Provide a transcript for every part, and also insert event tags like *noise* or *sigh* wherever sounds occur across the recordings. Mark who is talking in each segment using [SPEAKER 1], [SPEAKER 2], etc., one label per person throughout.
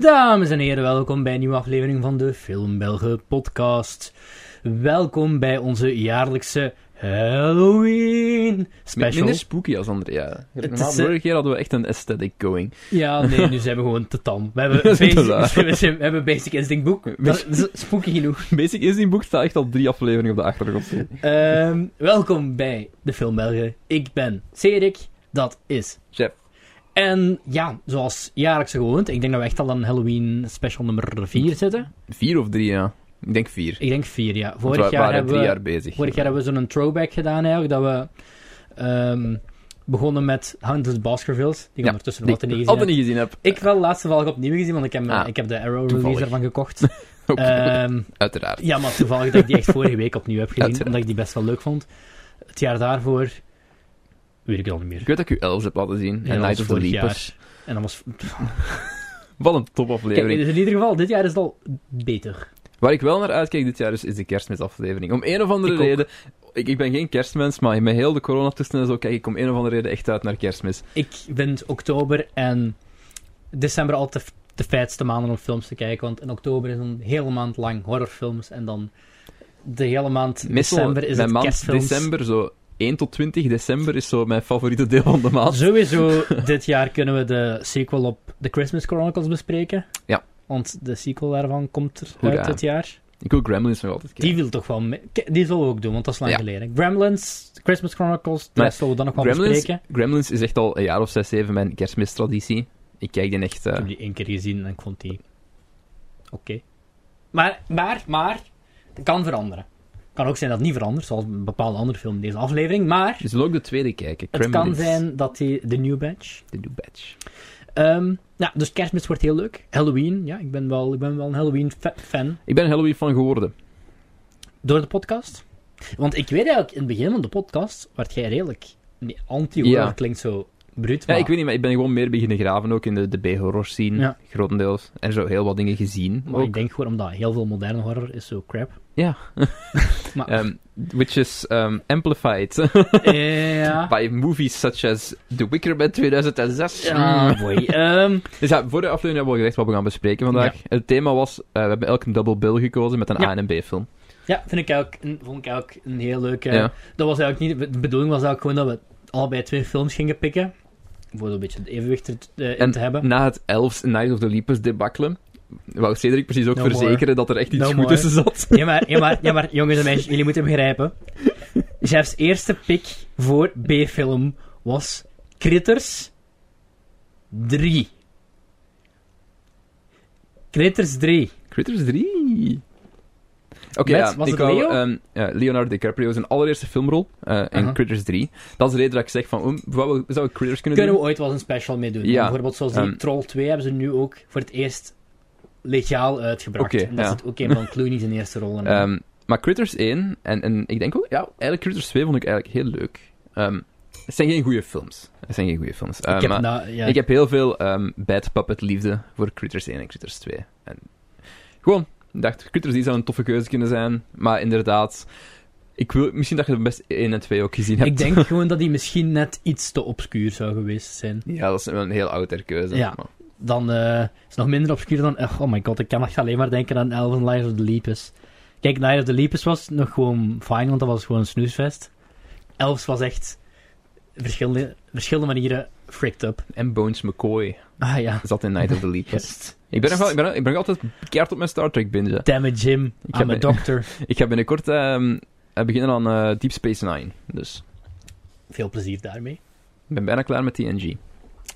[SPEAKER 1] Dames en heren, welkom bij een nieuwe aflevering van de Filmbelgen podcast. Welkom bij onze jaarlijkse Halloween
[SPEAKER 2] Min-
[SPEAKER 1] special.
[SPEAKER 2] Minder spooky als andere jaren. Normaal,
[SPEAKER 1] is,
[SPEAKER 2] de
[SPEAKER 1] eh,
[SPEAKER 2] vorige keer hadden we echt een aesthetic going. *laughs*
[SPEAKER 1] Ja, nee, nu zijn we gewoon te tam. We hebben,
[SPEAKER 2] We zijn te laat.
[SPEAKER 1] basic, *laughs* we zijn- we hebben basic Instinct boek. Dat is spooky genoeg.
[SPEAKER 2] Basic is in boek staat echt al drie afleveringen op de achtergrond.
[SPEAKER 1] Ehm, welkom bij de Filmbelgen. Ik ben Cedric, dat is
[SPEAKER 2] Jeff.
[SPEAKER 1] En ja, zoals jaarlijks gewoond, ik denk dat we echt al aan Halloween special nummer 4 zitten.
[SPEAKER 2] Vier of drie, ja. Ik denk vier.
[SPEAKER 1] Ik denk 4, ja.
[SPEAKER 2] Want
[SPEAKER 1] Vorig
[SPEAKER 2] we
[SPEAKER 1] jaar
[SPEAKER 2] waren
[SPEAKER 1] hebben
[SPEAKER 2] drie
[SPEAKER 1] we...
[SPEAKER 2] jaar bezig.
[SPEAKER 1] Vorig jaar hebben we zo'n throwback gedaan eigenlijk, dat we ehm, begonnen met Hunters Baskervilles, die ik
[SPEAKER 2] Ja,
[SPEAKER 1] ondertussen
[SPEAKER 2] Die
[SPEAKER 1] nog altijd
[SPEAKER 2] ik
[SPEAKER 1] niet gezien
[SPEAKER 2] altijd
[SPEAKER 1] heb.
[SPEAKER 2] niet gezien heb.
[SPEAKER 1] Ik wel laatst toevallig opnieuw gezien, want ik heb,
[SPEAKER 2] Ah,
[SPEAKER 1] ik heb de Arrow
[SPEAKER 2] toevallig.
[SPEAKER 1] release ervan
[SPEAKER 2] *laughs*
[SPEAKER 1] gekocht.
[SPEAKER 2] *laughs* Ook,
[SPEAKER 1] Ehm,
[SPEAKER 2] uiteraard.
[SPEAKER 1] ja, maar toevallig dat ik die echt vorige week opnieuw heb gezien,
[SPEAKER 2] Uiteraard.
[SPEAKER 1] omdat ik die best wel leuk vond. Het jaar daarvoor weet ik het al niet meer.
[SPEAKER 2] Ik weet dat ik u Elves heb laten zien.
[SPEAKER 1] Ja,
[SPEAKER 2] en
[SPEAKER 1] dat
[SPEAKER 2] Night
[SPEAKER 1] was
[SPEAKER 2] of the
[SPEAKER 1] vorig
[SPEAKER 2] Leapers.
[SPEAKER 1] En dan was...
[SPEAKER 2] Wat een
[SPEAKER 1] Kijk,
[SPEAKER 2] topaflevering.
[SPEAKER 1] dus in ieder geval, dit jaar is het al beter.
[SPEAKER 2] Waar ik wel naar uitkijk dit jaar is, is de kerstmisaflevering. Om een of andere
[SPEAKER 1] Ik ook.
[SPEAKER 2] reden... Ik, ik ben geen kerstmens, maar met heel de coronatoestand en zo kijk ik om een of andere reden echt uit naar kerstmis.
[SPEAKER 1] Ik vind oktober en december altijd de, de fijnste maanden om films te kijken. Want in oktober is een hele maand lang horrorfilms. En dan de hele maand
[SPEAKER 2] Meestal
[SPEAKER 1] december is
[SPEAKER 2] mijn
[SPEAKER 1] het
[SPEAKER 2] maand
[SPEAKER 1] kerstfilms.
[SPEAKER 2] december, zo 1 tot 20 december is zo mijn favoriete deel van de
[SPEAKER 1] *laughs*
[SPEAKER 2] maand.
[SPEAKER 1] Sowieso, dit jaar kunnen we de sequel op The Christmas Chronicles bespreken.
[SPEAKER 2] Ja.
[SPEAKER 1] Want de sequel daarvan komt er
[SPEAKER 2] Hoera.
[SPEAKER 1] uit dit jaar.
[SPEAKER 2] Ik wil Gremlins nog altijd
[SPEAKER 1] Die
[SPEAKER 2] kijken.
[SPEAKER 1] wil toch wel mee- K- Die zullen we ook doen, want dat is lang
[SPEAKER 2] Ja.
[SPEAKER 1] geleden. Gremlins, Christmas Chronicles, de
[SPEAKER 2] Maar
[SPEAKER 1] rest zullen we dan nog wel
[SPEAKER 2] Gremlins,
[SPEAKER 1] bespreken.
[SPEAKER 2] Gremlins is echt al een jaar of zes, zeven mijn kerstmistraditie. Ik kijk die echt... eh,
[SPEAKER 1] Ik heb die één keer gezien en ik vond die... Oké. Maar, maar, maar... Het kan veranderen. Het kan ook zijn dat het niet verandert, zoals een bepaalde andere film in deze aflevering. Maar
[SPEAKER 2] dus we ook de tweede kijken.
[SPEAKER 1] het kan
[SPEAKER 2] Gremlins.
[SPEAKER 1] zijn dat die... De New Batch...
[SPEAKER 2] De New Batch.
[SPEAKER 1] Ehm, ja, dus kerstmis wordt heel leuk. Halloween, ja, ik ben wel, ik ben wel een Halloween-fan.
[SPEAKER 2] Ik ben een Halloween fan geworden.
[SPEAKER 1] Door de podcast. Want ik weet eigenlijk, in het begin van de podcast werd jij redelijk... Nee, anti-horror
[SPEAKER 2] Ja.
[SPEAKER 1] klinkt zo bruut,
[SPEAKER 2] Ja,
[SPEAKER 1] maar...
[SPEAKER 2] ik weet niet, maar ik ben gewoon meer beginnen graven ook in de, de B-horror scene,
[SPEAKER 1] Ja. Oh
[SPEAKER 2] grotendeels. En zo heel wat dingen gezien.
[SPEAKER 1] maar ik
[SPEAKER 2] Ook.
[SPEAKER 1] denk gewoon omdat heel veel moderne horror is zo crap.
[SPEAKER 2] Ja.
[SPEAKER 1] *laughs* Maar,
[SPEAKER 2] Ehm, which is ehm,
[SPEAKER 1] *laughs*
[SPEAKER 2] amplified
[SPEAKER 1] eh, ja.
[SPEAKER 2] by movies such as The Wicker Man 2006.
[SPEAKER 1] Ja,
[SPEAKER 2] Mm.
[SPEAKER 1] boy. *laughs* Ehm,
[SPEAKER 2] Dus ja, voor de aflevering hebben we al gezegd wat we gaan bespreken vandaag. Het thema was, eh, we hebben elk een double bill gekozen met een
[SPEAKER 1] Ja.
[SPEAKER 2] A en een B film.
[SPEAKER 1] ja, vind ik ook, een- vond ik ook een heel leuke...
[SPEAKER 2] Ja.
[SPEAKER 1] Dat was eigenlijk niet... De bedoeling was eigenlijk gewoon dat we allebei twee films gingen pikken. Om een beetje het evenwicht er, eh, in
[SPEAKER 2] En
[SPEAKER 1] te hebben.
[SPEAKER 2] Na het Elves Night of the Leapers debakkelen, wou Cedric precies ook
[SPEAKER 1] No
[SPEAKER 2] verzekeren dat er echt iets
[SPEAKER 1] No
[SPEAKER 2] goed
[SPEAKER 1] more.
[SPEAKER 2] tussen zat. *laughs*
[SPEAKER 1] Ja maar, ja, maar, ja, maar jongens en meisjes, jullie moeten begrijpen. Jeff's eerste pick voor B-film was Critters 3. Critters 3.
[SPEAKER 2] Critters 3. Oké,
[SPEAKER 1] Met-
[SPEAKER 2] ja,
[SPEAKER 1] was
[SPEAKER 2] ik
[SPEAKER 1] het
[SPEAKER 2] wou,
[SPEAKER 1] Leo?
[SPEAKER 2] ehm, ja, Leonardo DiCaprio zijn allereerste filmrol eh, in
[SPEAKER 1] Aha.
[SPEAKER 2] Critters 3. Dat is de reden dat ik zeg van, oem, wat we- zou ik Critters kunnen
[SPEAKER 1] Kunnen
[SPEAKER 2] doen?
[SPEAKER 1] we ooit wel eens een special mee doen?
[SPEAKER 2] Ja.
[SPEAKER 1] Bijvoorbeeld zoals die
[SPEAKER 2] Ehm.
[SPEAKER 1] Troll 2 hebben ze nu ook voor het eerst legaal uitgebracht.
[SPEAKER 2] Oké,
[SPEAKER 1] en dat
[SPEAKER 2] ja.
[SPEAKER 1] zit ook een van Clooney zijn eerste rol. in.
[SPEAKER 2] Ehm, maar Critters 1, en, en ik denk ook, ja, eigenlijk Critters 2 vond ik eigenlijk heel leuk. Ehm, het zijn geen goede films. Het zijn geen goede films. Eh,
[SPEAKER 1] ik, heb
[SPEAKER 2] maar-
[SPEAKER 1] na- ja,
[SPEAKER 2] Ik heb heel veel ehm, bad puppet liefde voor Critters 1 en Critters 2. En gewoon, ik dacht, Critters 3 zou een toffe keuze kunnen zijn. Maar inderdaad, ik wil, misschien dat je de best 1 en 2 ook gezien hebt.
[SPEAKER 1] ik denk gewoon dat die misschien net iets te obscuur zou geweest zijn.
[SPEAKER 2] *laughs* Ja, dat is wel een heel ouder keuze.
[SPEAKER 1] Ja.
[SPEAKER 2] maar-
[SPEAKER 1] Dan eh, is het nog minder obscuur dan... eh, Oh my god, ik kan echt alleen maar denken aan Elven Lies of the Lepus. Kijk, Lies of the Lepus was nog gewoon fijn, want dat was gewoon een snoesfest. Elves was echt... Verschillende, verschillende manieren fricked up.
[SPEAKER 2] En Bones McCoy
[SPEAKER 1] Ah ja.
[SPEAKER 2] zat in Night of the
[SPEAKER 1] *laughs*
[SPEAKER 2] Leapers.
[SPEAKER 1] Yes.
[SPEAKER 2] ik, ben nog wel, ik, ben, nog- ik ben nog altijd keert op mijn Star Trek bingen.
[SPEAKER 1] Damn it, Jim.
[SPEAKER 2] Ik heb
[SPEAKER 1] I'm a
[SPEAKER 2] een-
[SPEAKER 1] doctor.
[SPEAKER 2] Ik ga binnenkort ehm, eh, beginnen aan eh, Deep Space Nine. Dus
[SPEAKER 1] Veel plezier daarmee.
[SPEAKER 2] ik ben bijna klaar met TNG.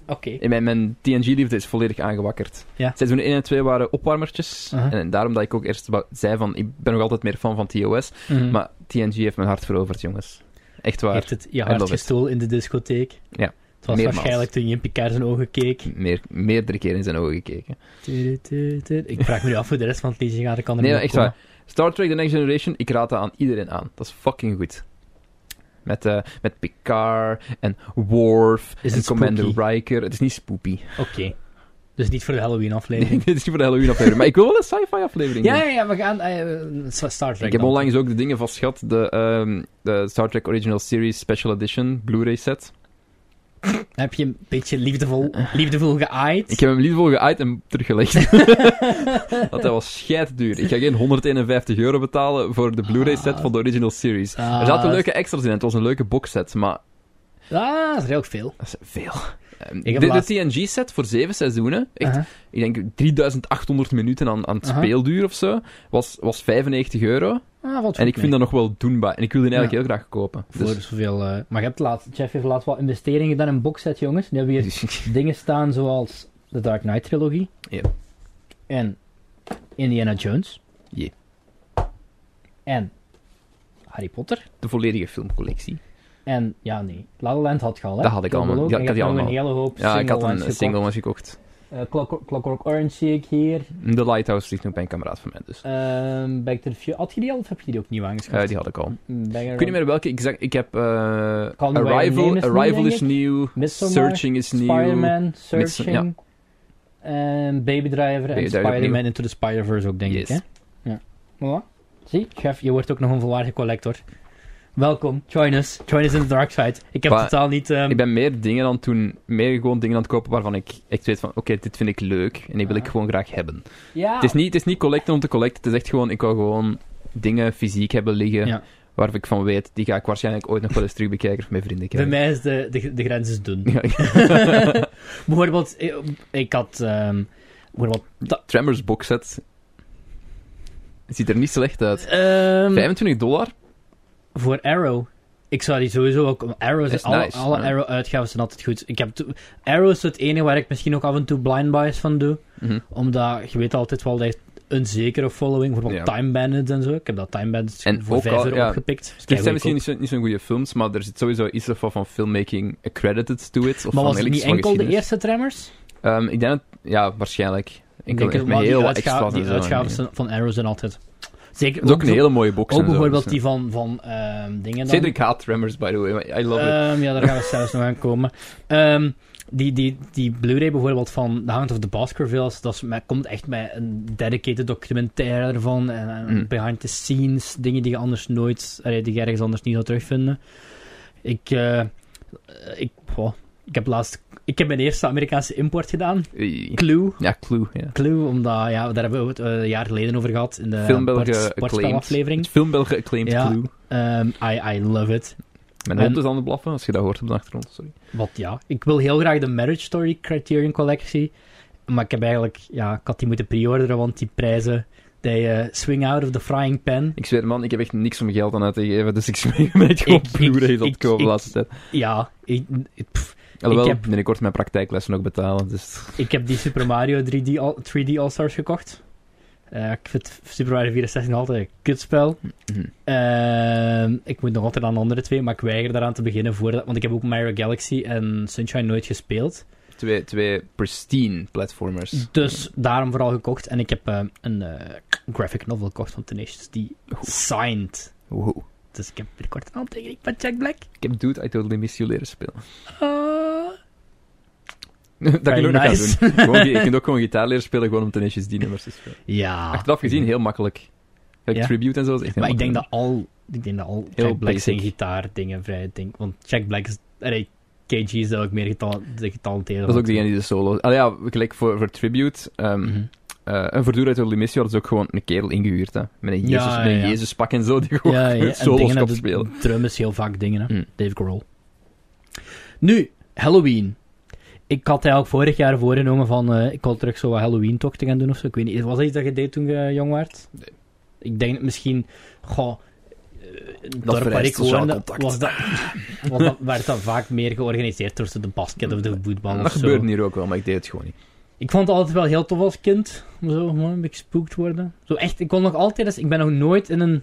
[SPEAKER 1] Oké.
[SPEAKER 2] In Mijn, mijn TNG-liefde is volledig aangewakkerd.
[SPEAKER 1] Ja.
[SPEAKER 2] Seizoen 1 en 2 waren opwarmertjes.
[SPEAKER 1] Uh-huh.
[SPEAKER 2] En daarom dat ik ook eerst wou- zei van... Ik ben nog altijd meer fan van TOS.
[SPEAKER 1] Mhm.
[SPEAKER 2] Maar TNG heeft mijn hart veroverd, jongens. Echt waar.
[SPEAKER 1] Heeft het je
[SPEAKER 2] love
[SPEAKER 1] hart
[SPEAKER 2] it.
[SPEAKER 1] gestolen in de discotheek?
[SPEAKER 2] Ja.
[SPEAKER 1] Het was
[SPEAKER 2] Meermaals.
[SPEAKER 1] waarschijnlijk toen je in Picard zijn ogen keek.
[SPEAKER 2] Meer, meerdere keren in zijn ogen gekeken.
[SPEAKER 1] Tu, tu, tu. Ik vraag me nu af hoe de rest van het liedje gaat. Ik kan er
[SPEAKER 2] Nee,
[SPEAKER 1] niet op
[SPEAKER 2] echt
[SPEAKER 1] komen.
[SPEAKER 2] waar. Star Trek The Next Generation, ik raad dat aan iedereen aan. Dat is fucking goed. Met, eh, met Picard en Worf
[SPEAKER 1] Is
[SPEAKER 2] en
[SPEAKER 1] het
[SPEAKER 2] Commander
[SPEAKER 1] spooky?
[SPEAKER 2] Riker. Het is niet spoopy.
[SPEAKER 1] Oké. Dus niet voor de
[SPEAKER 2] *laughs*
[SPEAKER 1] Halloween-aflevering.
[SPEAKER 2] Nee, dit is niet voor de Halloween aflevering. maar ik wil wel een sci-fi aflevering
[SPEAKER 1] Ja,
[SPEAKER 2] doen.
[SPEAKER 1] ja, ja, we gaan eh, Star Trek.
[SPEAKER 2] Ik heb
[SPEAKER 1] dan.
[SPEAKER 2] onlangs ook de dingen vastgeschat. De, ehm, de Star Trek Original Series Special Edition Blu-ray set.
[SPEAKER 1] Heb je een beetje
[SPEAKER 2] *laughs*
[SPEAKER 1] liefdevol, liefdevol geaaid?
[SPEAKER 2] Ik heb hem liefdevol geaaid en
[SPEAKER 1] *laughs*
[SPEAKER 2] teruggelegd. Want dat was scheidduur. Ik ga geen 151 euro betalen voor de Blu-ray set van de original series.
[SPEAKER 1] Ah,
[SPEAKER 2] Er zaten leuke extra's in. Het was een leuke boxset, maar
[SPEAKER 1] Ah, dat is heel veel.
[SPEAKER 2] dat is veel. Ehm,
[SPEAKER 1] heb
[SPEAKER 2] de,
[SPEAKER 1] laatst-
[SPEAKER 2] TNG-set voor zeven seizoenen, echt,
[SPEAKER 1] Aha.
[SPEAKER 2] ik denk 3800 minuten aan, aan het
[SPEAKER 1] Aha.
[SPEAKER 2] speelduur of zo, was, was 95 euro.
[SPEAKER 1] Ah, wat
[SPEAKER 2] En ik vind dat nog wel doenbaar. En ik wil die eigenlijk
[SPEAKER 1] Ja.
[SPEAKER 2] heel graag kopen.
[SPEAKER 1] Voor
[SPEAKER 2] Dus,
[SPEAKER 1] zoveel, eh, maar je hebt laatst, Jeff heeft laatst wat investeringen gedaan in een boxset, jongens. Nu hebben we hier
[SPEAKER 2] Dus-
[SPEAKER 1] dingen staan zoals de Dark Knight trilogie.
[SPEAKER 2] Ja.
[SPEAKER 1] En Indiana Jones.
[SPEAKER 2] Ja.
[SPEAKER 1] En Harry Potter.
[SPEAKER 2] de volledige filmcollectie.
[SPEAKER 1] En, ja nee, La La Land had je al, hè?
[SPEAKER 2] Dat had ik allemaal.
[SPEAKER 1] Ook.
[SPEAKER 2] Ja,
[SPEAKER 1] En
[SPEAKER 2] ik
[SPEAKER 1] je
[SPEAKER 2] had
[SPEAKER 1] hebt
[SPEAKER 2] die
[SPEAKER 1] nog een hele hoop
[SPEAKER 2] Ja, ik had
[SPEAKER 1] single
[SPEAKER 2] een single was gekocht.
[SPEAKER 1] Clockwork, Clockwork Orange zie ik hier.
[SPEAKER 2] De Lighthouse ligt nog bij een kameraad van mij, dus.
[SPEAKER 1] Ehm Back to the Future. Had je die al of heb je die ook nieuw aangeschaft?
[SPEAKER 2] Eh, die had ik al.
[SPEAKER 1] Back
[SPEAKER 2] Ik weet niet meer welke exact. Ik heb eh,
[SPEAKER 1] Call Me By Your
[SPEAKER 2] Arrival,
[SPEAKER 1] Name is nieuw,
[SPEAKER 2] Arrival
[SPEAKER 1] denk
[SPEAKER 2] is
[SPEAKER 1] ik.
[SPEAKER 2] nieuw,
[SPEAKER 1] Midsommar,
[SPEAKER 2] Searching is nieuw.
[SPEAKER 1] Spider-Man,
[SPEAKER 2] Midsom-
[SPEAKER 1] Searching. En Baby Driver en
[SPEAKER 2] Baby Driver
[SPEAKER 1] Spider-Man
[SPEAKER 2] opnieuw.
[SPEAKER 1] Into the Spider-Verse ook, denk
[SPEAKER 2] Yes.
[SPEAKER 1] ik. Hè? Ja. Voilà. Zie, chef, je wordt ook nog een volwaardige collector. Welkom, join us. Join us in the dark side. Ik heb
[SPEAKER 2] Maar
[SPEAKER 1] totaal niet... ehm,
[SPEAKER 2] Ik ben meer dingen dan toen, meer gewoon dingen aan het kopen waarvan ik echt weet van, oké, dit vind ik leuk en die wil ik
[SPEAKER 1] Ah.
[SPEAKER 2] gewoon graag hebben.
[SPEAKER 1] ja,
[SPEAKER 2] Het, is niet, het is niet collecten om te collecten, het is echt gewoon, ik wil gewoon dingen fysiek hebben liggen
[SPEAKER 1] Ja.
[SPEAKER 2] waarvan ik van weet, die ga ik waarschijnlijk ooit nog wel eens terug bekijken of met vrienden
[SPEAKER 1] bij
[SPEAKER 2] kijken.
[SPEAKER 1] mij is de, de, de grens is
[SPEAKER 2] *laughs*
[SPEAKER 1] dun. *laughs*
[SPEAKER 2] Ja,
[SPEAKER 1] bijvoorbeeld, eh, ik had... ehm, bijvoorbeeld...
[SPEAKER 2] dat Tremors boxset. Het ziet er niet slecht uit.
[SPEAKER 1] ehm,
[SPEAKER 2] 25 dollar?
[SPEAKER 1] Voor Arrow. Ik zou die sowieso ook... Arrow zijn,
[SPEAKER 2] Is
[SPEAKER 1] alle,
[SPEAKER 2] nice,
[SPEAKER 1] alle
[SPEAKER 2] ja.
[SPEAKER 1] Arrow-uitgaven zijn altijd goed. Ik heb to- Arrow is het enige waar ik misschien ook af en toe blind buys van doe.
[SPEAKER 2] Mhm.
[SPEAKER 1] Omdat je weet altijd wel dat een zekere following, bijvoorbeeld
[SPEAKER 2] Ja.
[SPEAKER 1] Time Bandits en zo. Ik heb dat Time Bandits
[SPEAKER 2] En
[SPEAKER 1] voor
[SPEAKER 2] ook
[SPEAKER 1] 5
[SPEAKER 2] al-
[SPEAKER 1] euro
[SPEAKER 2] ja.
[SPEAKER 1] opgepikt. Dus
[SPEAKER 2] Het zijn misschien niet zo- niet zo'n goede films, maar er zit sowieso iets of wat van filmmaking accredited to it. Of
[SPEAKER 1] Maar
[SPEAKER 2] van
[SPEAKER 1] was het
[SPEAKER 2] eigenlijk
[SPEAKER 1] niet
[SPEAKER 2] iets van
[SPEAKER 1] enkel de
[SPEAKER 2] geschiedenis.
[SPEAKER 1] eerste Tremors?
[SPEAKER 2] Ehm, ik denk dat, ja, waarschijnlijk. Ik denk echt
[SPEAKER 1] het
[SPEAKER 2] met
[SPEAKER 1] wel, die
[SPEAKER 2] heel wat
[SPEAKER 1] uitga-
[SPEAKER 2] extra's. en
[SPEAKER 1] Die
[SPEAKER 2] zo.
[SPEAKER 1] uitgaven
[SPEAKER 2] Ja.
[SPEAKER 1] zijn- van Arrow zijn altijd... Zeker,
[SPEAKER 2] Het is ook een hele mooie box.
[SPEAKER 1] Ook
[SPEAKER 2] en zo,
[SPEAKER 1] bijvoorbeeld
[SPEAKER 2] dus,
[SPEAKER 1] die van, van ehm, dingen
[SPEAKER 2] ja.
[SPEAKER 1] dan.
[SPEAKER 2] Cedric haat Tremors, by the way. maar I love it.
[SPEAKER 1] Ehm, ja, daar
[SPEAKER 2] *laughs*
[SPEAKER 1] gaan we zelfs nog aan komen. Ehm, die, die, die Blu-ray bijvoorbeeld van The Hound of the Baskervilles, dat is met- komt echt met een dedicated documentaire ervan. En, en
[SPEAKER 2] Mm.
[SPEAKER 1] behind the scenes, dingen die je anders nooit, allee, die je ergens anders niet zou terugvinden. Ik, eh, ik, goh, ik heb laatst, ik heb mijn eerste Amerikaanse import gedaan.
[SPEAKER 2] Oei.
[SPEAKER 1] Clue.
[SPEAKER 2] Ja, Clue. Ja.
[SPEAKER 1] Clue, omdat, ja, daar hebben we het eh, een jaar geleden over gehad in de
[SPEAKER 2] Filmbelgen
[SPEAKER 1] sport-
[SPEAKER 2] acclaimed.
[SPEAKER 1] sportspelaflevering.
[SPEAKER 2] Het filmbelgen acclaimed
[SPEAKER 1] Ja.
[SPEAKER 2] Clue.
[SPEAKER 1] Ehm, I, I love it.
[SPEAKER 2] Mijn
[SPEAKER 1] En-
[SPEAKER 2] hond is aan het blaffen, als je dat hoort op de achtergrond. Sorry.
[SPEAKER 1] Wat ja, ik wil heel graag de Marriage Story Criterion Collectie. Maar ik heb eigenlijk, ja, ik had die moeten pre-orderen, want die prijzen, die eh swing out of the frying pan.
[SPEAKER 2] Ik zweer, man, ik heb echt niks om geld aan uit te geven, dus ik zweer met gewoon
[SPEAKER 1] Ik- ik-
[SPEAKER 2] Blu-rays aan
[SPEAKER 1] ik-
[SPEAKER 2] het kopen de
[SPEAKER 1] ik-
[SPEAKER 2] laatste tijd.
[SPEAKER 1] Ja, ik, ik- pff,
[SPEAKER 2] Alhoewel,
[SPEAKER 1] heb-
[SPEAKER 2] binnenkort mijn praktijklessen ook betalen, dus...
[SPEAKER 1] ik heb die Super Mario 3D, All, 3D All-Stars gekocht. Eh, ik vind Super Mario 64 nog altijd een kutspel.
[SPEAKER 2] Mhm.
[SPEAKER 1] Ehm, ik moet nog altijd aan de andere twee, maar ik weiger daaraan te beginnen voordat... Want ik heb ook Mario Galaxy en Sunshine nooit gespeeld.
[SPEAKER 2] Twee, twee pristine platformers.
[SPEAKER 1] Dus daarom vooral gekocht. En ik heb eh, een eh, graphic novel gekocht van Tenacious die signed.
[SPEAKER 2] Wow.
[SPEAKER 1] Dus ik heb binnenkort een handtekening van Jack Black.
[SPEAKER 2] Ik heb Dude, I Totally Miss You leren spelen.
[SPEAKER 1] Ah.
[SPEAKER 2] *laughs* dat kun je
[SPEAKER 1] Very
[SPEAKER 2] ook nog aan
[SPEAKER 1] nice. *laughs*
[SPEAKER 2] doen. Gewoon, je kunt ook gewoon gitaar leren spelen, gewoon om tenisjes die nummers te spelen.
[SPEAKER 1] ja.
[SPEAKER 2] Achteraf gezien, heel makkelijk. Gelijk
[SPEAKER 1] Ah. Ja.
[SPEAKER 2] Tribute en zo. is echt heel
[SPEAKER 1] maar ik denk dat
[SPEAKER 2] makkelijk.
[SPEAKER 1] al, ik denk dat al
[SPEAKER 2] Heel
[SPEAKER 1] Jack Black zijn
[SPEAKER 2] basic.
[SPEAKER 1] gitaar dingen vrij ding. Want Jack Black is... allee, KG is daar ook meer getal, de getalenteerde.
[SPEAKER 2] Dat is ook
[SPEAKER 1] van.
[SPEAKER 2] degene die de solo... Ah ja, gelijk voor, voor Tribute. ehm,
[SPEAKER 1] Mhm.
[SPEAKER 2] eh, en voor Dude, I Totally Miss You hadden ze ook gewoon een kerel ingehuurd. Hè. Met
[SPEAKER 1] Ja,
[SPEAKER 2] een Jezus, met een
[SPEAKER 1] ja.
[SPEAKER 2] Jezuspak en zo, die *laughs* gewoon
[SPEAKER 1] en
[SPEAKER 2] solos
[SPEAKER 1] dingen
[SPEAKER 2] kan
[SPEAKER 1] dat-
[SPEAKER 2] spelen.
[SPEAKER 1] Drum is heel vaak dingen, hè.
[SPEAKER 2] Mm.
[SPEAKER 1] Dave Grohl. Nu, Halloween. Ik had eigenlijk vorig jaar voorgenomen van... eh, ik wil terug zo wat Halloween-tochten gaan doen of zo. Ik weet niet, was dat iets dat je deed toen je jong werd?
[SPEAKER 2] Nee.
[SPEAKER 1] Ik denk dat misschien... Goh... eh, het dorp waar
[SPEAKER 2] vereist
[SPEAKER 1] ik
[SPEAKER 2] sociaal
[SPEAKER 1] woonde,
[SPEAKER 2] contact.
[SPEAKER 1] was dat, was dat, werd dat vaak meer georganiseerd door zo de basket of de voetbal
[SPEAKER 2] *laughs* Dat
[SPEAKER 1] of zo.
[SPEAKER 2] gebeurde hier ook wel, maar ik deed het gewoon niet.
[SPEAKER 1] Ik vond het altijd wel heel tof als kind. Om zo gewoon een beetje spookt te worden. Zo echt, ik kon nog altijd eens... Ik ben nog nooit in een...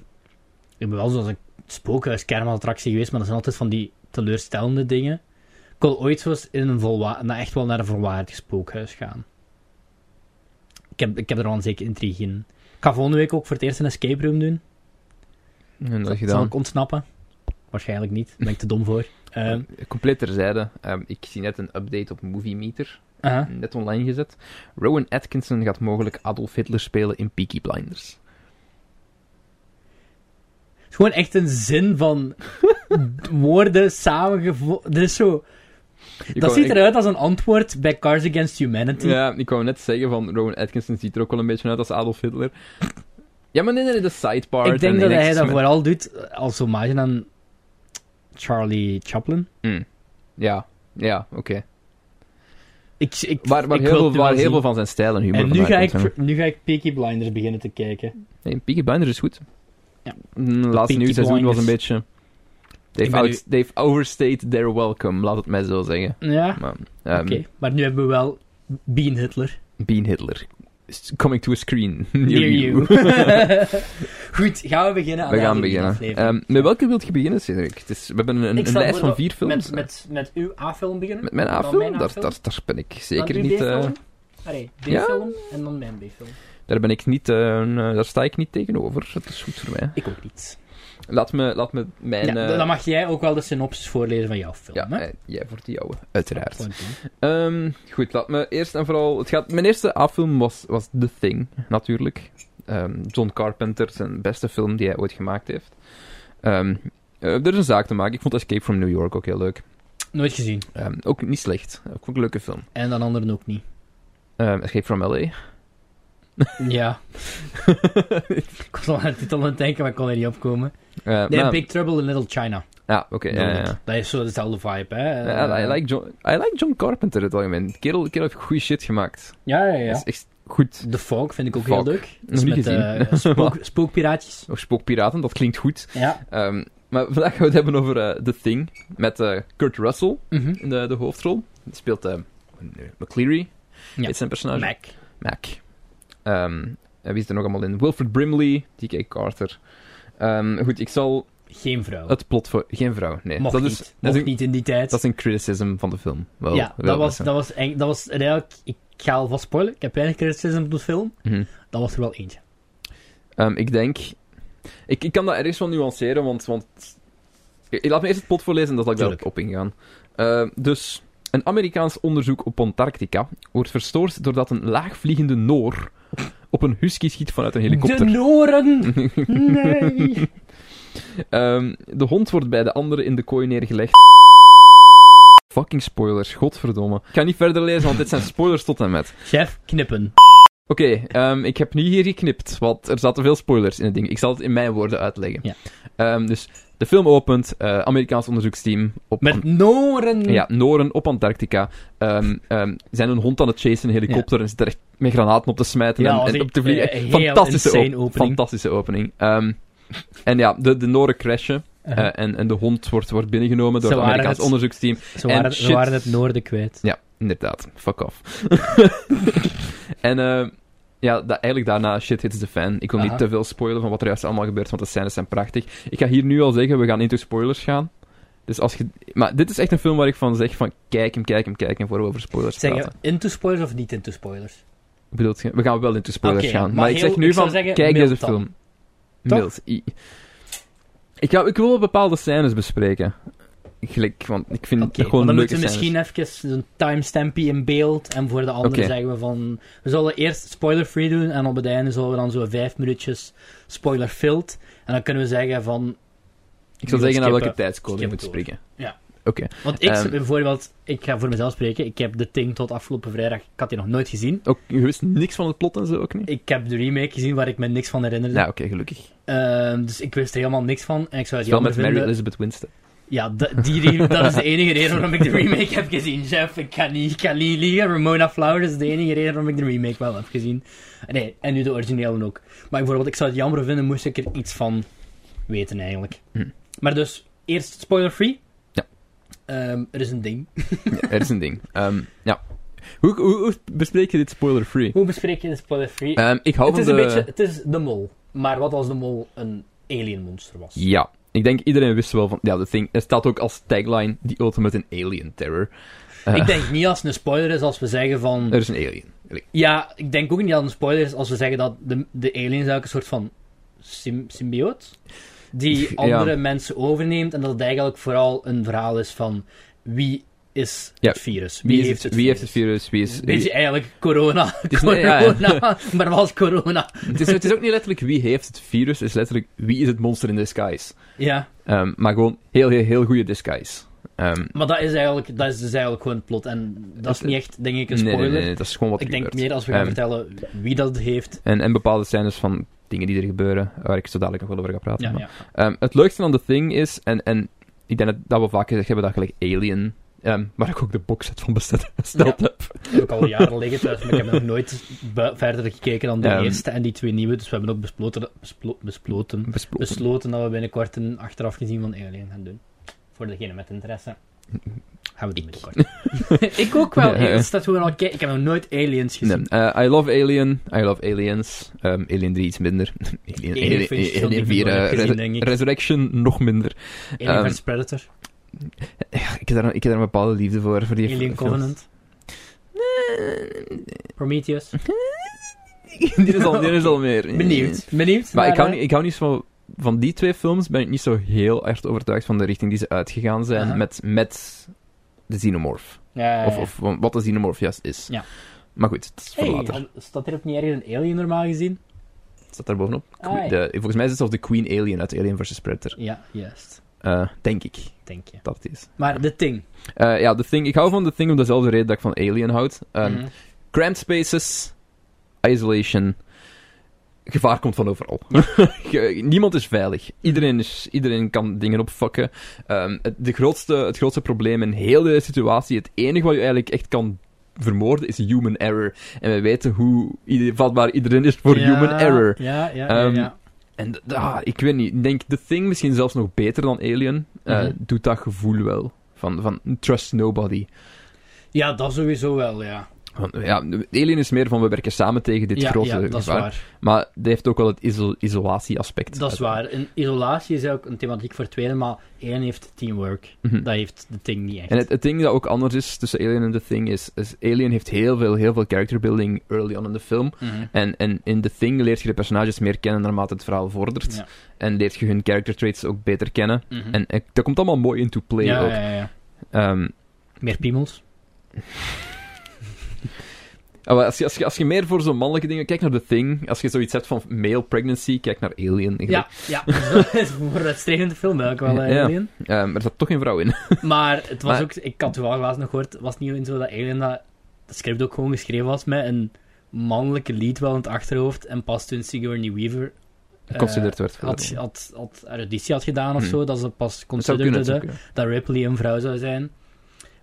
[SPEAKER 1] Ik ben wel zoals een spookhuis kermattractie geweest, maar dat zijn altijd van die teleurstellende dingen. Ik kon ooit zo eens in een volwa na echt wel naar een volwaardig spookhuis gaan. Ik heb, ik heb er wel een zekere intrigue in. Ik ga volgende week ook voor het eerst een escape room doen.
[SPEAKER 2] En dat
[SPEAKER 1] Zal-
[SPEAKER 2] gedaan.
[SPEAKER 1] Zal ik ontsnappen? Waarschijnlijk niet. Daar ben ik te dom voor. Ehm,
[SPEAKER 2] Compleet terzijde. ehm, ik zie net een update op Movie Meter.
[SPEAKER 1] aha.
[SPEAKER 2] Net online gezet. Rowan Atkinson gaat mogelijk Adolf Hitler spelen in Peaky Blinders.
[SPEAKER 1] Het is *laughs* gewoon echt een zin van woorden samengevoegd. Er is zo
[SPEAKER 2] Ik
[SPEAKER 1] dat
[SPEAKER 2] wou-
[SPEAKER 1] ziet eruit als een antwoord bij Cars Against Humanity.
[SPEAKER 2] Ja, ik wou net zeggen van Rowan Atkinson ziet er ook wel een beetje uit als Adolf Hitler. Ja, maar nee, nee, nee, de side part.
[SPEAKER 1] ik denk
[SPEAKER 2] en
[SPEAKER 1] dat hij
[SPEAKER 2] ineens-
[SPEAKER 1] dat vooral doet als hommage aan Charlie Chaplin.
[SPEAKER 2] Mm. Ja, ja, oké.
[SPEAKER 1] Ik, ik,
[SPEAKER 2] Waar, waar
[SPEAKER 1] ik
[SPEAKER 2] heel,
[SPEAKER 1] wil
[SPEAKER 2] veel,
[SPEAKER 1] het wel
[SPEAKER 2] waar heel
[SPEAKER 1] zien.
[SPEAKER 2] veel van zijn stijl en humor
[SPEAKER 1] En nu ga,
[SPEAKER 2] vandaan
[SPEAKER 1] ik,
[SPEAKER 2] komt, hè.
[SPEAKER 1] nu ga ik Peaky Blinders beginnen te kijken.
[SPEAKER 2] Nee, Peaky Blinders is goed.
[SPEAKER 1] Ja.
[SPEAKER 2] Mm, laatste
[SPEAKER 1] Peaky
[SPEAKER 2] nieuw seizoen was
[SPEAKER 1] Blinders.
[SPEAKER 2] een beetje... They've,
[SPEAKER 1] ben
[SPEAKER 2] out,
[SPEAKER 1] nu-
[SPEAKER 2] they've overstayed their welcome, laat het mij zo zeggen.
[SPEAKER 1] Ja,
[SPEAKER 2] Maar, ehm,
[SPEAKER 1] oké. Maar nu hebben we wel Bean Hitler.
[SPEAKER 2] Bean Hitler. S- Coming to a screen *laughs*
[SPEAKER 1] Near
[SPEAKER 2] near you.
[SPEAKER 1] you.
[SPEAKER 2] *laughs*
[SPEAKER 1] Goed, gaan we beginnen aan
[SPEAKER 2] We
[SPEAKER 1] de
[SPEAKER 2] gaan
[SPEAKER 1] Halloween
[SPEAKER 2] beginnen.
[SPEAKER 1] aflevering.
[SPEAKER 2] Ehm, met welke wilt je beginnen, Cedric? Het is, we hebben een,
[SPEAKER 1] Ik
[SPEAKER 2] een
[SPEAKER 1] stel
[SPEAKER 2] lijst
[SPEAKER 1] voor
[SPEAKER 2] van
[SPEAKER 1] dat-
[SPEAKER 2] vier films.
[SPEAKER 1] Met,
[SPEAKER 2] eh.
[SPEAKER 1] met, met uw A-film beginnen?
[SPEAKER 2] Met mijn
[SPEAKER 1] Dan
[SPEAKER 2] A-film?
[SPEAKER 1] mijn
[SPEAKER 2] Daar,
[SPEAKER 1] A-film?
[SPEAKER 2] daar, daar ben ik
[SPEAKER 1] Dan
[SPEAKER 2] zeker
[SPEAKER 1] uw
[SPEAKER 2] niet... eh,
[SPEAKER 1] B-film? Allee,
[SPEAKER 2] ja.
[SPEAKER 1] B-film en dan mijn B-film.
[SPEAKER 2] daar ben ik niet... eh, een, eh, daar sta ik niet tegenover. Dat is goed voor mij.
[SPEAKER 1] Ik ook niet.
[SPEAKER 2] Laat me, laat me mijn...
[SPEAKER 1] ja,
[SPEAKER 2] eh,
[SPEAKER 1] dan mag jij ook wel de synopsis voorlezen van jouw film.
[SPEAKER 2] ja,
[SPEAKER 1] hè?
[SPEAKER 2] eh, jij voor die jouwe, uiteraard.
[SPEAKER 1] Gewoon doen.
[SPEAKER 2] Ehm, goed, laat me eerst en vooral. Het gaat, mijn eerste A-film was, was The Thing, natuurlijk. Ehm, John Carpenter, zijn beste film die hij ooit gemaakt heeft. Ehm, eh, er is een zaak te maken. Ik vond Escape from New York ook heel leuk.
[SPEAKER 1] Nooit gezien.
[SPEAKER 2] Ehm, ook niet slecht. Ook een leuke film.
[SPEAKER 1] En dan anderen ook niet.
[SPEAKER 2] Ehm, Escape from LA. *laughs*
[SPEAKER 1] Ja. ik was al aan de titel aan het denken, maar ik kon er niet opkomen.
[SPEAKER 2] Eh,
[SPEAKER 1] Nee,
[SPEAKER 2] maar-
[SPEAKER 1] Big Trouble in Little China.
[SPEAKER 2] Ja, oké. ja, ja, ja.
[SPEAKER 1] Dat is zo dezelfde vibe, hè?
[SPEAKER 2] Ja, I, like John, I like John Carpenter in het algemeen. De kerel, de kerel heeft goede shit gemaakt.
[SPEAKER 1] Ja, ja,
[SPEAKER 2] Hij
[SPEAKER 1] ja.
[SPEAKER 2] is echt goed.
[SPEAKER 1] The Fog vind ik ook
[SPEAKER 2] Fog.
[SPEAKER 1] heel leuk. Dat is
[SPEAKER 2] Nog
[SPEAKER 1] met
[SPEAKER 2] niet
[SPEAKER 1] eh,
[SPEAKER 2] *laughs* gezien.
[SPEAKER 1] spook, spookpiraatjes.
[SPEAKER 2] Of Spookpiraten, dat klinkt goed.
[SPEAKER 1] Ja.
[SPEAKER 2] Ehm, maar vandaag gaan we het hebben over eh, The Thing met eh, Kurt Russell.
[SPEAKER 1] Mhm.
[SPEAKER 2] in de, de hoofdrol. Die speelt eh, McCleary,
[SPEAKER 1] Ja.
[SPEAKER 2] heet zijn personage.
[SPEAKER 1] Mac.
[SPEAKER 2] Mac. Ehm, en wie is er nog allemaal in? Wilfred Brimley, T.K. Carter. Ehm, goed, ik zal
[SPEAKER 1] Geen vrouw.
[SPEAKER 2] het plot voor... Geen vrouw, nee.
[SPEAKER 1] Mocht
[SPEAKER 2] dat,
[SPEAKER 1] niet.
[SPEAKER 2] Is, dat,
[SPEAKER 1] Mocht
[SPEAKER 2] is een,
[SPEAKER 1] niet in die tijd.
[SPEAKER 2] dat is een criticism van de film. Wel,
[SPEAKER 1] ja,
[SPEAKER 2] wel
[SPEAKER 1] dat was,
[SPEAKER 2] zo.
[SPEAKER 1] dat was eng. Dat was eigenlijk... Ik ga alvast spoilen. Ik heb weinig criticism op de film.
[SPEAKER 2] Mhm.
[SPEAKER 1] Dat was er wel eentje.
[SPEAKER 2] Ehm, ik denk... Ik, ik kan dat ergens wel nuanceren, want... want ik, ik laat me eerst het plot voorlezen en dan zal ik
[SPEAKER 1] Tuurlijk.
[SPEAKER 2] daarop op ingaan. Ehm, dus, een Amerikaans onderzoek op Antarctica wordt verstoord doordat een laagvliegende Noor op een husky schiet vanuit een helikopter.
[SPEAKER 1] De Noren! Nee!
[SPEAKER 2] Ehm, de hond wordt bij de anderen in de kooi neergelegd. Fucking spoilers, godverdomme. Ik ga niet verder lezen, want dit zijn spoilers tot en met.
[SPEAKER 1] *laughs* Chef, knippen.
[SPEAKER 2] Oké, ehm, ik heb nu hier geknipt, want er zaten veel spoilers in het ding. Ik zal het in mijn woorden uitleggen.
[SPEAKER 1] Ja.
[SPEAKER 2] Ehm, dus de film opent, eh, Amerikaans onderzoeksteam op
[SPEAKER 1] Met Noren!
[SPEAKER 2] ja, Noren op Antarctica. Ehm, ehm, zijn een hond aan het chasen, in een helikopter, en zitten er echt met granaten op te smijten
[SPEAKER 1] Ja,
[SPEAKER 2] en-
[SPEAKER 1] was
[SPEAKER 2] en,
[SPEAKER 1] echt,
[SPEAKER 2] op te vliegen.
[SPEAKER 1] eh, heel
[SPEAKER 2] fantastische,
[SPEAKER 1] insane opening.
[SPEAKER 2] fantastische opening. Ehm, en ja, de, de Noren crashen.
[SPEAKER 1] Uh-huh.
[SPEAKER 2] Eh, en, en de hond wordt, wordt binnengenomen door
[SPEAKER 1] Ze
[SPEAKER 2] het
[SPEAKER 1] waren
[SPEAKER 2] Amerikaans
[SPEAKER 1] het.
[SPEAKER 2] onderzoeksteam.
[SPEAKER 1] ze,
[SPEAKER 2] en
[SPEAKER 1] waren, ze
[SPEAKER 2] shit.
[SPEAKER 1] waren het noorden kwijt.
[SPEAKER 2] Ja, inderdaad. Fuck off. *laughs* en eh, ja, da- eigenlijk daarna, shit hits the fan. Ik wil
[SPEAKER 1] Aha.
[SPEAKER 2] niet te veel spoilen van wat er juist allemaal gebeurt, want de scènes zijn prachtig. Ik ga hier nu al zeggen, we gaan into spoilers gaan. Dus als je... Maar dit is echt een film waar ik van zeg van kijk hem, kijk hem, kijk hem, voor we over spoilers
[SPEAKER 1] Zeg je
[SPEAKER 2] praten.
[SPEAKER 1] into spoilers of niet into spoilers?
[SPEAKER 2] Ik bedoel, we gaan wel into spoilers
[SPEAKER 1] Oké,
[SPEAKER 2] gaan.
[SPEAKER 1] maar
[SPEAKER 2] Maar, ik
[SPEAKER 1] heel-
[SPEAKER 2] zeg nu
[SPEAKER 1] ik zou
[SPEAKER 2] van,
[SPEAKER 1] zeggen,
[SPEAKER 2] kijk
[SPEAKER 1] mild
[SPEAKER 2] deze
[SPEAKER 1] dan.
[SPEAKER 2] film.
[SPEAKER 1] Toch?
[SPEAKER 2] Mild. I- Ik, ga, ik wil wel bepaalde scènes bespreken. Gelijk, want ik vind
[SPEAKER 1] Oké,
[SPEAKER 2] het gewoon
[SPEAKER 1] dan
[SPEAKER 2] leuke
[SPEAKER 1] moeten we
[SPEAKER 2] scènes.
[SPEAKER 1] misschien even een timestampie in beeld. En voor de anderen
[SPEAKER 2] Oké.
[SPEAKER 1] zeggen we van... We zullen eerst spoiler-free doen. En op het einde zullen we dan zo vijf minuutjes spoiler-filled. En dan kunnen we zeggen van...
[SPEAKER 2] Ik zou
[SPEAKER 1] Die
[SPEAKER 2] zeggen
[SPEAKER 1] wil
[SPEAKER 2] naar welke
[SPEAKER 1] skippen.
[SPEAKER 2] tijdscode je
[SPEAKER 1] Skip
[SPEAKER 2] moet
[SPEAKER 1] het over.
[SPEAKER 2] spreken.
[SPEAKER 1] Ja.
[SPEAKER 2] Oké.
[SPEAKER 1] Want ik,
[SPEAKER 2] Ehm.
[SPEAKER 1] bijvoorbeeld... Ik ga voor mezelf spreken. Ik heb The Thing tot afgelopen vrijdag... Ik had die nog nooit gezien.
[SPEAKER 2] Ook, je wist niks van het plot en zo ook niet?
[SPEAKER 1] Ik heb de remake gezien waar ik me niks van herinnerde.
[SPEAKER 2] Ja, oké, gelukkig. Het
[SPEAKER 1] Ehm, dus ik wist er helemaal niks van. En ik zou het
[SPEAKER 2] is wel
[SPEAKER 1] jammer
[SPEAKER 2] met Mary
[SPEAKER 1] vinden...
[SPEAKER 2] Elizabeth
[SPEAKER 1] *laughs*
[SPEAKER 2] Winston.
[SPEAKER 1] Ja, dat- die,
[SPEAKER 2] *laughs*
[SPEAKER 1] re- dat is de enige reden waarom ik de remake heb gezien, Jeff. Ik kan niet, ik kan niet liegen. Ramona Flowers is de enige reden waarom ik de remake wel heb gezien. Nee, en nu de originele ook. Maar bijvoorbeeld, ik zou het jammer vinden moest ik er iets van weten, eigenlijk.
[SPEAKER 2] Hm.
[SPEAKER 1] Maar dus, eerst spoiler-free.
[SPEAKER 2] Ja.
[SPEAKER 1] Ehm, er is een ding.
[SPEAKER 2] Ja, er is een ding. Ehm, ja. Hoe, hoe, hoe bespreek je dit spoiler-free?
[SPEAKER 1] Hoe bespreek je de spoiler-free?
[SPEAKER 2] Ehm, ik hou
[SPEAKER 1] het is
[SPEAKER 2] van
[SPEAKER 1] een
[SPEAKER 2] de...
[SPEAKER 1] beetje, het is de mol. Maar wat als de mol een alienmonster was?
[SPEAKER 2] Ja. Ik denk iedereen wist wel van... Ja, de thing... Er staat ook als tagline... The ultimate in alien terror. Eh,
[SPEAKER 1] Ik denk niet als het een spoiler is als we zeggen van...
[SPEAKER 2] Er is een alien.
[SPEAKER 1] Ja, ik denk ook niet dat het een spoiler is als we zeggen dat de, de alien is eigenlijk een soort van sym- symbioot.
[SPEAKER 2] Ja.
[SPEAKER 1] Die andere mensen overneemt en dat het eigenlijk vooral een verhaal is van wie is
[SPEAKER 2] Ja.
[SPEAKER 1] het virus?
[SPEAKER 2] Wie, is het, wie heeft het virus? Wie is...
[SPEAKER 1] Beetje
[SPEAKER 2] wie-
[SPEAKER 1] eigenlijk corona. *laughs*
[SPEAKER 2] is-
[SPEAKER 1] corona,
[SPEAKER 2] ja, ja.
[SPEAKER 1] maar was corona.
[SPEAKER 2] het, is, het is ook niet letterlijk wie heeft het virus. Het is letterlijk wie is het monster in disguise.
[SPEAKER 1] Ja,
[SPEAKER 2] Ehm, maar gewoon heel, heel, heel goede disguise. Ehm,
[SPEAKER 1] Maar dat is, eigenlijk, dat is dus eigenlijk gewoon het plot. En dat is
[SPEAKER 2] Het-
[SPEAKER 1] niet echt, denk ik, een
[SPEAKER 2] nee, nee,
[SPEAKER 1] spoiler.
[SPEAKER 2] nee, nee, dat is gewoon wat er
[SPEAKER 1] ik denk
[SPEAKER 2] gebeurt.
[SPEAKER 1] meer als we gaan
[SPEAKER 2] Ehm,
[SPEAKER 1] vertellen wie dat heeft.
[SPEAKER 2] En, en bepaalde scènes van dingen die er gebeuren, waar ik zo dadelijk nog wel over ga praten.
[SPEAKER 1] Ja,
[SPEAKER 2] maar-
[SPEAKER 1] ja.
[SPEAKER 2] Ehm, het leukste aan The Thing is, en, en ik denk dat, dat we vaak gezegd hebben dat gelijk Alien, ehm waar ik ook de boxset van besteld
[SPEAKER 1] Ja.
[SPEAKER 2] heb.
[SPEAKER 1] Heb ik al jaren liggen thuis, maar ik heb nog nooit bu- verder gekeken dan de
[SPEAKER 2] Ehm.
[SPEAKER 1] eerste en die twee nieuwe. Dus we hebben ook besloten, dat- besplo- besloten,
[SPEAKER 2] *laughs* Besproken.
[SPEAKER 1] besloten dat we binnenkort een achteraf gezien van Alien gaan doen. Voor degene met interesse. Gaan we doen binnenkort.
[SPEAKER 2] *laughs*
[SPEAKER 1] ik ook wel.
[SPEAKER 2] Ja, ja.
[SPEAKER 1] Dat staat gewoon al ke- Ik heb nog nooit Aliens gezien.
[SPEAKER 2] Nee, eh, I love Alien, I love Aliens. Ehm, Alien 3 iets minder. Alien,
[SPEAKER 1] Alien
[SPEAKER 2] Alien,
[SPEAKER 1] vind je
[SPEAKER 2] Alien
[SPEAKER 1] zo niet
[SPEAKER 2] 4,
[SPEAKER 1] verloren
[SPEAKER 2] eh,
[SPEAKER 1] gezien,
[SPEAKER 2] Res-
[SPEAKER 1] denk ik.
[SPEAKER 2] Resurrection nog minder.
[SPEAKER 1] Alien
[SPEAKER 2] ehm,
[SPEAKER 1] vs Predator,
[SPEAKER 2] Ja, ik, heb daar, ik heb daar een bepaalde liefde voor. voor die
[SPEAKER 1] Alien
[SPEAKER 2] films. *laughs*
[SPEAKER 1] Covenant, Prometheus.
[SPEAKER 2] dit, is al, dit is al meer.
[SPEAKER 1] Benieuwd. Benieuwd.
[SPEAKER 2] Maar ik hou,
[SPEAKER 1] eh,
[SPEAKER 2] niet, ik hou niet zo... Van die twee films ben ik niet zo heel erg overtuigd van de richting die ze uitgegaan zijn
[SPEAKER 1] Aha.
[SPEAKER 2] met, met de Xenomorph.
[SPEAKER 1] ja, ja,
[SPEAKER 2] Of,
[SPEAKER 1] ja.
[SPEAKER 2] of wat de Xenomorph juist is.
[SPEAKER 1] Ja.
[SPEAKER 2] Maar goed, het is voor
[SPEAKER 1] Hey,
[SPEAKER 2] later.
[SPEAKER 1] had- staat er ook niet ergens een alien normaal gezien?
[SPEAKER 2] Het staat daar bovenop.
[SPEAKER 1] Ah, ja.
[SPEAKER 2] De- volgens mij is het zelfs de Queen Alien uit Alien vs. Predator.
[SPEAKER 1] Ja, juist.
[SPEAKER 2] Eh, denk ik
[SPEAKER 1] Denk je.
[SPEAKER 2] dat het is.
[SPEAKER 1] Maar de Thing.
[SPEAKER 2] Eh, ja, The Thing. Ik hou van The Thing om dezelfde reden dat ik van Alien houd. Ehm,
[SPEAKER 1] Mhm.
[SPEAKER 2] Cramped spaces, isolation. Gevaar komt van overal. *laughs* Je- Niemand is veilig. Iedereen, is, iedereen kan dingen opfokken. Ehm, het, de grootste, het grootste probleem in heel deze situatie, het enige wat je eigenlijk echt kan vermoorden, is human error. En we weten hoe ieder- vatbaar iedereen is voor
[SPEAKER 1] Ja,
[SPEAKER 2] human error.
[SPEAKER 1] Ja, ja, ja.
[SPEAKER 2] Ehm,
[SPEAKER 1] ja.
[SPEAKER 2] En d- ah, ik weet niet, ik denk The Thing misschien zelfs nog beter dan Alien. eh,
[SPEAKER 1] Mhm.
[SPEAKER 2] Doet dat gevoel wel. Van, van trust nobody.
[SPEAKER 1] Ja, dat sowieso wel, ja.
[SPEAKER 2] Van, ja, Alien is meer van we werken samen tegen dit
[SPEAKER 1] ja,
[SPEAKER 2] grote
[SPEAKER 1] ja, dat is
[SPEAKER 2] gevaar.
[SPEAKER 1] waar.
[SPEAKER 2] Maar dat heeft ook wel het iso- isolatieaspect.
[SPEAKER 1] Dat is waar. En isolatie is ook een thematiek voor tweede, maar één heeft teamwork.
[SPEAKER 2] Mhm.
[SPEAKER 1] Dat heeft de Thing niet echt.
[SPEAKER 2] En het, het ding dat ook anders is tussen Alien en The Thing is, is Alien heeft heel veel, heel veel character building early on in de film.
[SPEAKER 1] Mhm.
[SPEAKER 2] En, en in The Thing leert je de personages meer kennen naarmate het verhaal vordert.
[SPEAKER 1] Ja.
[SPEAKER 2] En leert je hun character traits ook beter kennen.
[SPEAKER 1] Mhm.
[SPEAKER 2] En, eh, dat komt allemaal mooi into play
[SPEAKER 1] ja,
[SPEAKER 2] ook.
[SPEAKER 1] ja, ja, ja.
[SPEAKER 2] Ehm,
[SPEAKER 1] Meer piemels.
[SPEAKER 2] Ah, maar als, je, als, je, als je meer voor zo'n mannelijke dingen kijkt naar The Thing, als je zoiets hebt van male pregnancy, kijk naar Alien. Ik
[SPEAKER 1] Ja, ja. *laughs* dat is een vooruitstrevende film eigenlijk wel, eh,
[SPEAKER 2] Ja.
[SPEAKER 1] Alien.
[SPEAKER 2] denk, ehm, er zat toch geen vrouw in. *laughs*
[SPEAKER 1] Maar het was
[SPEAKER 2] Maar-
[SPEAKER 1] ook, ik had toevallig laatst nog gehoord, het was niet alleen zo dat Alien dat, dat script ook gewoon geschreven was met een mannelijke lead wel in het achterhoofd. En pas toen Sigourney Weaver eh,
[SPEAKER 2] Geconsidered werd. voor
[SPEAKER 1] had,
[SPEAKER 2] de rol.
[SPEAKER 1] had, had auditie had gedaan of
[SPEAKER 2] Hmm.
[SPEAKER 1] zo, dat ze pas
[SPEAKER 2] Het zou kunnen,
[SPEAKER 1] considerde
[SPEAKER 2] het zou
[SPEAKER 1] dat-
[SPEAKER 2] kunnen.
[SPEAKER 1] dat Ripley een vrouw zou zijn.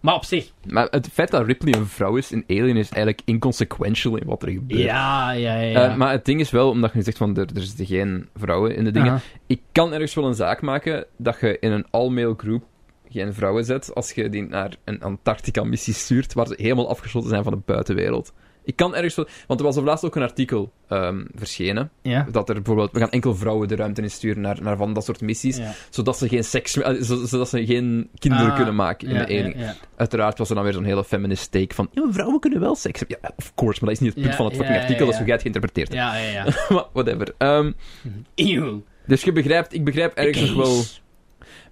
[SPEAKER 1] Maar op zich,
[SPEAKER 2] Maar het feit dat Ripley een vrouw is in Alien is eigenlijk inconsequential in wat er gebeurt.
[SPEAKER 1] ja, ja, ja.
[SPEAKER 2] Eh,
[SPEAKER 1] ja.
[SPEAKER 2] maar het ding is wel, omdat je zegt van er, er zitten geen vrouwen in de dingen.
[SPEAKER 1] Aha.
[SPEAKER 2] Ik kan ergens wel een zaak maken dat je in een all-male groep geen vrouwen zet als je die naar een Antarctica-missie stuurt waar ze helemaal afgesloten zijn van de buitenwereld. Ik kan ergens wel... Want er was op laatst ook een artikel ehm, verschenen
[SPEAKER 1] ja.
[SPEAKER 2] dat er bijvoorbeeld... We gaan enkel vrouwen de ruimte in sturen naar, naar van dat soort missies,
[SPEAKER 1] Ja.
[SPEAKER 2] zodat ze geen seks... eh, zo- Zodat ze geen kinderen
[SPEAKER 1] Ah,
[SPEAKER 2] kunnen maken in
[SPEAKER 1] Ja,
[SPEAKER 2] de alien.
[SPEAKER 1] ja, ja.
[SPEAKER 2] Uiteraard was er dan weer zo'n hele feminist take van... Ja, maar vrouwen kunnen wel seks hebben. Ja, of course, maar dat is niet het punt
[SPEAKER 1] Ja,
[SPEAKER 2] van het
[SPEAKER 1] ja,
[SPEAKER 2] fucking
[SPEAKER 1] ja,
[SPEAKER 2] artikel, dat is
[SPEAKER 1] ja.
[SPEAKER 2] hoe jij het geïnterpreteerd hebt.
[SPEAKER 1] Ja, ja, ja.
[SPEAKER 2] *laughs* Maar whatever. Ehm,
[SPEAKER 1] Eeuw.
[SPEAKER 2] dus je begrijpt... Ik begrijp ergens nog wel...
[SPEAKER 1] Kees.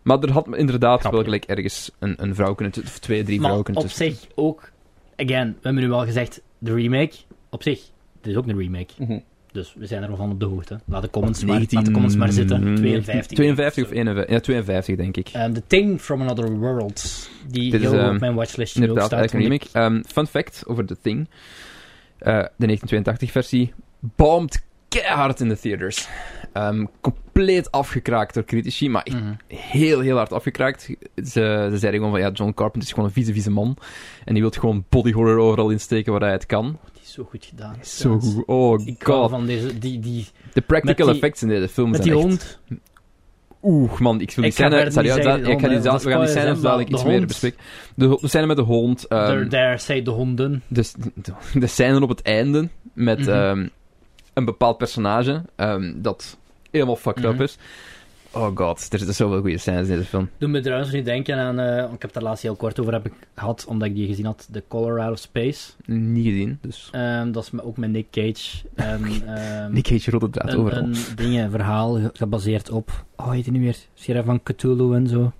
[SPEAKER 2] Maar er had inderdaad
[SPEAKER 1] Grappig.
[SPEAKER 2] wel gelijk ergens een, een vrouw kunnen tussen... Of twee, drie
[SPEAKER 1] Maar
[SPEAKER 2] vrouwen kunnen
[SPEAKER 1] op
[SPEAKER 2] tussen.
[SPEAKER 1] zich ook, again, we hebben nu wel gezegd, de remake, op zich, het is ook een remake.
[SPEAKER 2] Mhm.
[SPEAKER 1] Dus we zijn er al van op de hoogte. Laat de comments, maar, laat de comments maar
[SPEAKER 2] 19,
[SPEAKER 1] zitten. 52.
[SPEAKER 2] 52 Mhm. of
[SPEAKER 1] Zo.
[SPEAKER 2] 51. Ja, 52 denk ik.
[SPEAKER 1] Ehm, The Thing from Another World, die
[SPEAKER 2] Dit is,
[SPEAKER 1] heel hoog
[SPEAKER 2] ehm,
[SPEAKER 1] op mijn watchlistje nu ook
[SPEAKER 2] Inderdaad,
[SPEAKER 1] staat.
[SPEAKER 2] eigenlijk een
[SPEAKER 1] want
[SPEAKER 2] remake. Ehm, fun fact over The Thing. Eh, de 1982-versie bombed keihard in de theaters. Ehm, compleet afgekraakt door critici, maar
[SPEAKER 1] ik-
[SPEAKER 2] echt
[SPEAKER 1] Mhm.
[SPEAKER 2] heel, heel hard afgekraakt. Ze, ze zeiden gewoon van, ja, John Carpenter is gewoon een vieze, vieze man. En die wil gewoon body horror overal insteken waar hij het kan.
[SPEAKER 1] Die is zo goed gedaan.
[SPEAKER 2] Zo goed. Oh,
[SPEAKER 1] Ik hou
[SPEAKER 2] god.
[SPEAKER 1] van deze, die, die,
[SPEAKER 2] De practical
[SPEAKER 1] met die-
[SPEAKER 2] effects in deze film
[SPEAKER 1] met
[SPEAKER 2] zijn
[SPEAKER 1] die
[SPEAKER 2] echt...
[SPEAKER 1] hond.
[SPEAKER 2] Oeh, man, ik wil die
[SPEAKER 1] Ik ga
[SPEAKER 2] scène...
[SPEAKER 1] verder
[SPEAKER 2] Sorry,
[SPEAKER 1] niet
[SPEAKER 2] ja,
[SPEAKER 1] zeggen,
[SPEAKER 2] ja, ik ga die
[SPEAKER 1] want
[SPEAKER 2] za-
[SPEAKER 1] dat
[SPEAKER 2] we gaan die
[SPEAKER 1] spoilers,
[SPEAKER 2] scène
[SPEAKER 1] hè,
[SPEAKER 2] dus dadelijk
[SPEAKER 1] maar
[SPEAKER 2] iets
[SPEAKER 1] de
[SPEAKER 2] meer
[SPEAKER 1] hond-
[SPEAKER 2] bespreken. De, ho- de scène met de hond... ehm,
[SPEAKER 1] There, there, say de honden.
[SPEAKER 2] Dus de scène op het einde met
[SPEAKER 1] Mhm.
[SPEAKER 2] ehm, een bepaald personage ehm, dat helemaal fucked
[SPEAKER 1] Mhm.
[SPEAKER 2] up is. Oh god, er zitten zoveel goede scènes in deze film.
[SPEAKER 1] Doet me trouwens nu denken aan, eh, want ik heb het daar laatst heel kort over heb ik gehad, omdat ik die gezien had, The Color Out of Space.
[SPEAKER 2] Niet gezien, dus...
[SPEAKER 1] Ehm, dat is me- ook met Nick Cage. *laughs* En, ehm,
[SPEAKER 2] Nick Cage rolt het draad
[SPEAKER 1] een,
[SPEAKER 2] overal.
[SPEAKER 1] een ding, een verhaal ge- gebaseerd op, oh heet die nu weer, Sierra van Cthulhu en zo.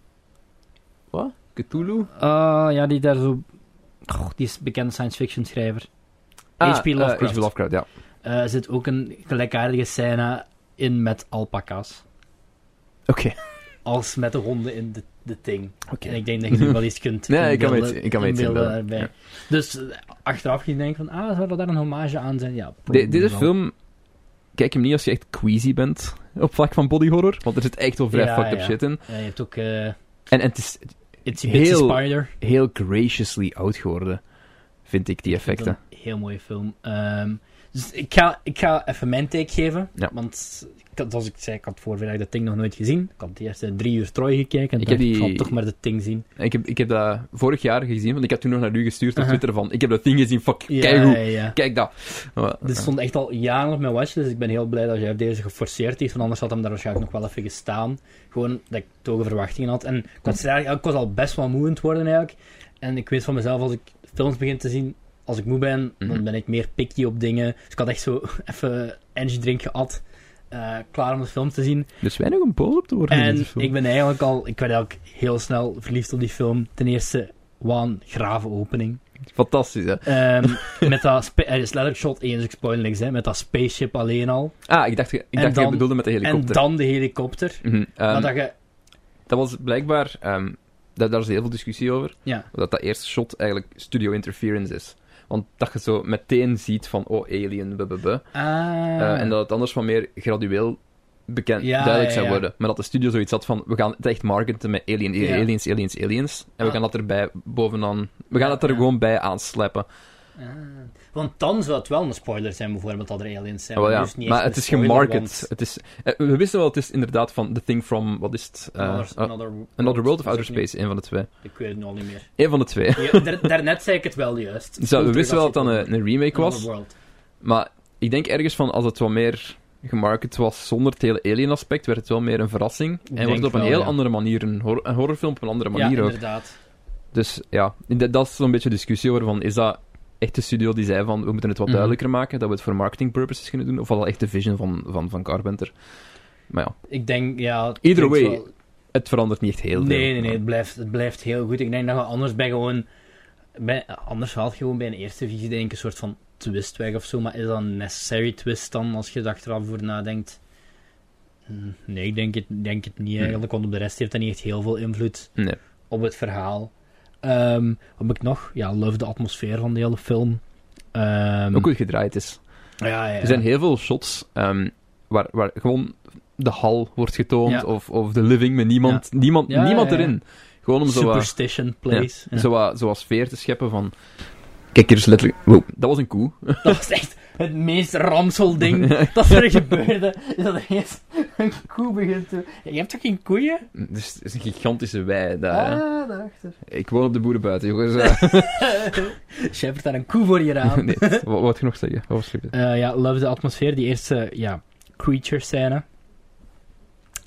[SPEAKER 2] Cthulhu?
[SPEAKER 1] Ah, ja, die daar zo, Goh, die is bekende science fiction schrijver. H.P.
[SPEAKER 2] eh,
[SPEAKER 1] Lovecraft.
[SPEAKER 2] H.P. Lovecraft, ja.
[SPEAKER 1] Eh, Er zit ook een gelijkaardige scène in met alpaca's.
[SPEAKER 2] Oké.
[SPEAKER 1] als met de honden in de, de thing.
[SPEAKER 2] Oké.
[SPEAKER 1] En ik denk dat je nu wel iets kunt
[SPEAKER 2] *laughs* Nee, ik kan me
[SPEAKER 1] inbeelden-
[SPEAKER 2] iets- ik kan me iets
[SPEAKER 1] inbeelden
[SPEAKER 2] inbeelden,
[SPEAKER 1] daarbij. Dus eh, achteraf ging je denken van, ah, zou er daar een hommage aan zijn? Ja,
[SPEAKER 2] De- deze
[SPEAKER 1] wel.
[SPEAKER 2] film, kijk hem niet als je echt queasy bent op vlak van body horror, want er zit echt wel vrij
[SPEAKER 1] Ja,
[SPEAKER 2] fucked up
[SPEAKER 1] ja.
[SPEAKER 2] shit in.
[SPEAKER 1] Ja, je hebt ook eh
[SPEAKER 2] En, en het is
[SPEAKER 1] Itsy Bitsy
[SPEAKER 2] Heel
[SPEAKER 1] Spider.
[SPEAKER 2] heel graciously oud geworden, vind ik, die
[SPEAKER 1] Ik vind
[SPEAKER 2] effecten.
[SPEAKER 1] dat Een heel mooie film. Ehm, dus ik ga, ik ga even mijn take geven.
[SPEAKER 2] Ja.
[SPEAKER 1] Want ik had- zoals ik zei, ik had vorige week dat ding nog nooit gezien. Ik had de eerste drie uur Troy gekeken. En
[SPEAKER 2] Ik
[SPEAKER 1] ik
[SPEAKER 2] heb
[SPEAKER 1] dacht, ik
[SPEAKER 2] die-
[SPEAKER 1] zal toch maar dat ding zien.
[SPEAKER 2] En Ik heb, ik heb dat vorig jaar gezien, want ik heb toen nog naar u gestuurd op
[SPEAKER 1] Aha.
[SPEAKER 2] Twitter van, ik heb dat ding gezien, fuck,
[SPEAKER 1] Ja,
[SPEAKER 2] kijk hoe,
[SPEAKER 1] ja, ja.
[SPEAKER 2] kijk dat. Maar,
[SPEAKER 1] Dit stond echt al jaren op mijn watchlist. Ik ben heel blij dat jij deze geforceerd heeft. Want anders had hem daar waarschijnlijk nog wel even gestaan. Gewoon dat ik toch verwachtingen had. En ik was, er eigenlijk- ik was al best wel moe aan het worden eigenlijk. En ik weet van mezelf, als ik films begin te zien, als ik moe ben,
[SPEAKER 2] Mhm.
[SPEAKER 1] dan ben ik meer picky op dingen. Dus ik had echt zo *laughs* even energy drink gehad. eh, klaar om de film te zien.
[SPEAKER 2] Dus weinig om boos op te worden in
[SPEAKER 1] En
[SPEAKER 2] deze film.
[SPEAKER 1] ik ben eigenlijk al, ik werd eigenlijk heel snel verliefd op die film. Ten eerste, one grave opening.
[SPEAKER 2] Fantastisch, hè.
[SPEAKER 1] Ehm, *laughs* met dat, spa- er is letterlijk shot 1, dus ik spoil niks, hè, met dat spaceship alleen al.
[SPEAKER 2] Ah, ik dacht, ik
[SPEAKER 1] En
[SPEAKER 2] dacht dat je
[SPEAKER 1] dan-
[SPEAKER 2] bedoelde met de
[SPEAKER 1] En
[SPEAKER 2] helikopter.
[SPEAKER 1] dan de helikopter.
[SPEAKER 2] Mhm, ehm,
[SPEAKER 1] maar
[SPEAKER 2] dat...
[SPEAKER 1] dat je...
[SPEAKER 2] was blijkbaar, ehm, dat, daar is heel veel discussie over,
[SPEAKER 1] Ja,
[SPEAKER 2] dat dat eerste shot eigenlijk studio interference is. Want dat je zo meteen ziet van, oh, alien, blablabla.
[SPEAKER 1] ah,
[SPEAKER 2] Eh, en dat het anders van meer gradueel bekend,
[SPEAKER 1] Ja,
[SPEAKER 2] duidelijk
[SPEAKER 1] ja,
[SPEAKER 2] zou
[SPEAKER 1] ja.
[SPEAKER 2] worden. Maar dat de studio zoiets had van, we gaan het echt marketen met alien,
[SPEAKER 1] Ja.
[SPEAKER 2] aliens, aliens, aliens. En we
[SPEAKER 1] Ah.
[SPEAKER 2] gaan dat erbij bovenaan, we gaan
[SPEAKER 1] Ja,
[SPEAKER 2] dat er
[SPEAKER 1] ja.
[SPEAKER 2] gewoon bij aansleppen.
[SPEAKER 1] ah. Want dan zou het wel een spoiler zijn, bijvoorbeeld, dat er aliens zijn.
[SPEAKER 2] Wel
[SPEAKER 1] maar
[SPEAKER 2] ja,
[SPEAKER 1] nu het niet
[SPEAKER 2] maar
[SPEAKER 1] echt
[SPEAKER 2] het
[SPEAKER 1] een
[SPEAKER 2] is
[SPEAKER 1] spoiler,
[SPEAKER 2] gemarket.
[SPEAKER 1] want
[SPEAKER 2] Het is, eh, we wisten wel, het is inderdaad van The Thing From, wat is het? Eh,
[SPEAKER 1] another,
[SPEAKER 2] eh,
[SPEAKER 1] another, world,
[SPEAKER 2] Another World of
[SPEAKER 1] is
[SPEAKER 2] Outer
[SPEAKER 1] het nu?
[SPEAKER 2] Space, een van de twee.
[SPEAKER 1] Ik weet het nu al niet meer.
[SPEAKER 2] Eén van de twee. *laughs*
[SPEAKER 1] Ja, *laughs* daar- daarnet zei ik het wel juist.
[SPEAKER 2] Dus dat- we
[SPEAKER 1] Terug
[SPEAKER 2] wisten wel
[SPEAKER 1] als
[SPEAKER 2] dat dat
[SPEAKER 1] je-
[SPEAKER 2] een, een remake
[SPEAKER 1] Another
[SPEAKER 2] was.
[SPEAKER 1] World.
[SPEAKER 2] Maar ik denk ergens van, als het wat meer gemarket was zonder het hele alien aspect, werd het wel meer een verrassing. En
[SPEAKER 1] denk
[SPEAKER 2] wordt het op een
[SPEAKER 1] wel,
[SPEAKER 2] heel
[SPEAKER 1] ja.
[SPEAKER 2] andere manier een, horror, een horrorfilm, op een andere
[SPEAKER 1] ja,
[SPEAKER 2] manier ook.
[SPEAKER 1] inderdaad.
[SPEAKER 2] Dus ja, dat, dat is zo'n beetje de discussie over van, is dat echt de studio die zei van, we moeten het wat
[SPEAKER 1] Mhm.
[SPEAKER 2] duidelijker maken, dat we het voor marketing purposes kunnen doen, of was dat echt de vision van, van, van Carpenter? Maar ja,
[SPEAKER 1] Ik denk, ja... het
[SPEAKER 2] Either
[SPEAKER 1] klinkt
[SPEAKER 2] way,
[SPEAKER 1] wel-
[SPEAKER 2] het verandert niet echt heel veel.
[SPEAKER 1] Nee, nee, nee, het blijft, het blijft heel goed. Ik denk dat je anders bij gewoon... Bij, anders haalt je gewoon bij een eerste visie denk ik een soort van twist weg of zo. Maar is dat een necessary twist dan, als je er achteraf voor nadenkt? Hm, Nee, ik denk het, denk het niet eigenlijk, want op de rest heeft dat niet echt heel veel invloed
[SPEAKER 2] Nee.
[SPEAKER 1] op het verhaal. Ehm, wat heb ik nog? Ja, love de atmosfeer van de hele film. Ehm,
[SPEAKER 2] Ook hoe het gedraaid is.
[SPEAKER 1] ja, ja,
[SPEAKER 2] Er zijn heel veel shots ehm, waar, waar gewoon de hal wordt getoond,
[SPEAKER 1] Ja.
[SPEAKER 2] of, of de living met niemand, niemand,
[SPEAKER 1] Ja,
[SPEAKER 2] niemand
[SPEAKER 1] ja, ja.
[SPEAKER 2] erin. Gewoon om zo eh, wat,
[SPEAKER 1] Superstition place.
[SPEAKER 2] zo, wat, zo wat sfeer te scheppen van... Kijk, hier is letterlijk... Wow, dat was een koe.
[SPEAKER 1] Dat was echt het meest ramsel ding dat er gebeurde. Is dat ineens een koe begint te... Je hebt toch geen koeien?
[SPEAKER 2] Dus het is een gigantische wei daar. hè.
[SPEAKER 1] Ah, daarachter.
[SPEAKER 2] Ik woon op de boerenbuiten, jongens.
[SPEAKER 1] *laughs*
[SPEAKER 2] *laughs* Ah,
[SPEAKER 1] Shepard daar Ah. een koe voor je raam.
[SPEAKER 2] nee, wat, wat had je nog zeggen? Wat was het?
[SPEAKER 1] Eh, ja, love de atmosfeer. Die eerste, ja, creature scène.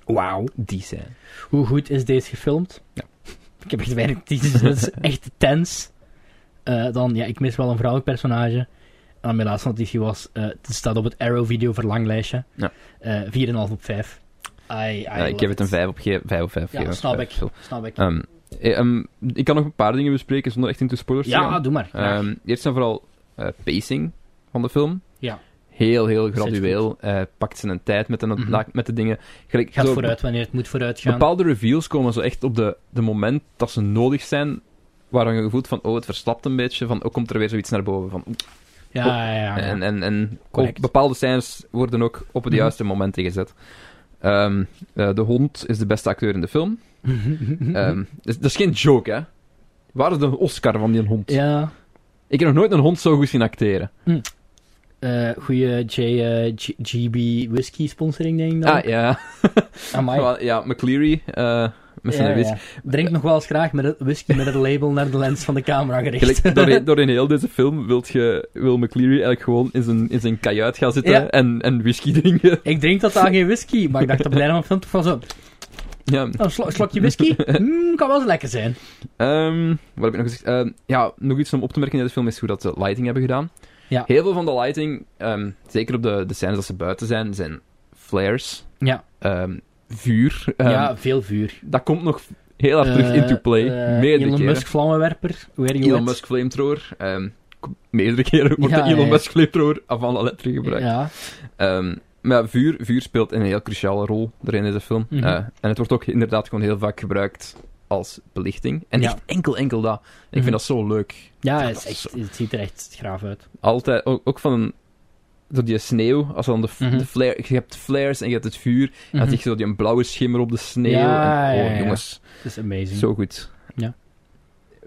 [SPEAKER 1] Wauw.
[SPEAKER 2] Die zijn.
[SPEAKER 1] Hoe goed is deze gefilmd? *laughs* Ik heb echt weinig titels. Dat
[SPEAKER 2] *laughs*
[SPEAKER 1] is echt tens. Eh, dan, ja, ik mis wel een vrouwelijk personage. En dan mijn laatste notitie was, eh, het staat op het Arrow video verlanglijstje.
[SPEAKER 2] Ja.
[SPEAKER 1] Eh, 4,5 op 5. I, I
[SPEAKER 2] Ja, Ah, ik heb het een Eh, 5 op 5 op 5
[SPEAKER 1] Ah, Ja, snap ik. Snap ik.
[SPEAKER 2] ehm, ik kan nog een paar dingen bespreken zonder echt in te spoilers te
[SPEAKER 1] ja,
[SPEAKER 2] gaan.
[SPEAKER 1] doe maar. Graag.
[SPEAKER 2] Ehm, eerst en vooral eh, pacing van de film.
[SPEAKER 1] Ja.
[SPEAKER 2] Heel, heel
[SPEAKER 1] Zit
[SPEAKER 2] gradueel. eh, pakt ze een tijd met de,
[SPEAKER 1] Mhm.
[SPEAKER 2] na- met de dingen. Gelijk,
[SPEAKER 1] Gaat
[SPEAKER 2] zo
[SPEAKER 1] vooruit wanneer het moet vooruit gaan.
[SPEAKER 2] Bepaalde reveals komen zo echt op de, de moment dat ze nodig zijn. Waarvan je voelt van, oh, het verstapt een beetje. Van, oh, komt er weer zoiets naar boven. Van,
[SPEAKER 1] ja,
[SPEAKER 2] op-
[SPEAKER 1] ja, Ah, ja, ja. *laughs*
[SPEAKER 2] En, en, en
[SPEAKER 1] Correct.
[SPEAKER 2] ook bepaalde scènes worden ook op het
[SPEAKER 1] Mhm.
[SPEAKER 2] juiste momenten gezet. Ehm, eh, de hond is de beste acteur in de film.
[SPEAKER 1] Mhm.
[SPEAKER 2] Ehm, dus, dat is geen joke, hè? Waar is de Oscar van die hond?
[SPEAKER 1] ja.
[SPEAKER 2] Ik heb nog nooit een hond zo goed zien acteren.
[SPEAKER 1] Eh goede J, eh, G- GB whisky sponsoring, denk ik dan.
[SPEAKER 2] Ah, ja.
[SPEAKER 1] Nou, Amai.
[SPEAKER 2] Wel, ja, McCleary. eh met zijn
[SPEAKER 1] Ja,
[SPEAKER 2] whisky.
[SPEAKER 1] ja. Drink nog wel eens graag met het whisky met het label naar de lens van de camera gericht.
[SPEAKER 2] Gelijk, doorheen, doorheen heel deze film wilt je, wil McCleary eigenlijk gewoon in zijn, in zijn kajuit gaan zitten
[SPEAKER 1] Ja.
[SPEAKER 2] en, en whisky drinken. *laughs*
[SPEAKER 1] Ik drink dat aan geen whisky, maar ik dacht op het einde van de film toch van zo,
[SPEAKER 2] Ja.
[SPEAKER 1] een slo- slokje whisky, Hmm, kan wel eens lekker zijn.
[SPEAKER 2] Ehm, wat heb ik nog gezegd? Ehm, ja, nog iets om op te merken in deze film is hoe dat ze lighting hebben gedaan.
[SPEAKER 1] Ja.
[SPEAKER 2] Heel veel van de lighting, ehm, zeker op de, de scènes dat ze buiten zijn, zijn flares,
[SPEAKER 1] Ja,
[SPEAKER 2] ehm, vuur. Ehm,
[SPEAKER 1] ja veel vuur.
[SPEAKER 2] Dat komt nog heel hard Ah, terug
[SPEAKER 1] Eh,
[SPEAKER 2] into play.
[SPEAKER 1] eh,
[SPEAKER 2] meerdere
[SPEAKER 1] Elon
[SPEAKER 2] keren.
[SPEAKER 1] Musk vlammenwerper, weer
[SPEAKER 2] Elon Musk flamethrower. ehm, meerdere keren wordt
[SPEAKER 1] Ja,
[SPEAKER 2] de Elon
[SPEAKER 1] ja.
[SPEAKER 2] Musk flamethrower van de letter gebruikt.
[SPEAKER 1] Ja,
[SPEAKER 2] Ehm, Maar ja, vuur, vuur speelt een heel cruciale rol erin in deze film.
[SPEAKER 1] Mhm.
[SPEAKER 2] Eh, en het wordt ook inderdaad gewoon heel vaak gebruikt als belichting. En
[SPEAKER 1] Ja.
[SPEAKER 2] echt enkel, enkel dat. En Ik
[SPEAKER 1] Mhm.
[SPEAKER 2] vind dat zo leuk.
[SPEAKER 1] Ja,
[SPEAKER 2] dat
[SPEAKER 1] het, is
[SPEAKER 2] is
[SPEAKER 1] echt, het ziet er echt graaf uit.
[SPEAKER 2] Altijd, ook, ook van zo die sneeuw, als dan de, f-
[SPEAKER 1] Mhm.
[SPEAKER 2] de flare, je hebt flares en je hebt het vuur. En dan zie je zo die een blauwe schimmer op de sneeuw.
[SPEAKER 1] Ja,
[SPEAKER 2] en, oh,
[SPEAKER 1] ja, ja.
[SPEAKER 2] jongens,
[SPEAKER 1] Het is amazing.
[SPEAKER 2] zo goed.
[SPEAKER 1] Ja.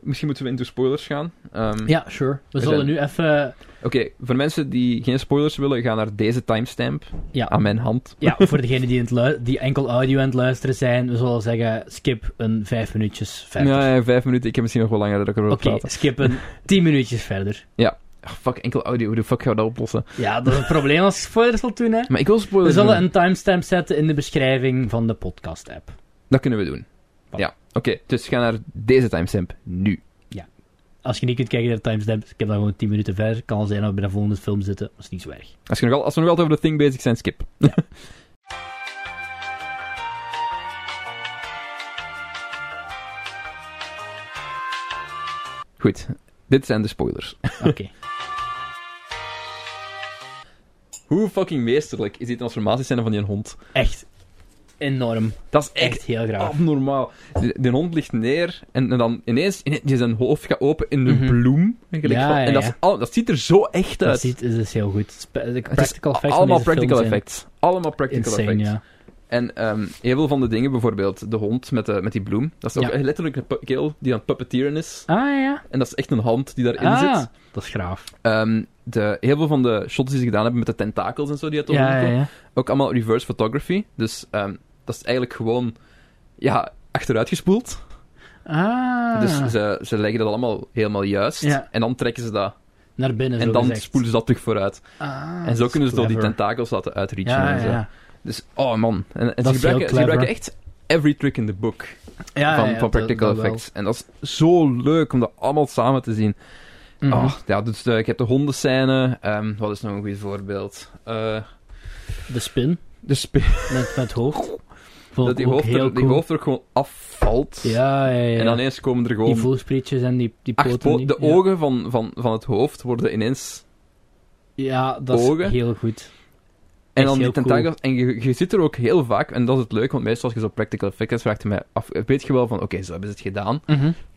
[SPEAKER 2] Misschien moeten we into spoilers gaan. Ehm,
[SPEAKER 1] Ja, sure. We
[SPEAKER 2] Er
[SPEAKER 1] zullen
[SPEAKER 2] zijn-
[SPEAKER 1] nu even...
[SPEAKER 2] Oké, voor mensen die geen spoilers willen, ga naar deze timestamp
[SPEAKER 1] Ja,
[SPEAKER 2] aan mijn hand.
[SPEAKER 1] ja voor degenen die, in het lu- die enkel audio aan het luisteren zijn, we zullen zeggen, skip een vijf minuutjes verder.
[SPEAKER 2] *laughs* Ja, ja, vijf minuten. Ik heb misschien nog wel langer dat ik erover
[SPEAKER 1] Oké,
[SPEAKER 2] wil praten.
[SPEAKER 1] skip
[SPEAKER 2] *laughs*
[SPEAKER 1] een tien minuutjes verder.
[SPEAKER 2] Ah, fuck, enkel audio. Hoe de fuck gaan we dat oplossen?
[SPEAKER 1] Ja, dat is een probleem als je spoilers wil doen, hè.
[SPEAKER 2] Maar ik wil
[SPEAKER 1] We
[SPEAKER 2] spoilers
[SPEAKER 1] zullen
[SPEAKER 2] doen.
[SPEAKER 1] een timestamp zetten in de beschrijving van de podcast-app.
[SPEAKER 2] Dat kunnen we doen.
[SPEAKER 1] Voilà.
[SPEAKER 2] Ja, oké. Dus ga naar deze timestamp. Nu.
[SPEAKER 1] Als je niet kunt kijken naar de timestamp, skip dan gewoon 10 minuten verder. Kan al zijn dat we bij de volgende film zitten, dat is niet zo erg.
[SPEAKER 2] Als, je nog al, als we nog altijd over de thing bezig zijn, skip. *laughs* Goed. Dit zijn de spoilers.
[SPEAKER 1] Oké.
[SPEAKER 2] *laughs* Hoe fucking meesterlijk is die transformatiescène van die hond?
[SPEAKER 1] Echt enorm.
[SPEAKER 2] Dat is echt
[SPEAKER 1] Echt heel graag.
[SPEAKER 2] abnormaal. De, de hond ligt neer en, en dan ineens, ine- die zijn hoofd gaat open in de
[SPEAKER 1] Mhm.
[SPEAKER 2] bloem. gelijk
[SPEAKER 1] Ja,
[SPEAKER 2] van-
[SPEAKER 1] ja,
[SPEAKER 2] en dat, is
[SPEAKER 1] ja.
[SPEAKER 2] al- dat ziet er zo echt uit.
[SPEAKER 1] Dat ziet, dat is heel goed. Spe- De
[SPEAKER 2] Het is
[SPEAKER 1] practical effects van
[SPEAKER 2] allemaal
[SPEAKER 1] deze film
[SPEAKER 2] practical
[SPEAKER 1] zijn
[SPEAKER 2] effects. Allemaal practical
[SPEAKER 1] Insane,
[SPEAKER 2] effects.
[SPEAKER 1] ja.
[SPEAKER 2] En ehm, heel veel van de dingen, bijvoorbeeld de hond met, de, met die bloem, dat is ook
[SPEAKER 1] Ja.
[SPEAKER 2] echt letterlijk een pu- kerel die aan het puppeteeren is.
[SPEAKER 1] Ah, ja.
[SPEAKER 2] En dat is echt een hand die daarin
[SPEAKER 1] ah,
[SPEAKER 2] zit.
[SPEAKER 1] dat is graaf.
[SPEAKER 2] Ehm, de, heel veel van de shots die ze gedaan hebben met de tentakels en zo die uit de hond
[SPEAKER 1] Ja, ja,
[SPEAKER 2] komen,
[SPEAKER 1] ja.
[SPEAKER 2] ook allemaal reverse photography. Dus ehm, dat is eigenlijk gewoon ja, achteruitgespoeld.
[SPEAKER 1] Ah.
[SPEAKER 2] Dus ze, ze leggen dat allemaal helemaal juist.
[SPEAKER 1] Ja.
[SPEAKER 2] En dan trekken ze dat.
[SPEAKER 1] naar binnen,
[SPEAKER 2] en
[SPEAKER 1] zo
[SPEAKER 2] dan
[SPEAKER 1] gezegd.
[SPEAKER 2] spoelen ze dat terug vooruit.
[SPEAKER 1] Ah,
[SPEAKER 2] en zo
[SPEAKER 1] dat is
[SPEAKER 2] kunnen ze door die
[SPEAKER 1] clever.
[SPEAKER 2] tentakels laten uitreachen.
[SPEAKER 1] Ja,
[SPEAKER 2] en
[SPEAKER 1] ja,
[SPEAKER 2] zo.
[SPEAKER 1] ja.
[SPEAKER 2] Dus, oh man. En, en
[SPEAKER 1] Dat
[SPEAKER 2] ze,
[SPEAKER 1] is heel
[SPEAKER 2] gebruiken, ze
[SPEAKER 1] clever.
[SPEAKER 2] gebruiken echt every trick in the book
[SPEAKER 1] Ja,
[SPEAKER 2] van,
[SPEAKER 1] ja, ja,
[SPEAKER 2] van
[SPEAKER 1] dat-
[SPEAKER 2] Practical
[SPEAKER 1] dat wel.
[SPEAKER 2] Effects. En dat is zo leuk om dat allemaal samen te zien.
[SPEAKER 1] Mhm.
[SPEAKER 2] Oh, ja, dus eh, ik heb de hondenscène. Ehm, wat is nog een goed voorbeeld? Eh,
[SPEAKER 1] De spin
[SPEAKER 2] de spe-
[SPEAKER 1] met, met hoofd. Vond
[SPEAKER 2] dat
[SPEAKER 1] ik
[SPEAKER 2] die
[SPEAKER 1] ook
[SPEAKER 2] hoofd, er,
[SPEAKER 1] heel
[SPEAKER 2] die
[SPEAKER 1] cool.
[SPEAKER 2] hoofd er gewoon afvalt.
[SPEAKER 1] Ja, ja, ja.
[SPEAKER 2] En dan ineens komen er
[SPEAKER 1] die
[SPEAKER 2] gewoon
[SPEAKER 1] voelsprietjes en die, die
[SPEAKER 2] acht
[SPEAKER 1] poten.
[SPEAKER 2] po-
[SPEAKER 1] die-
[SPEAKER 2] De
[SPEAKER 1] ja.
[SPEAKER 2] ogen van, van, van het hoofd worden ineens
[SPEAKER 1] Ja, dat is
[SPEAKER 2] ogen.
[SPEAKER 1] heel goed.
[SPEAKER 2] En
[SPEAKER 1] Echt
[SPEAKER 2] dan die
[SPEAKER 1] heel cool.
[SPEAKER 2] tentakels. En je, je zit er ook heel vaak, en dat is het leuk, want meestal als je zo practical effects hebt, vraagt je mij af, weet je wel van, oké, zo hebben ze het gedaan.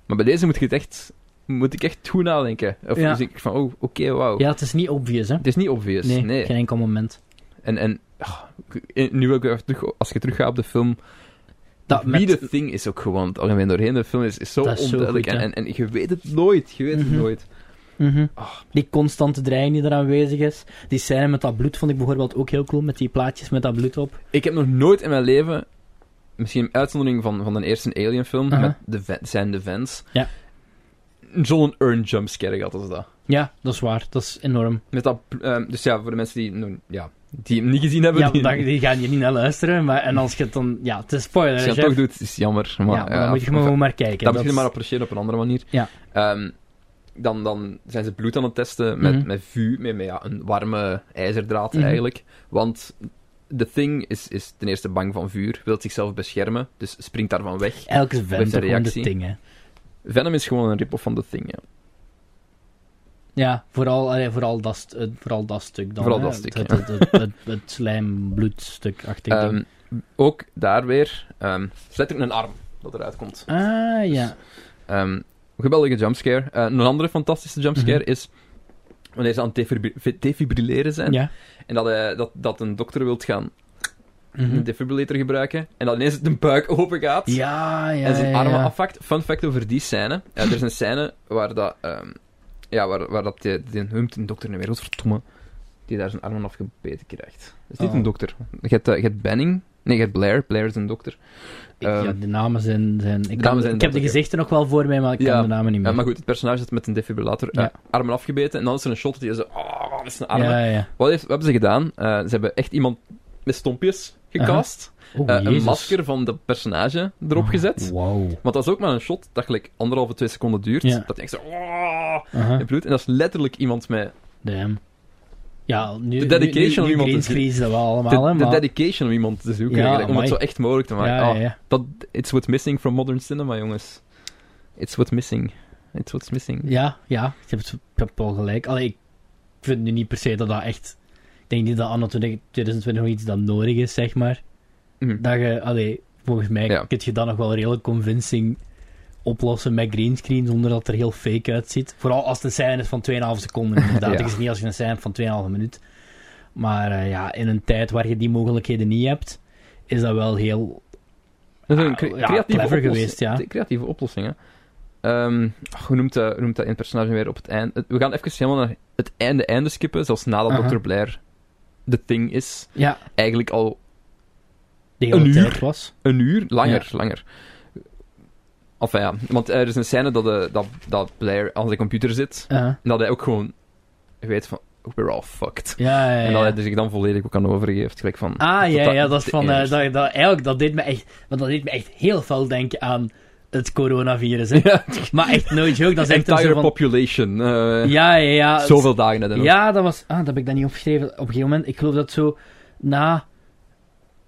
[SPEAKER 2] Maar bij deze moet, je het echt, moet ik echt goed nadenken. Of
[SPEAKER 1] Ja.
[SPEAKER 2] dan denk ik van, oh, oké, wauw.
[SPEAKER 1] Ja, het is niet obvious, hè?
[SPEAKER 2] Het is niet obvious, nee.
[SPEAKER 1] geen enkel moment.
[SPEAKER 2] En, en ah, nu wil ik even terug, als je teruggaat op de film,
[SPEAKER 1] Dat
[SPEAKER 2] wie
[SPEAKER 1] met-
[SPEAKER 2] de thing is ook gewoon, het algemeen doorheen de film, is, is zo
[SPEAKER 1] Dat is zo
[SPEAKER 2] onduidelijk.
[SPEAKER 1] goed,
[SPEAKER 2] en,
[SPEAKER 1] hè.
[SPEAKER 2] en, en je weet het nooit, je weet
[SPEAKER 1] Mhm.
[SPEAKER 2] het nooit.
[SPEAKER 1] Mhm.
[SPEAKER 2] Ah.
[SPEAKER 1] Die constante dreiging die er aanwezig is. Die scène met dat bloed vond ik bijvoorbeeld ook heel cool. Met die plaatjes met dat bloed op.
[SPEAKER 2] Ik heb nog nooit in mijn leven, misschien een uitzondering van, van de eerste Alien film,
[SPEAKER 1] Aha.
[SPEAKER 2] met de va- zijn de fans,
[SPEAKER 1] Ja.
[SPEAKER 2] zo'n earned jumpscare gehad als dat.
[SPEAKER 1] Ja, dat is waar. Dat is enorm.
[SPEAKER 2] Met dat ehm, dus ja, voor de mensen die, nou, ja, die hem niet gezien hebben,
[SPEAKER 1] Ja,
[SPEAKER 2] die,
[SPEAKER 1] die, die gaan hier niet naar luisteren. Maar, en als je het dan... Ja, het is spoiler.
[SPEAKER 2] *laughs* als je dat toch doet, is jammer. Maar,
[SPEAKER 1] ja, maar dan moet je gewoon maar kijken.
[SPEAKER 2] dat moet je
[SPEAKER 1] is-
[SPEAKER 2] maar appreciëren op een andere manier.
[SPEAKER 1] Ja.
[SPEAKER 2] Ehm, dan, dan zijn ze bloed aan het testen met,
[SPEAKER 1] Mhm.
[SPEAKER 2] met vuur, met, met ja, een warme ijzerdraad
[SPEAKER 1] Mhm.
[SPEAKER 2] eigenlijk. Want The Thing is, is ten eerste bang van vuur, wil zichzelf beschermen, dus springt daarvan weg.
[SPEAKER 1] Elke vent
[SPEAKER 2] zijn
[SPEAKER 1] gewoon de
[SPEAKER 2] reactie.
[SPEAKER 1] dingen.
[SPEAKER 2] Venom is gewoon een rip-off van The Thing, ja.
[SPEAKER 1] Ja, vooral, allee, vooral, dat, st- eh, vooral dat stuk dan.
[SPEAKER 2] Vooral
[SPEAKER 1] hè.
[SPEAKER 2] dat stuk,
[SPEAKER 1] Het,
[SPEAKER 2] ja.
[SPEAKER 1] het, het, het, het slijmbloedstuk-achtig ding.
[SPEAKER 2] Ehm, ook daar weer, ehm letterlijk een arm dat eruit komt.
[SPEAKER 1] Ah, ja.
[SPEAKER 2] Ehm, geweldige jumpscare. Eh, een andere fantastische jumpscare
[SPEAKER 1] Mhm.
[SPEAKER 2] is wanneer ze aan het defibri- fi- defibrilleren zijn
[SPEAKER 1] Ja.
[SPEAKER 2] en dat, eh, dat, dat een dokter wilt gaan
[SPEAKER 1] Mhm.
[SPEAKER 2] een defibrillator gebruiken en dan ineens de buik open gaat
[SPEAKER 1] Ja, ja,
[SPEAKER 2] en zijn
[SPEAKER 1] ja,
[SPEAKER 2] armen
[SPEAKER 1] ja.
[SPEAKER 2] afvakt. Fun fact over die scène. Eh, er is een scène waar dat... ehm, ja, waar, waar dat die, die, hoe heet die dokter nu weer, godverdomme, die daar zijn armen afgebeten krijgt. Dat is niet
[SPEAKER 1] Oh.
[SPEAKER 2] een dokter. Je hebt, eh, je hebt Benning. Nee, je hebt Blair. Blair is een dokter. Eh,
[SPEAKER 1] Ik- ja,
[SPEAKER 2] Ehm,
[SPEAKER 1] de namen zijn... zijn ik, kan-
[SPEAKER 2] namen zijn
[SPEAKER 1] ik heb de
[SPEAKER 2] dat, ja.
[SPEAKER 1] gezichten nog wel voor mij, maar ik
[SPEAKER 2] Ja,
[SPEAKER 1] kan de namen niet
[SPEAKER 2] Ja,
[SPEAKER 1] meer.
[SPEAKER 2] maar goed, het personage zit met een defibrillator, eh,
[SPEAKER 1] Ja.
[SPEAKER 2] armen afgebeten, en dan is er een shot dat hij zo... Oh, met zijn armen.
[SPEAKER 1] Ja, ja.
[SPEAKER 2] Wat, heeft, wat hebben ze gedaan? Eh, ze hebben echt iemand met stompjes gecast.
[SPEAKER 1] Oh,
[SPEAKER 2] Eh, een
[SPEAKER 1] Jezus.
[SPEAKER 2] masker van de personage erop
[SPEAKER 1] Oh,
[SPEAKER 2] gezet.
[SPEAKER 1] Wauw.
[SPEAKER 2] Want dat is ook maar een shot dat gelijk anderhalve, twee seconden duurt.
[SPEAKER 1] Ja.
[SPEAKER 2] Dat je echt zo... "Oh,"
[SPEAKER 1] Aha,
[SPEAKER 2] in bloed. En dat is letterlijk iemand met...
[SPEAKER 1] Damn. Ja, nu,
[SPEAKER 2] De dedication
[SPEAKER 1] nu- nu-
[SPEAKER 2] om
[SPEAKER 1] nu
[SPEAKER 2] iemand te
[SPEAKER 1] greenscreen is dat wel allemaal, hè,
[SPEAKER 2] de, de
[SPEAKER 1] maar...
[SPEAKER 2] dedication om iemand te zoeken,
[SPEAKER 1] Ja,
[SPEAKER 2] eigenlijk, om het zo
[SPEAKER 1] amai.
[SPEAKER 2] echt mogelijk te maken.
[SPEAKER 1] ja,
[SPEAKER 2] Ah,
[SPEAKER 1] ja, ja.
[SPEAKER 2] dat, it's what's missing from modern cinema, jongens. It's what's missing. It's what's missing.
[SPEAKER 1] Ja, ja, je hebt, je hebt wel gelijk. Allee, ik vind nu niet per se dat dat echt... Ik denk niet dat anno 20- 2020 nog iets dat nodig is, zeg maar.
[SPEAKER 2] Mhm.
[SPEAKER 1] Dat je, allee, volgens mij
[SPEAKER 2] Ja.
[SPEAKER 1] kun je dat nog wel redelijk convincing oplossen met greenscreen zonder dat het er heel fake uitziet. Vooral als het een scène is van 2,5 seconden,
[SPEAKER 2] *laughs*
[SPEAKER 1] inderdaad.
[SPEAKER 2] Ja.
[SPEAKER 1] Het is niet als je een scène hebt van 2,5 minuut. Maar eh, ja, in een tijd waar je die mogelijkheden niet hebt, is dat wel heel
[SPEAKER 2] Dat is een
[SPEAKER 1] Ah,
[SPEAKER 2] cre-
[SPEAKER 1] ja,
[SPEAKER 2] creatieve
[SPEAKER 1] clever
[SPEAKER 2] oplossing-
[SPEAKER 1] geweest, ja.
[SPEAKER 2] de- Creatieve oplossingen. Ehm, ach, hoe noemt dat, hoe noemt dat in personage weer op het einde? We gaan even helemaal naar het einde, einde skippen, zelfs nadat
[SPEAKER 1] Aha.
[SPEAKER 2] Dr. Blair de thing is.
[SPEAKER 1] ja,
[SPEAKER 2] Eigenlijk al
[SPEAKER 1] de hele
[SPEAKER 2] Een uur.
[SPEAKER 1] tijd was.
[SPEAKER 2] een uur, langer, langer. Enfin ja, want er is een scène dat, de, dat, dat Blair aan zijn computer zit
[SPEAKER 1] Eh,
[SPEAKER 2] en dat hij ook gewoon weet van, "Oh, we're all fucked.
[SPEAKER 1] ja, ja, ja.
[SPEAKER 2] En dat hij er zich dan volledig ook aan overgeeft, gelijk van...
[SPEAKER 1] Ah, ja, ja, dat is
[SPEAKER 2] de
[SPEAKER 1] van... eh,
[SPEAKER 2] eerste.
[SPEAKER 1] dat, dat, eigenlijk, dat deed, me echt, want dat deed me echt heel veel denken aan het coronavirus. Hè.
[SPEAKER 2] *laughs* Ja,
[SPEAKER 1] Maar echt, no joke,
[SPEAKER 2] *laughs*
[SPEAKER 1] dat is echt een
[SPEAKER 2] entire
[SPEAKER 1] soort van...
[SPEAKER 2] population. eh,
[SPEAKER 1] Ja, ja, ja. het-
[SPEAKER 2] Zoveel dagen net en
[SPEAKER 1] Ja, dat was... Ah, dat heb ik dan niet opgeschreven. Op een gegeven moment, ik geloof dat zo na...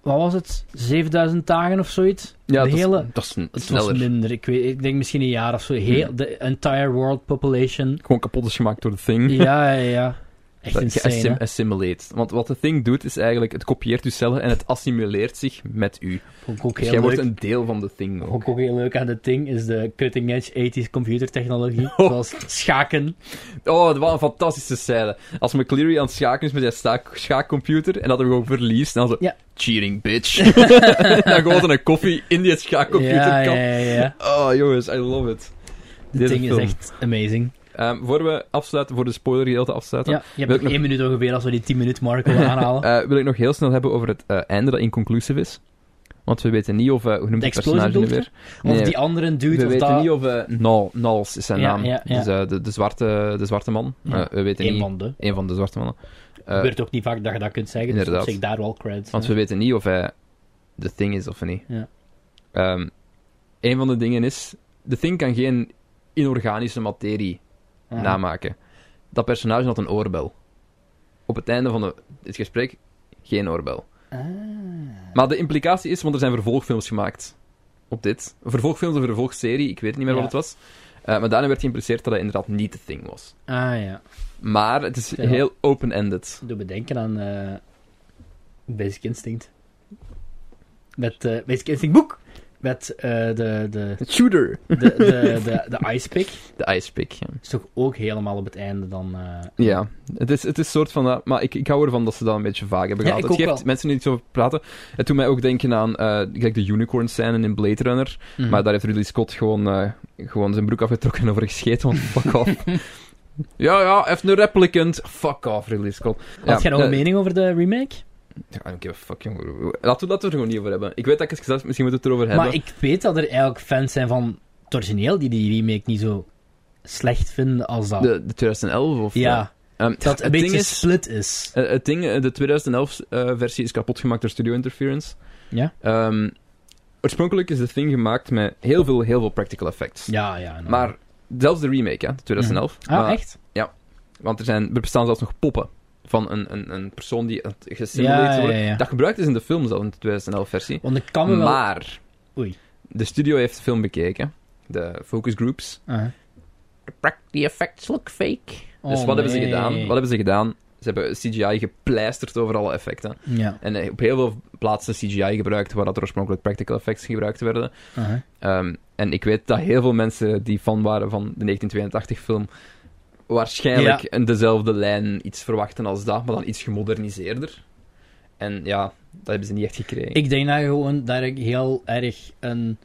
[SPEAKER 1] Wat was het? 7000 dagen of zoiets?
[SPEAKER 2] ja
[SPEAKER 1] de
[SPEAKER 2] dat, is-
[SPEAKER 1] hele-
[SPEAKER 2] dat is een-
[SPEAKER 1] Het
[SPEAKER 2] sneller. Hmm.
[SPEAKER 1] was minder. Ik, weet, ik denk misschien een jaar of zo. Heel, De entire world population.
[SPEAKER 2] gewoon kapot is gemaakt door de thing.
[SPEAKER 1] Ja, ja, ja. Echt
[SPEAKER 2] Hmm. Dat
[SPEAKER 1] insane, hè.
[SPEAKER 2] assimilate. Want wat de thing doet, is eigenlijk, het kopieert uw cellen en het assimileert zich met u.
[SPEAKER 1] Vond ik ook
[SPEAKER 2] Dus
[SPEAKER 1] heel
[SPEAKER 2] jij wordt
[SPEAKER 1] leuk.
[SPEAKER 2] een deel van de thing.
[SPEAKER 1] Vond
[SPEAKER 2] Ook.
[SPEAKER 1] ik ook heel leuk aan dit ding is de cutting edge 80s computertechnologie.
[SPEAKER 2] *laughs* Oh.
[SPEAKER 1] Zoals schaken.
[SPEAKER 2] Oh, dat was een fantastische scène. Als McCleary aan het schaken is met zijn staak- schaakcomputer en dat hem gewoon verliest, en dan zo,
[SPEAKER 1] Ja.
[SPEAKER 2] cheating bitch.
[SPEAKER 1] *laughs*
[SPEAKER 2] *laughs* dan gewoon een koffie in die schaakcomputer
[SPEAKER 1] Ja, ja,
[SPEAKER 2] kapt.
[SPEAKER 1] ja.
[SPEAKER 2] *laughs*
[SPEAKER 1] ja.
[SPEAKER 2] Oh, jongens, I love it.
[SPEAKER 1] Dit
[SPEAKER 2] Deze
[SPEAKER 1] ding is
[SPEAKER 2] film.
[SPEAKER 1] echt amazing.
[SPEAKER 2] Ehm, voor we afsluiten, voor de spoilergedeelte afsluiten,
[SPEAKER 1] Ja, je hebt
[SPEAKER 2] Wil ik
[SPEAKER 1] nog één minuut ongeveer als we die 10 minuut mark
[SPEAKER 2] *laughs*
[SPEAKER 1] willen aanhalen.
[SPEAKER 2] eh, wil ik nog heel snel hebben over het eh, einde dat inconclusive is. Want we weten niet of... eh, hoe noemt
[SPEAKER 1] De
[SPEAKER 2] het
[SPEAKER 1] explosie
[SPEAKER 2] personage nu
[SPEAKER 1] bedoel
[SPEAKER 2] weer?
[SPEAKER 1] je? Of
[SPEAKER 2] Nee.
[SPEAKER 1] die andere dude,
[SPEAKER 2] we
[SPEAKER 1] of
[SPEAKER 2] weten
[SPEAKER 1] dat...
[SPEAKER 2] niet of... eh Nal, Nals is zijn
[SPEAKER 1] Ja,
[SPEAKER 2] naam.
[SPEAKER 1] ja, ja.
[SPEAKER 2] Dus eh, de, de, zwarte, de zwarte man.
[SPEAKER 1] Ja.
[SPEAKER 2] Eh, we weten
[SPEAKER 1] Eén
[SPEAKER 2] niet...
[SPEAKER 1] van de.
[SPEAKER 2] Een van de zwarte mannen. Eh,
[SPEAKER 1] gebeurt ook niet vaak dat je dat kunt zeggen, dus op
[SPEAKER 2] inderdaad.
[SPEAKER 1] zich daar wel credits.
[SPEAKER 2] want
[SPEAKER 1] hè.
[SPEAKER 2] we weten niet of hij de thing is of niet.
[SPEAKER 1] Ja.
[SPEAKER 2] Ehm, een van de dingen is... De thing kan geen inorganische materie
[SPEAKER 1] Ah.
[SPEAKER 2] namaken. Dat personage had een oorbel. Op het einde van de, het gesprek, geen oorbel.
[SPEAKER 1] Ah.
[SPEAKER 2] Maar de implicatie is, want er zijn vervolgfilms gemaakt op dit. Een vervolgfilm of een vervolgserie, ik weet niet meer wat
[SPEAKER 1] Ja.
[SPEAKER 2] het was. Eh, maar daarna werd geïmpliceerd dat dat inderdaad niet de thing was.
[SPEAKER 1] Ah ja,
[SPEAKER 2] Maar het is
[SPEAKER 1] Ja.
[SPEAKER 2] heel open-ended.
[SPEAKER 1] doe bedenken aan eh, Basic Instinct. Met eh, Basic Instinct boek! Met eh, de, de,
[SPEAKER 2] Shooter!
[SPEAKER 1] de, de, de, de,
[SPEAKER 2] *laughs*
[SPEAKER 1] ice pick.
[SPEAKER 2] De ice pick. Ja,
[SPEAKER 1] Is toch ook helemaal op het einde dan... eh,
[SPEAKER 2] Ja, het is, het is soort van... dat- maar ik, ik hou ervan dat ze dat een beetje vaag hebben
[SPEAKER 1] Ja,
[SPEAKER 2] gehad.
[SPEAKER 1] ik
[SPEAKER 2] het
[SPEAKER 1] ook
[SPEAKER 2] geeft
[SPEAKER 1] wel.
[SPEAKER 2] mensen die niet over praten. Het doet mij ook denken aan eh, kijk, de unicorn scène in Blade Runner.
[SPEAKER 1] mhm.
[SPEAKER 2] Maar daar heeft Ridley Scott gewoon, eh, gewoon zijn broek afgetrokken en over gescheten. Want
[SPEAKER 1] *laughs*
[SPEAKER 2] fuck off. ja, ja, even een replicant. Fuck off, Ridley Scott.
[SPEAKER 1] Had jij nog een
[SPEAKER 2] eh,
[SPEAKER 1] mening over de remake?
[SPEAKER 2] I don't give a fuck, jongen. Laten we dat er gewoon niet over hebben. Ik weet dat ik het gezegd heb, misschien moeten we het erover
[SPEAKER 1] Maar
[SPEAKER 2] hebben.
[SPEAKER 1] ik weet dat er eigenlijk fans zijn van het origineel die die remake niet zo slecht vinden als dat.
[SPEAKER 2] De, de 2011 of...
[SPEAKER 1] ja,
[SPEAKER 2] Ehm,
[SPEAKER 1] dat een
[SPEAKER 2] het ding
[SPEAKER 1] beetje
[SPEAKER 2] is...
[SPEAKER 1] split is.
[SPEAKER 2] eh, het ding, eh, de 2011-versie is kapot gemaakt door Studio Interference.
[SPEAKER 1] Ja?
[SPEAKER 2] Ehm, oorspronkelijk is de thing gemaakt met heel veel, heel veel practical effects.
[SPEAKER 1] Ja, ja. nou.
[SPEAKER 2] Maar zelfs de remake, hè, de 2011.
[SPEAKER 1] Ah,
[SPEAKER 2] maar-
[SPEAKER 1] echt?
[SPEAKER 2] Want er, zijn, er bestaan zelfs nog poppen van een, een, een persoon die het gesimuleerd
[SPEAKER 1] Ja, ja,
[SPEAKER 2] wordt.
[SPEAKER 1] ja.
[SPEAKER 2] Dat gebruikt is in de film zelf, in de 2011-versie.
[SPEAKER 1] Want ik kan me wel...
[SPEAKER 2] Maar
[SPEAKER 1] Oei.
[SPEAKER 2] de studio heeft de film bekeken. De focus groups.
[SPEAKER 1] Ah.
[SPEAKER 2] The practical effects look fake.
[SPEAKER 1] Oh,
[SPEAKER 2] dus wat hebben ze
[SPEAKER 1] nee.
[SPEAKER 2] gedaan? Wat hebben ze gedaan? Ze hebben CGI gepleisterd over alle effecten.
[SPEAKER 1] Ja.
[SPEAKER 2] En eh, op heel veel plaatsen CGI gebruikt, waar dat er oorspronkelijk practical effects gebruikt werden.
[SPEAKER 1] aha.
[SPEAKER 2] Ehm, en ik weet dat heel veel mensen die fan waren van de 1982-film waarschijnlijk een dezelfde lijn iets verwachten als dat, maar dan iets gemoderniseerder. En ja, dat hebben ze niet echt gekregen.
[SPEAKER 1] Ik denk dat je gewoon daar heel erg een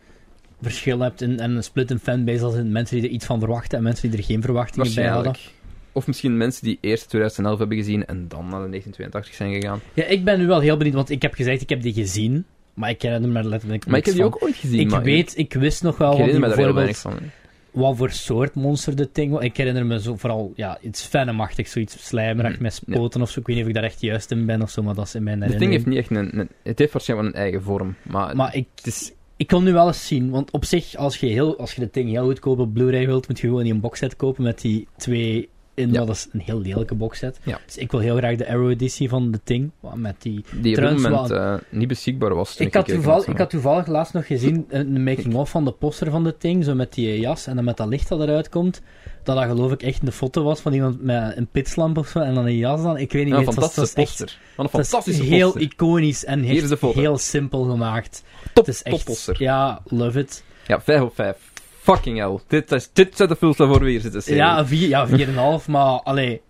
[SPEAKER 1] verschil hebt in, en een split in fanbase als in mensen die er iets van verwachten en mensen die er geen verwachtingen bij hadden.
[SPEAKER 2] waarschijnlijk. Of misschien mensen die eerst 2011 hebben gezien en dan naar de 1982 zijn gegaan.
[SPEAKER 1] Ja, ik ben nu wel heel benieuwd, want ik heb gezegd, ik heb die gezien, maar ik herinner me daar letterlijk
[SPEAKER 2] Maar ik
[SPEAKER 1] niks
[SPEAKER 2] heb die
[SPEAKER 1] van.
[SPEAKER 2] ook ooit gezien.
[SPEAKER 1] ik
[SPEAKER 2] maar
[SPEAKER 1] weet, ik wist nog wel
[SPEAKER 2] ik
[SPEAKER 1] wat die
[SPEAKER 2] herinner me daar heel
[SPEAKER 1] bijvoorbeeld
[SPEAKER 2] weinig van.
[SPEAKER 1] wat voor soort monster dit ding was. Ik herinner me zo vooral ja, iets venomachtig, zoiets slijmerig
[SPEAKER 2] Hm,
[SPEAKER 1] met spoten of zo. Ik weet niet of ik daar echt juist in ben of zo, maar dat is in mijn
[SPEAKER 2] Het ding
[SPEAKER 1] herinnering.
[SPEAKER 2] heeft niet echt een, een- Het heeft waarschijnlijk wel een eigen vorm, maar,
[SPEAKER 1] Maar ik,
[SPEAKER 2] het is...
[SPEAKER 1] ik wil nu wel eens zien, want op zich, als je, heel, als je dit ding heel goedkoop op Blu-ray wilt, moet je gewoon die een boxset kopen met die twee in.
[SPEAKER 2] Ja.
[SPEAKER 1] Dat is een heel lelijke boxset.
[SPEAKER 2] Ja.
[SPEAKER 1] Dus ik wil heel graag de Arrow-editie van The Thing. wat Met die...
[SPEAKER 2] Die op dat
[SPEAKER 1] Trouwens,
[SPEAKER 2] moment eh, niet beschikbaar was. toen
[SPEAKER 1] Ik, had
[SPEAKER 2] gekeken
[SPEAKER 1] toeval, ik
[SPEAKER 2] had, maar-
[SPEAKER 1] had toevallig laatst nog gezien een making-of van de poster van The Thing. Zo met die jas en dan met dat licht dat eruit komt. Dat dat geloof ik echt een foto was van iemand met een pitslamp of zo. En dan een jas dan. Ik weet niet
[SPEAKER 2] Ja, een
[SPEAKER 1] meer. Het was-
[SPEAKER 2] fantastische
[SPEAKER 1] het was echt-
[SPEAKER 2] poster. Wat een
[SPEAKER 1] dat is
[SPEAKER 2] fantastische
[SPEAKER 1] heel
[SPEAKER 2] poster.
[SPEAKER 1] iconisch en
[SPEAKER 2] Hier is de
[SPEAKER 1] echt
[SPEAKER 2] foto.
[SPEAKER 1] heel simpel gemaakt.
[SPEAKER 2] Top,
[SPEAKER 1] Het is
[SPEAKER 2] top
[SPEAKER 1] echt...
[SPEAKER 2] poster.
[SPEAKER 1] Ja, love it.
[SPEAKER 2] Ja, 5 op 5. Fucking hell. Dit, is, dit zijn de films waarvoor we hier zitten. serie.
[SPEAKER 1] Ja, vier, ja, 4,5, maar allee,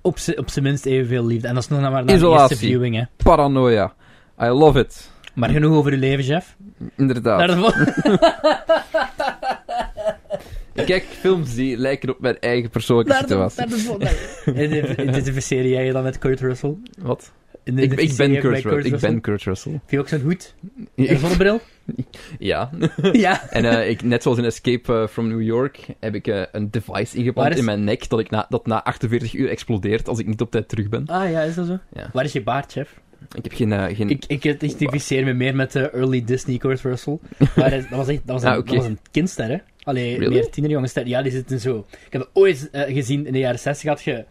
[SPEAKER 1] op, z'n- op zijn minst evenveel liefde. En dat is nog maar naar de eerste
[SPEAKER 2] Isolatie.
[SPEAKER 1] viewing, hè.
[SPEAKER 2] Paranoia. I love it.
[SPEAKER 1] Maar genoeg over uw leven, Jeff.
[SPEAKER 2] Inderdaad.
[SPEAKER 1] Naar de vol- *laughs*
[SPEAKER 2] Ik kijk films die lijken op mijn eigen persoonlijke
[SPEAKER 1] naar de-
[SPEAKER 2] situatie.
[SPEAKER 1] naar de vol- Identif- Identificeer jij je dan met Kurt Russell?
[SPEAKER 2] Wat? Ik,
[SPEAKER 1] Identificeer
[SPEAKER 2] ik
[SPEAKER 1] je
[SPEAKER 2] ben
[SPEAKER 1] ook bij
[SPEAKER 2] Kurt Russell. Ik ben Kurt Russell.
[SPEAKER 1] Vind je ook zo'n hoed? Een *laughs*
[SPEAKER 2] Ja.
[SPEAKER 1] zonnebril?
[SPEAKER 2] *laughs* Ja.
[SPEAKER 1] ja.
[SPEAKER 2] En eh, ik, net zoals in Escape eh, from New York heb ik eh, een device ingeplant
[SPEAKER 1] Waar is-
[SPEAKER 2] in mijn nek dat, ik na, dat na 48 uur explodeert als ik niet op tijd terug ben.
[SPEAKER 1] Ah ja, is dat zo?
[SPEAKER 2] Ja.
[SPEAKER 1] Waar is je baard, Jeff?
[SPEAKER 2] Ik heb geen... eh, geen...
[SPEAKER 1] Ik, ik identificeer me meer met de early Disney Kurt
[SPEAKER 2] *laughs*
[SPEAKER 1] Russell. Maar dat was echt dat was een,
[SPEAKER 2] Ah, oké.
[SPEAKER 1] dat was een kindster, hè? Allee,
[SPEAKER 2] Really?
[SPEAKER 1] meer tienerjongenster. Ja, die zitten zo. Ik heb ooit eh, gezien, in de jaren 60 had je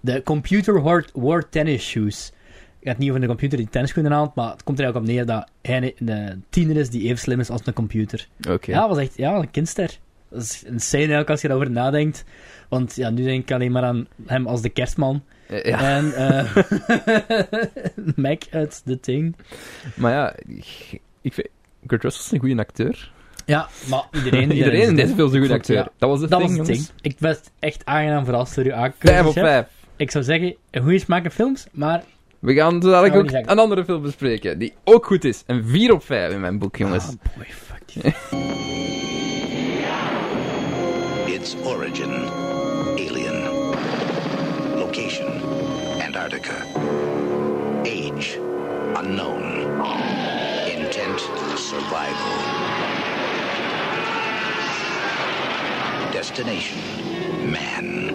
[SPEAKER 1] de computer wore, wore tennis shoes. Ik gaat niet over de computer die tennisschoenen aanhad, maar het komt er eigenlijk op neer dat hij een, een tiener is die even slim is als een computer.
[SPEAKER 2] Oké.
[SPEAKER 1] Ja, dat was echt ja, een kindster. Dat is insane eigenlijk als je daarover nadenkt. Want ja, nu denk ik alleen maar aan hem als de kerstman.
[SPEAKER 2] Eh, ja.
[SPEAKER 1] En
[SPEAKER 2] *laughs*
[SPEAKER 1] eh, *laughs* Mac uit The Thing.
[SPEAKER 2] Maar ja, ik- ik vind... Kurt Russell is een goede acteur.
[SPEAKER 1] Ja, maar
[SPEAKER 2] *laughs*
[SPEAKER 1] iedereen,
[SPEAKER 2] Iedereen in deze film is een goede
[SPEAKER 1] Klopt,
[SPEAKER 2] acteur.
[SPEAKER 1] ja.
[SPEAKER 2] Dat was het
[SPEAKER 1] Dat
[SPEAKER 2] ding,
[SPEAKER 1] was het ding.
[SPEAKER 2] jongens.
[SPEAKER 1] Ik was echt aangenaam verrast door uw aankeuze.
[SPEAKER 2] Vijf op
[SPEAKER 1] chef.
[SPEAKER 2] vijf.
[SPEAKER 1] Ik zou zeggen, een goede smaak in films, maar...
[SPEAKER 2] We gaan zo
[SPEAKER 1] Nou,
[SPEAKER 2] dadelijk
[SPEAKER 1] die
[SPEAKER 2] ook
[SPEAKER 1] zeg ik.
[SPEAKER 2] een andere film bespreken, die ook goed is. Een 4 op 5 in mijn boek, jongens.
[SPEAKER 1] Ah, boy, fuck
[SPEAKER 2] *laughs*
[SPEAKER 1] die-
[SPEAKER 3] Its origin, alien. Location, Antarctica. Age, unknown. Intent, survival. Destination, man.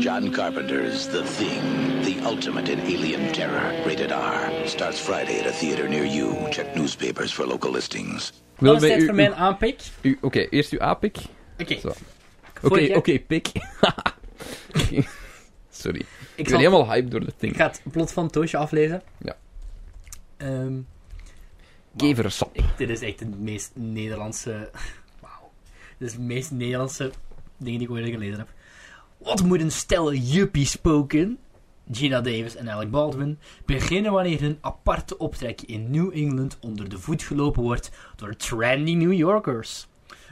[SPEAKER 3] John Carpenter's The Thing, the ultimate in alien terror, rated R, starts Friday at a theater near you. Check newspapers for local listings.
[SPEAKER 2] Ik
[SPEAKER 1] Dat is
[SPEAKER 2] bij
[SPEAKER 1] tijd
[SPEAKER 2] u-
[SPEAKER 1] voor mijn
[SPEAKER 2] u-
[SPEAKER 1] aanpik.
[SPEAKER 2] u- Oké, eerst uw A-pik.
[SPEAKER 1] Oké,
[SPEAKER 2] Zo.
[SPEAKER 1] Vorig
[SPEAKER 2] Oké,
[SPEAKER 1] jaar-
[SPEAKER 2] oké, pik. *laughs* Sorry. Ik
[SPEAKER 1] zal-
[SPEAKER 2] ben helemaal hyped door dat
[SPEAKER 1] ik
[SPEAKER 2] ding.
[SPEAKER 1] ga het plot van het Toosje aflezen.
[SPEAKER 2] Ja.
[SPEAKER 1] Ehm,
[SPEAKER 2] Keversap.
[SPEAKER 1] ik- dit is echt het meest Nederlandse... Wauw. Dit is het meest Nederlandse ding die ik ooit gelezen heb. Wat moet een stel juppie spoken? Gina Davis en Alec Baldwin beginnen wanneer hun aparte optrek in New England onder de voet gelopen wordt door trendy New Yorkers.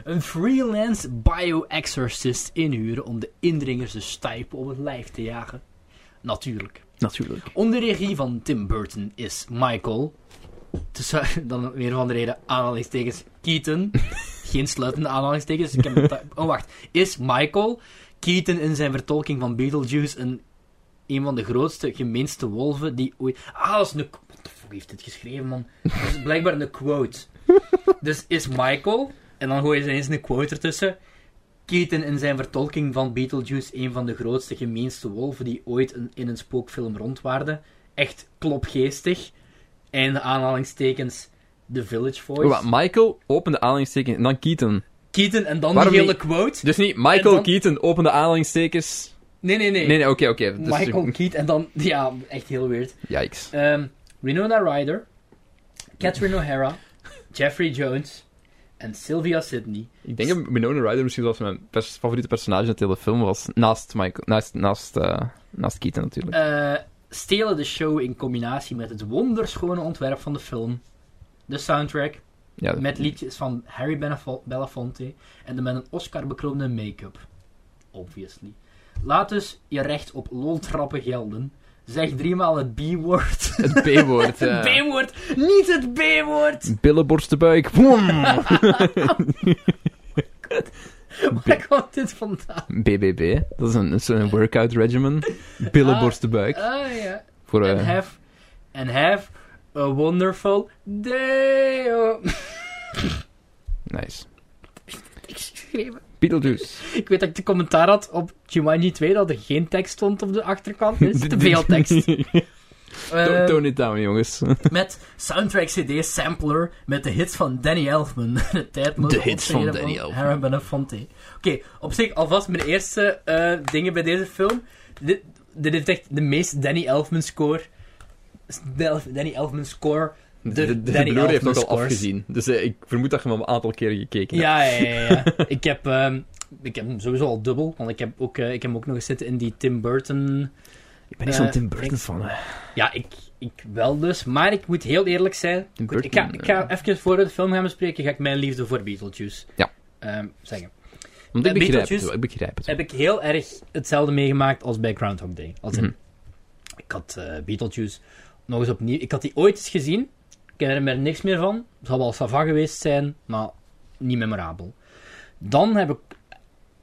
[SPEAKER 1] Een freelance bio-exorcist inhuren om de indringers de stijpen op het lijf te jagen. Natuurlijk.
[SPEAKER 2] Natuurlijk.
[SPEAKER 1] Onder regie van Tim Burton is Michael. Tussen, *laughs* dan weer van de reden aanhalingstekens Keaton. Geen sluitende aanhalingstekens. Ik heb het
[SPEAKER 2] *laughs*
[SPEAKER 1] ta- oh, wacht. Is Michael Keaton in zijn vertolking van Beetlejuice een, een van de grootste, gemeenste wolven die ooit. Ah, dat is een. qu- What the fuck heeft dit geschreven, man? Dat is blijkbaar een quote. Dus is Michael, en dan gooi je ineens een quote ertussen. Keaton in zijn vertolking van Beetlejuice een van de grootste, gemeenste wolven die ooit een- in een spookfilm rondwaarden. Echt klopgeestig. En de aanhalingstekens The Village Voice.
[SPEAKER 2] Michael opende aanhalingstekens en dan Keaton.
[SPEAKER 1] Keaton en dan
[SPEAKER 2] Waarom
[SPEAKER 1] die hele
[SPEAKER 2] niet?
[SPEAKER 1] quote.
[SPEAKER 2] Dus niet Michael
[SPEAKER 1] dan-
[SPEAKER 2] Keaton opende aanhalingstekens.
[SPEAKER 1] Nee, nee, nee.
[SPEAKER 2] Nee, nee, oké, oké. Dus-
[SPEAKER 1] Michael Keaton en dan... *laughs* Ja, echt heel weird.
[SPEAKER 2] Yikes.
[SPEAKER 1] Ehm, Winona Ryder, Catherine O'Hara, Jeffrey Jones en Sylvia Sidney.
[SPEAKER 2] Ik denk dat Winona Ryder misschien zelfs mijn pers- favoriete personage in het hele film was. Naast Michael... Naast, naast, eh, naast Keaton natuurlijk.
[SPEAKER 1] eh stelen de show in combinatie met het wonderschone ontwerp van de film, de soundtrack,
[SPEAKER 2] ja,
[SPEAKER 1] met liedjes van Harry Benefo- Belafonte en de met een Oscar bekroonde make-up. Obviously. Laat dus je recht op loltrappen gelden. Zeg driemaal het B-woord. *laughs*
[SPEAKER 2] Het B-woord. eh,
[SPEAKER 1] Het
[SPEAKER 2] ja.
[SPEAKER 1] B-woord, niet het B-woord!
[SPEAKER 2] Billenborstenbuik. Boom. *laughs*
[SPEAKER 1] *laughs* Waar komt dit vandaan?
[SPEAKER 2] BBB. Dat is een, dat is een workout regimen. Billenborstenbuik.
[SPEAKER 1] Ah ja.
[SPEAKER 2] Voor,
[SPEAKER 1] En
[SPEAKER 2] eh,
[SPEAKER 1] have, and have a wonderful day. Oh.
[SPEAKER 2] nice. Beetlejuice.
[SPEAKER 1] Ik weet dat ik de commentaar
[SPEAKER 2] *laughs*
[SPEAKER 1] had op Jumanji 2 dat er geen tekst stond op de achterkant. Er is te veel tekst.
[SPEAKER 2] Don't
[SPEAKER 4] Ehm,
[SPEAKER 2] tone it down, jongens.
[SPEAKER 4] Met soundtrack CD sampler met de hits van Danny Elfman. *laughs* de tijdloze
[SPEAKER 2] De hits van
[SPEAKER 4] optreden
[SPEAKER 2] Danny Elfman.
[SPEAKER 4] Harry Belafonte. Oké, op zich alvast mijn eerste eh, dingen bij deze film. Dit, dit heeft echt de meest Danny Elfman score. Del- Danny Elfman score.
[SPEAKER 2] De,
[SPEAKER 4] de
[SPEAKER 2] de, de
[SPEAKER 4] Danny
[SPEAKER 2] Blu-ray heeft
[SPEAKER 4] Elfman
[SPEAKER 2] ook al
[SPEAKER 4] scores.
[SPEAKER 2] afgezien. Dus eh, ik vermoed dat je hem al een aantal keren gekeken hebt.
[SPEAKER 1] Ja, ja, ja.
[SPEAKER 2] *laughs*
[SPEAKER 1] ja. ik, heb, ehm, ik heb hem sowieso al dubbel, want ik heb, ook, eh, ik heb hem ook nog eens zitten in die Tim Burton...
[SPEAKER 2] Ik ben niet
[SPEAKER 1] Eh,
[SPEAKER 2] zo'n Tim Burton
[SPEAKER 1] ik-
[SPEAKER 2] fan, hè.
[SPEAKER 1] Ja, ik, ik wel dus, maar ik moet heel eerlijk zijn.
[SPEAKER 2] Tim
[SPEAKER 1] Goed, ik,
[SPEAKER 2] Burton,
[SPEAKER 1] ga, ik ga even voor we de film gaan bespreken, ga ik mijn liefde voor Beetlejuice
[SPEAKER 2] Ja.
[SPEAKER 1] ehm, zeggen.
[SPEAKER 2] Want ik
[SPEAKER 1] eh,
[SPEAKER 2] begrijp het
[SPEAKER 1] Beetlejuice-
[SPEAKER 2] wel, ik begrijp het wel.
[SPEAKER 1] Heb ik heel erg hetzelfde meegemaakt als bij Groundhog Day. Als in,
[SPEAKER 2] Mhm.
[SPEAKER 1] Ik had eh Beetlejuice nog eens opnieuw... Ik had die ooit eens gezien. Ik herinner me er niks meer van. Het zal wel Sava geweest zijn, maar niet memorabel. Dan heb ik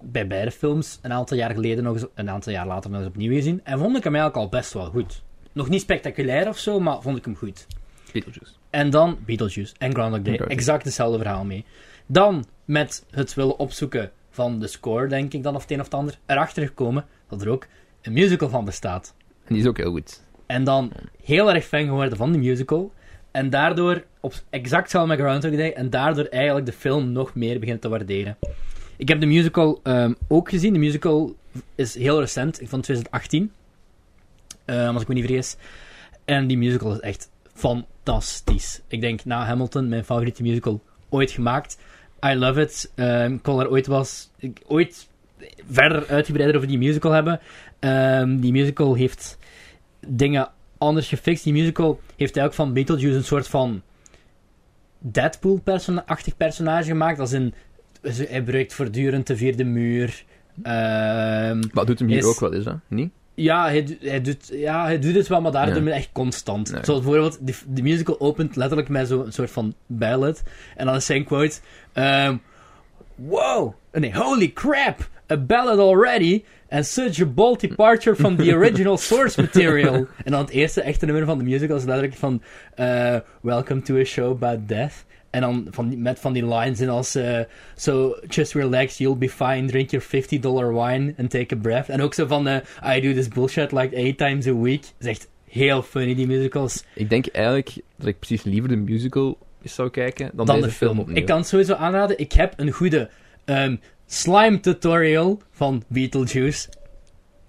[SPEAKER 1] bij beide films een aantal jaar geleden nog eens, een aantal jaar later nog eens opnieuw gezien. En vond ik hem eigenlijk al best wel goed. Nog niet spectaculair of zo, maar vond ik hem goed.
[SPEAKER 2] Beetlejuice.
[SPEAKER 1] En dan Beetlejuice en Groundhog Day.
[SPEAKER 2] Groundhog Day.
[SPEAKER 1] Exact hetzelfde verhaal mee. Dan met het willen opzoeken van de score, denk ik dan, of het een of het ander, erachter gekomen dat er ook een musical van bestaat.
[SPEAKER 2] En *laughs* die is ook heel goed.
[SPEAKER 1] En dan heel erg fan geworden van de musical. En daardoor, op exact hetzelfde met Groundhog Day, en daardoor eigenlijk de film nog meer begint te waarderen. Ik heb de musical ehm, ook gezien. De musical is heel recent, van 2018. ehm, als ik me niet vergis. En die musical is echt fantastisch. Ik denk na Hamilton, mijn favoriete musical ooit gemaakt. I love it. Ehm, ik kon er ooit was, ik, ooit verder uitgebreider over die musical hebben. Ehm, die musical heeft dingen anders gefixt. Die musical heeft eigenlijk van Beetlejuice een soort van Deadpool-achtig personage gemaakt. Als in, ze- hij breekt voortdurend de vierde muur. Ehm,
[SPEAKER 2] Maar doet hem hier
[SPEAKER 1] Is-
[SPEAKER 2] ook wel eens, hè? Niet?
[SPEAKER 1] ja, hij, do- hij doet, ja, hij doet het wel, maar daar
[SPEAKER 2] Ja.
[SPEAKER 1] doen we echt constant.
[SPEAKER 2] Nee.
[SPEAKER 1] Zoals bijvoorbeeld, de, de musical opent letterlijk met zo'n soort van ballad. En dan is zijn quote... ehm, wow! Nee, holy crap! A ballad already! And such a bold departure from the original source material! en dan het eerste echte nummer van de musical is letterlijk van... eh, Welcome to a show about death. En dan van, die- met van die lines in als... eh, So just relax, you'll be fine. Drink your $50 wine and take a breath. En ook zo van, eh, I do this bullshit like eight times a week. Dat is echt heel funny, die musicals.
[SPEAKER 2] Ik denk eigenlijk dat ik precies liever de musical eens zou kijken dan,
[SPEAKER 1] Dan
[SPEAKER 2] deze
[SPEAKER 1] de film.
[SPEAKER 2] opnieuw.
[SPEAKER 1] ik kan het sowieso aanraden. Ik heb een goede ehm, slime tutorial van Beetlejuice.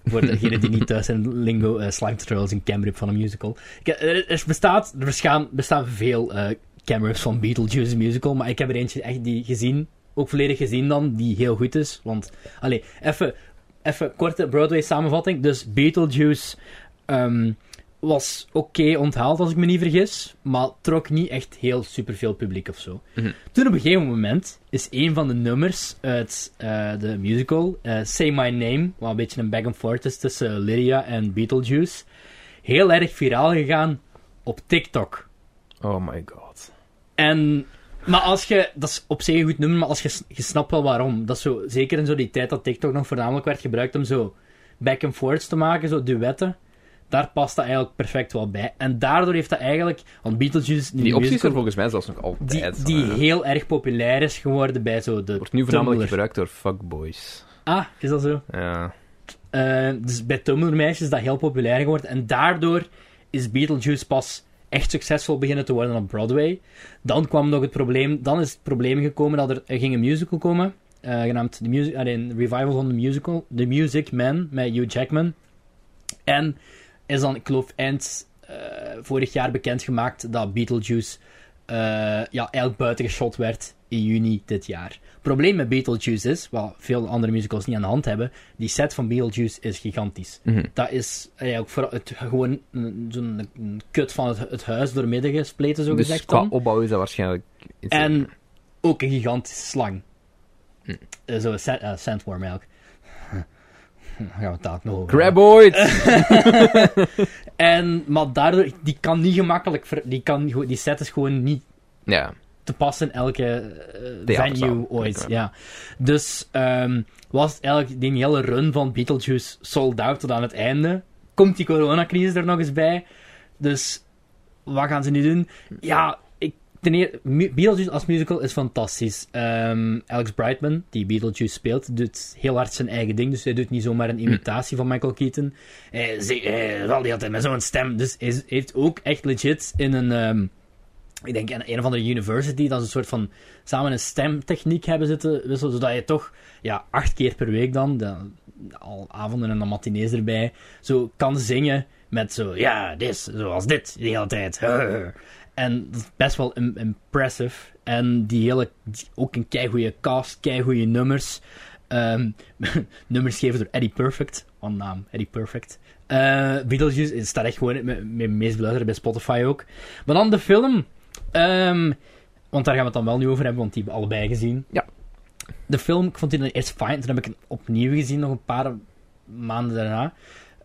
[SPEAKER 1] Voor degenen die niet thuis zijn *laughs* in lingo, eh, slime tutorials een camrip van een musical. Ik, eh, er, er bestaat, er bestaan, bestaan veel eh camrips van Beetlejuice musical, maar ik heb er eentje echt die gezien, ook volledig gezien dan, die heel goed is. Want, allee, even, even korte Broadway samenvatting. Dus Beetlejuice ehm, was oké onthaald, als ik me niet vergis, maar trok niet echt heel superveel publiek of zo.
[SPEAKER 2] Mhm.
[SPEAKER 1] Toen op een gegeven moment is een van de nummers uit eh, de musical, eh, Say My Name, wat een beetje een back and forth is tussen Lydia en Beetlejuice, heel erg viraal gegaan op TikTok.
[SPEAKER 2] Oh my god.
[SPEAKER 1] En, maar als je, dat is op zich een goed nummer, maar als je, s- je snapt wel waarom. Dat is zo, zeker in zo die tijd dat TikTok nog voornamelijk werd gebruikt om zo back and forths te maken, zo duetten. Daar past dat eigenlijk perfect wel bij. En daardoor heeft dat eigenlijk, want Beetlejuice, die,
[SPEAKER 2] Die opties
[SPEAKER 1] musical,
[SPEAKER 2] zijn volgens mij zelfs nog
[SPEAKER 1] die,
[SPEAKER 2] altijd.
[SPEAKER 1] die
[SPEAKER 2] hè.
[SPEAKER 1] heel erg populair is geworden bij zo de
[SPEAKER 2] Wordt nu voornamelijk
[SPEAKER 1] Tumblr.
[SPEAKER 2] gebruikt door fuckboys.
[SPEAKER 1] Ah, is dat zo?
[SPEAKER 2] Ja.
[SPEAKER 1] Eh, dus bij Tumblr-meisjes is dat heel populair geworden. En daardoor is Beetlejuice pas echt succesvol beginnen te worden op Broadway. Dan kwam nog het probleem... Dan is het probleem gekomen dat er, er ging een musical komen. eh, genaamd de music, allee, een revival van de musical. The Music Man, met Hugh Jackman. En is dan, ik geloof, eind eh, vorig jaar bekendgemaakt dat Beetlejuice eh ja, eigenlijk buitengeschot werd in juni dit jaar. probleem met Beetlejuice is, wat veel andere musicals niet aan de hand hebben, die set van Beetlejuice is gigantisch.
[SPEAKER 2] Mhm.
[SPEAKER 1] Dat is eh, eigenlijk vooral het, gewoon een- zo'n een kut van het, het huis doormidden gespleten, zo
[SPEAKER 2] Dus
[SPEAKER 1] gezegd.
[SPEAKER 2] qua
[SPEAKER 1] dan.
[SPEAKER 2] opbouw is dat waarschijnlijk... iets-
[SPEAKER 1] En ook een gigantische slang.
[SPEAKER 2] Hm.
[SPEAKER 1] Eh, Zo'n sa- eh, sandworm eigenlijk. Daar *laughs* gaan we het dadelijk nog over hebben.
[SPEAKER 2] Graboid!
[SPEAKER 1] En, maar daardoor, die kan niet gemakkelijk, ver- die, kan, gewoon- die set is gewoon niet
[SPEAKER 2] ja.
[SPEAKER 1] te passen elke eh,
[SPEAKER 2] Theaterzaal.
[SPEAKER 1] venue ooit.
[SPEAKER 2] Ja.
[SPEAKER 1] Ja. Dus ehm, was het eigenlijk die hele run van Beetlejuice sold out tot aan het einde. Komt die coronacrisis er nog eens bij? Dus wat gaan ze nu doen? Ja, ik ten eer- mu- Beetlejuice als musical is fantastisch. Ehm, Alex Brightman, die Beetlejuice speelt, doet heel hard zijn eigen ding. Dus hij doet niet zomaar een imitatie van Michael Keaton. Hij, zi- hij wel die altijd met zo'n stem. Dus hij is- heeft ook echt legit in een... ehm, ik denk aan een of andere university, dat ze een soort van samen een stemtechniek hebben zitten wisselen, zodat je toch ja, acht keer per week dan, de- al avonden en dan matinees erbij, zo kan zingen met zo, ja, dit, zoals dit, de hele tijd. *laughs* En dat is best wel im- impressive. En die hele, ook een keigoede cast, keigoede nummers. Ehm, *laughs* nummers geven door Eddie Perfect, van naam, Eddie Perfect. Eh Beetlejuice het staat echt gewoon in mijn- mijn meest beluisterde bij Spotify ook. Maar dan de film. Ehm, want daar gaan we het dan wel nu over hebben, want die hebben we allebei gezien.
[SPEAKER 2] Ja.
[SPEAKER 1] De film, ik vond die dan eerst fijn. Toen heb ik het opnieuw gezien, nog een paar maanden daarna.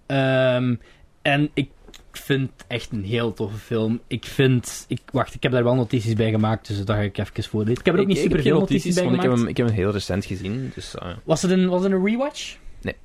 [SPEAKER 1] Ehm, en ik vind het echt een heel toffe film. Ik vind... Ik, wacht, ik heb daar wel notities bij gemaakt, dus dat ga ik even voorlezen. Ik heb er ook niet
[SPEAKER 2] heb
[SPEAKER 1] super
[SPEAKER 2] geen
[SPEAKER 1] veel notities, bij
[SPEAKER 2] want ik
[SPEAKER 1] gemaakt.
[SPEAKER 2] heb, hem, ik heb hem heel recent gezien. Dus, eh,
[SPEAKER 1] Was het een, was het een rewatch?
[SPEAKER 2] Nee.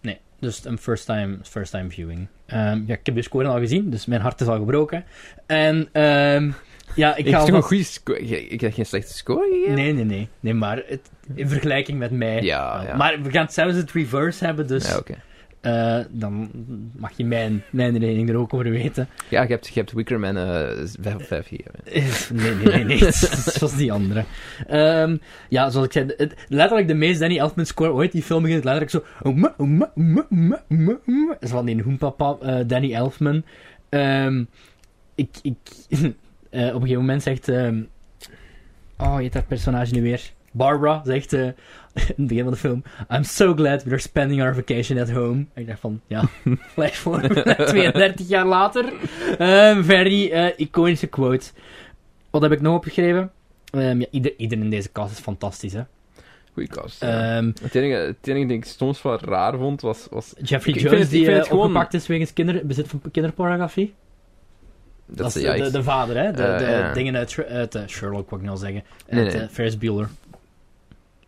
[SPEAKER 1] Nee, dus een first time, first time viewing. Ehm, ja, ik heb de score al gezien, dus mijn hart is al gebroken. En ehm, ja, ik ga...
[SPEAKER 2] ik heb toch
[SPEAKER 1] alvast-
[SPEAKER 2] een goede score. Ik ik heb geen slechte score gegeven.
[SPEAKER 1] Nee, nee, nee. Nee, maar het, in vergelijking met mij...
[SPEAKER 2] Ja,
[SPEAKER 1] wel.
[SPEAKER 2] ja.
[SPEAKER 1] Maar we gaan het zelfs het reverse hebben, dus
[SPEAKER 2] Ja, oké.
[SPEAKER 1] eh, dan mag je mijn, mijn mening er ook over weten.
[SPEAKER 2] ja, je hebt, je hebt Wicker Man eh, vijf op vijf gegeven.
[SPEAKER 1] nee, nee, nee, nee. Het was die andere. Ehm, ja, zoals ik zei, het- letterlijk de meest Danny Elfman score ooit. Die film begint letterlijk zo... "Oema, oema, oema, oema, oema, oema." Dat is van die hoempapa eh, Danny Elfman. Ehm, ik... ik *laughs* eh, op een gegeven moment zegt... ehm, oh, je heet dat personage nu weer? Barbara zegt eh, *laughs* in het begin van de film... I'm so glad we're spending our vacation at home. En ik dacht van, ja, flash forward naar 32 jaar later. Ehm, very eh, iconische quote. Wat heb ik nog opgeschreven? Ehm, ja, ieder, iedereen in deze kast is fantastisch, hè.
[SPEAKER 2] Goeie cast. ja.
[SPEAKER 1] Ehm,
[SPEAKER 2] Het enige, het enige ding ik soms wat raar vond was. was
[SPEAKER 1] Jeffrey
[SPEAKER 2] Ik- ik vind
[SPEAKER 1] Jones,
[SPEAKER 2] het- ik
[SPEAKER 1] die
[SPEAKER 2] vind
[SPEAKER 1] eh,
[SPEAKER 2] het gewoon-
[SPEAKER 1] opgepakt is wegens kinder, bezit van kinderpornografie.
[SPEAKER 2] dat
[SPEAKER 1] Dat,
[SPEAKER 2] ze-
[SPEAKER 1] is
[SPEAKER 2] ja,
[SPEAKER 1] de, de,
[SPEAKER 2] ik-
[SPEAKER 1] de vader, hè. De,
[SPEAKER 2] Eh,
[SPEAKER 1] de
[SPEAKER 2] ja.
[SPEAKER 1] dingen uit, Sher- uit eh, Sherlock, wat ik nou zeggen.
[SPEAKER 2] Nee,
[SPEAKER 1] uit
[SPEAKER 2] nee.
[SPEAKER 1] eh, Ferris Bueller.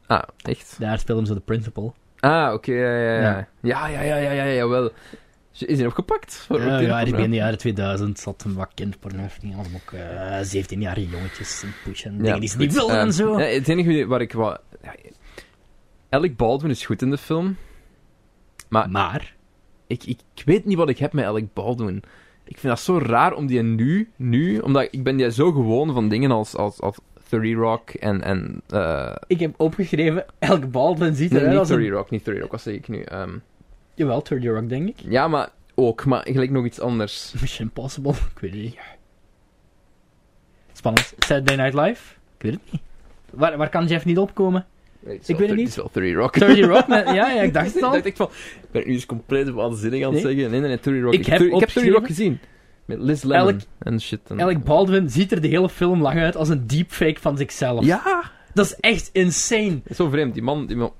[SPEAKER 2] Ah, echt?
[SPEAKER 1] Daar speelde hem zo de principal.
[SPEAKER 2] Ah, oké, ja, ja,
[SPEAKER 1] Ja.
[SPEAKER 2] ja. Ja, ja, ja, ja, ja, ja, jawel. Is hij opgepakt? Voor
[SPEAKER 1] Eh,
[SPEAKER 2] voor
[SPEAKER 1] ja, die
[SPEAKER 2] kinderporno?
[SPEAKER 1] begin de jaren 2000 zat hem wat kinderpornografie. Had hem ook eh, 17-jarige jongetjes en push en dingen die ze niet
[SPEAKER 2] goed.
[SPEAKER 1] wilden
[SPEAKER 2] Ehm,
[SPEAKER 1] en zo.
[SPEAKER 2] ja, het enige waar ik wat... Ja, Alec Baldwin is goed in de film. Maar
[SPEAKER 1] Maar,
[SPEAKER 2] ik, ik, ik weet niet wat ik heb met Alec Baldwin. Ik vind dat zo raar om die nu... nu omdat ik ben die zo gewoon van dingen als, als, als 30 Rock en... en eh,
[SPEAKER 1] ik heb opgeschreven, elk Baldwin ziet
[SPEAKER 2] nee,
[SPEAKER 1] eruit
[SPEAKER 2] niet
[SPEAKER 1] als
[SPEAKER 2] 30
[SPEAKER 1] een...
[SPEAKER 2] Rock, niet 30 Rock, wat zeg ik nu? Ehm,
[SPEAKER 1] Jawel, 30 Rock, denk ik.
[SPEAKER 2] ja, maar ook, maar gelijk nog iets anders.
[SPEAKER 1] Mission Impossible. *laughs* Ik weet het niet. Spannend. Saturday Night Live? Ik weet het niet. Waar, waar kan Jeff niet opkomen?
[SPEAKER 2] *laughs* Nee, het is
[SPEAKER 1] Ik
[SPEAKER 2] wel
[SPEAKER 1] weet het niet.
[SPEAKER 2] 30 Het is wel 30 Rock. *laughs*
[SPEAKER 1] 30 Rock? met- ja, ja, ik dacht het
[SPEAKER 2] Ik
[SPEAKER 1] al.
[SPEAKER 2] dacht echt van, ik ben nu eens compleet waanzinnig aan het
[SPEAKER 1] Nee.
[SPEAKER 2] zeggen. Nee, nee, nee, 30 Rock.
[SPEAKER 1] Ik heb
[SPEAKER 2] ik heb 30 Rock
[SPEAKER 1] opgeschreven-
[SPEAKER 2] gezien. Met Liz Lemon
[SPEAKER 1] Elk-
[SPEAKER 2] en shit. En...
[SPEAKER 1] Alec Baldwin ziet er de hele film lang uit als een deepfake van zichzelf.
[SPEAKER 2] Ja,
[SPEAKER 1] Dat is echt insane.
[SPEAKER 2] zo vreemd. Die man, die man...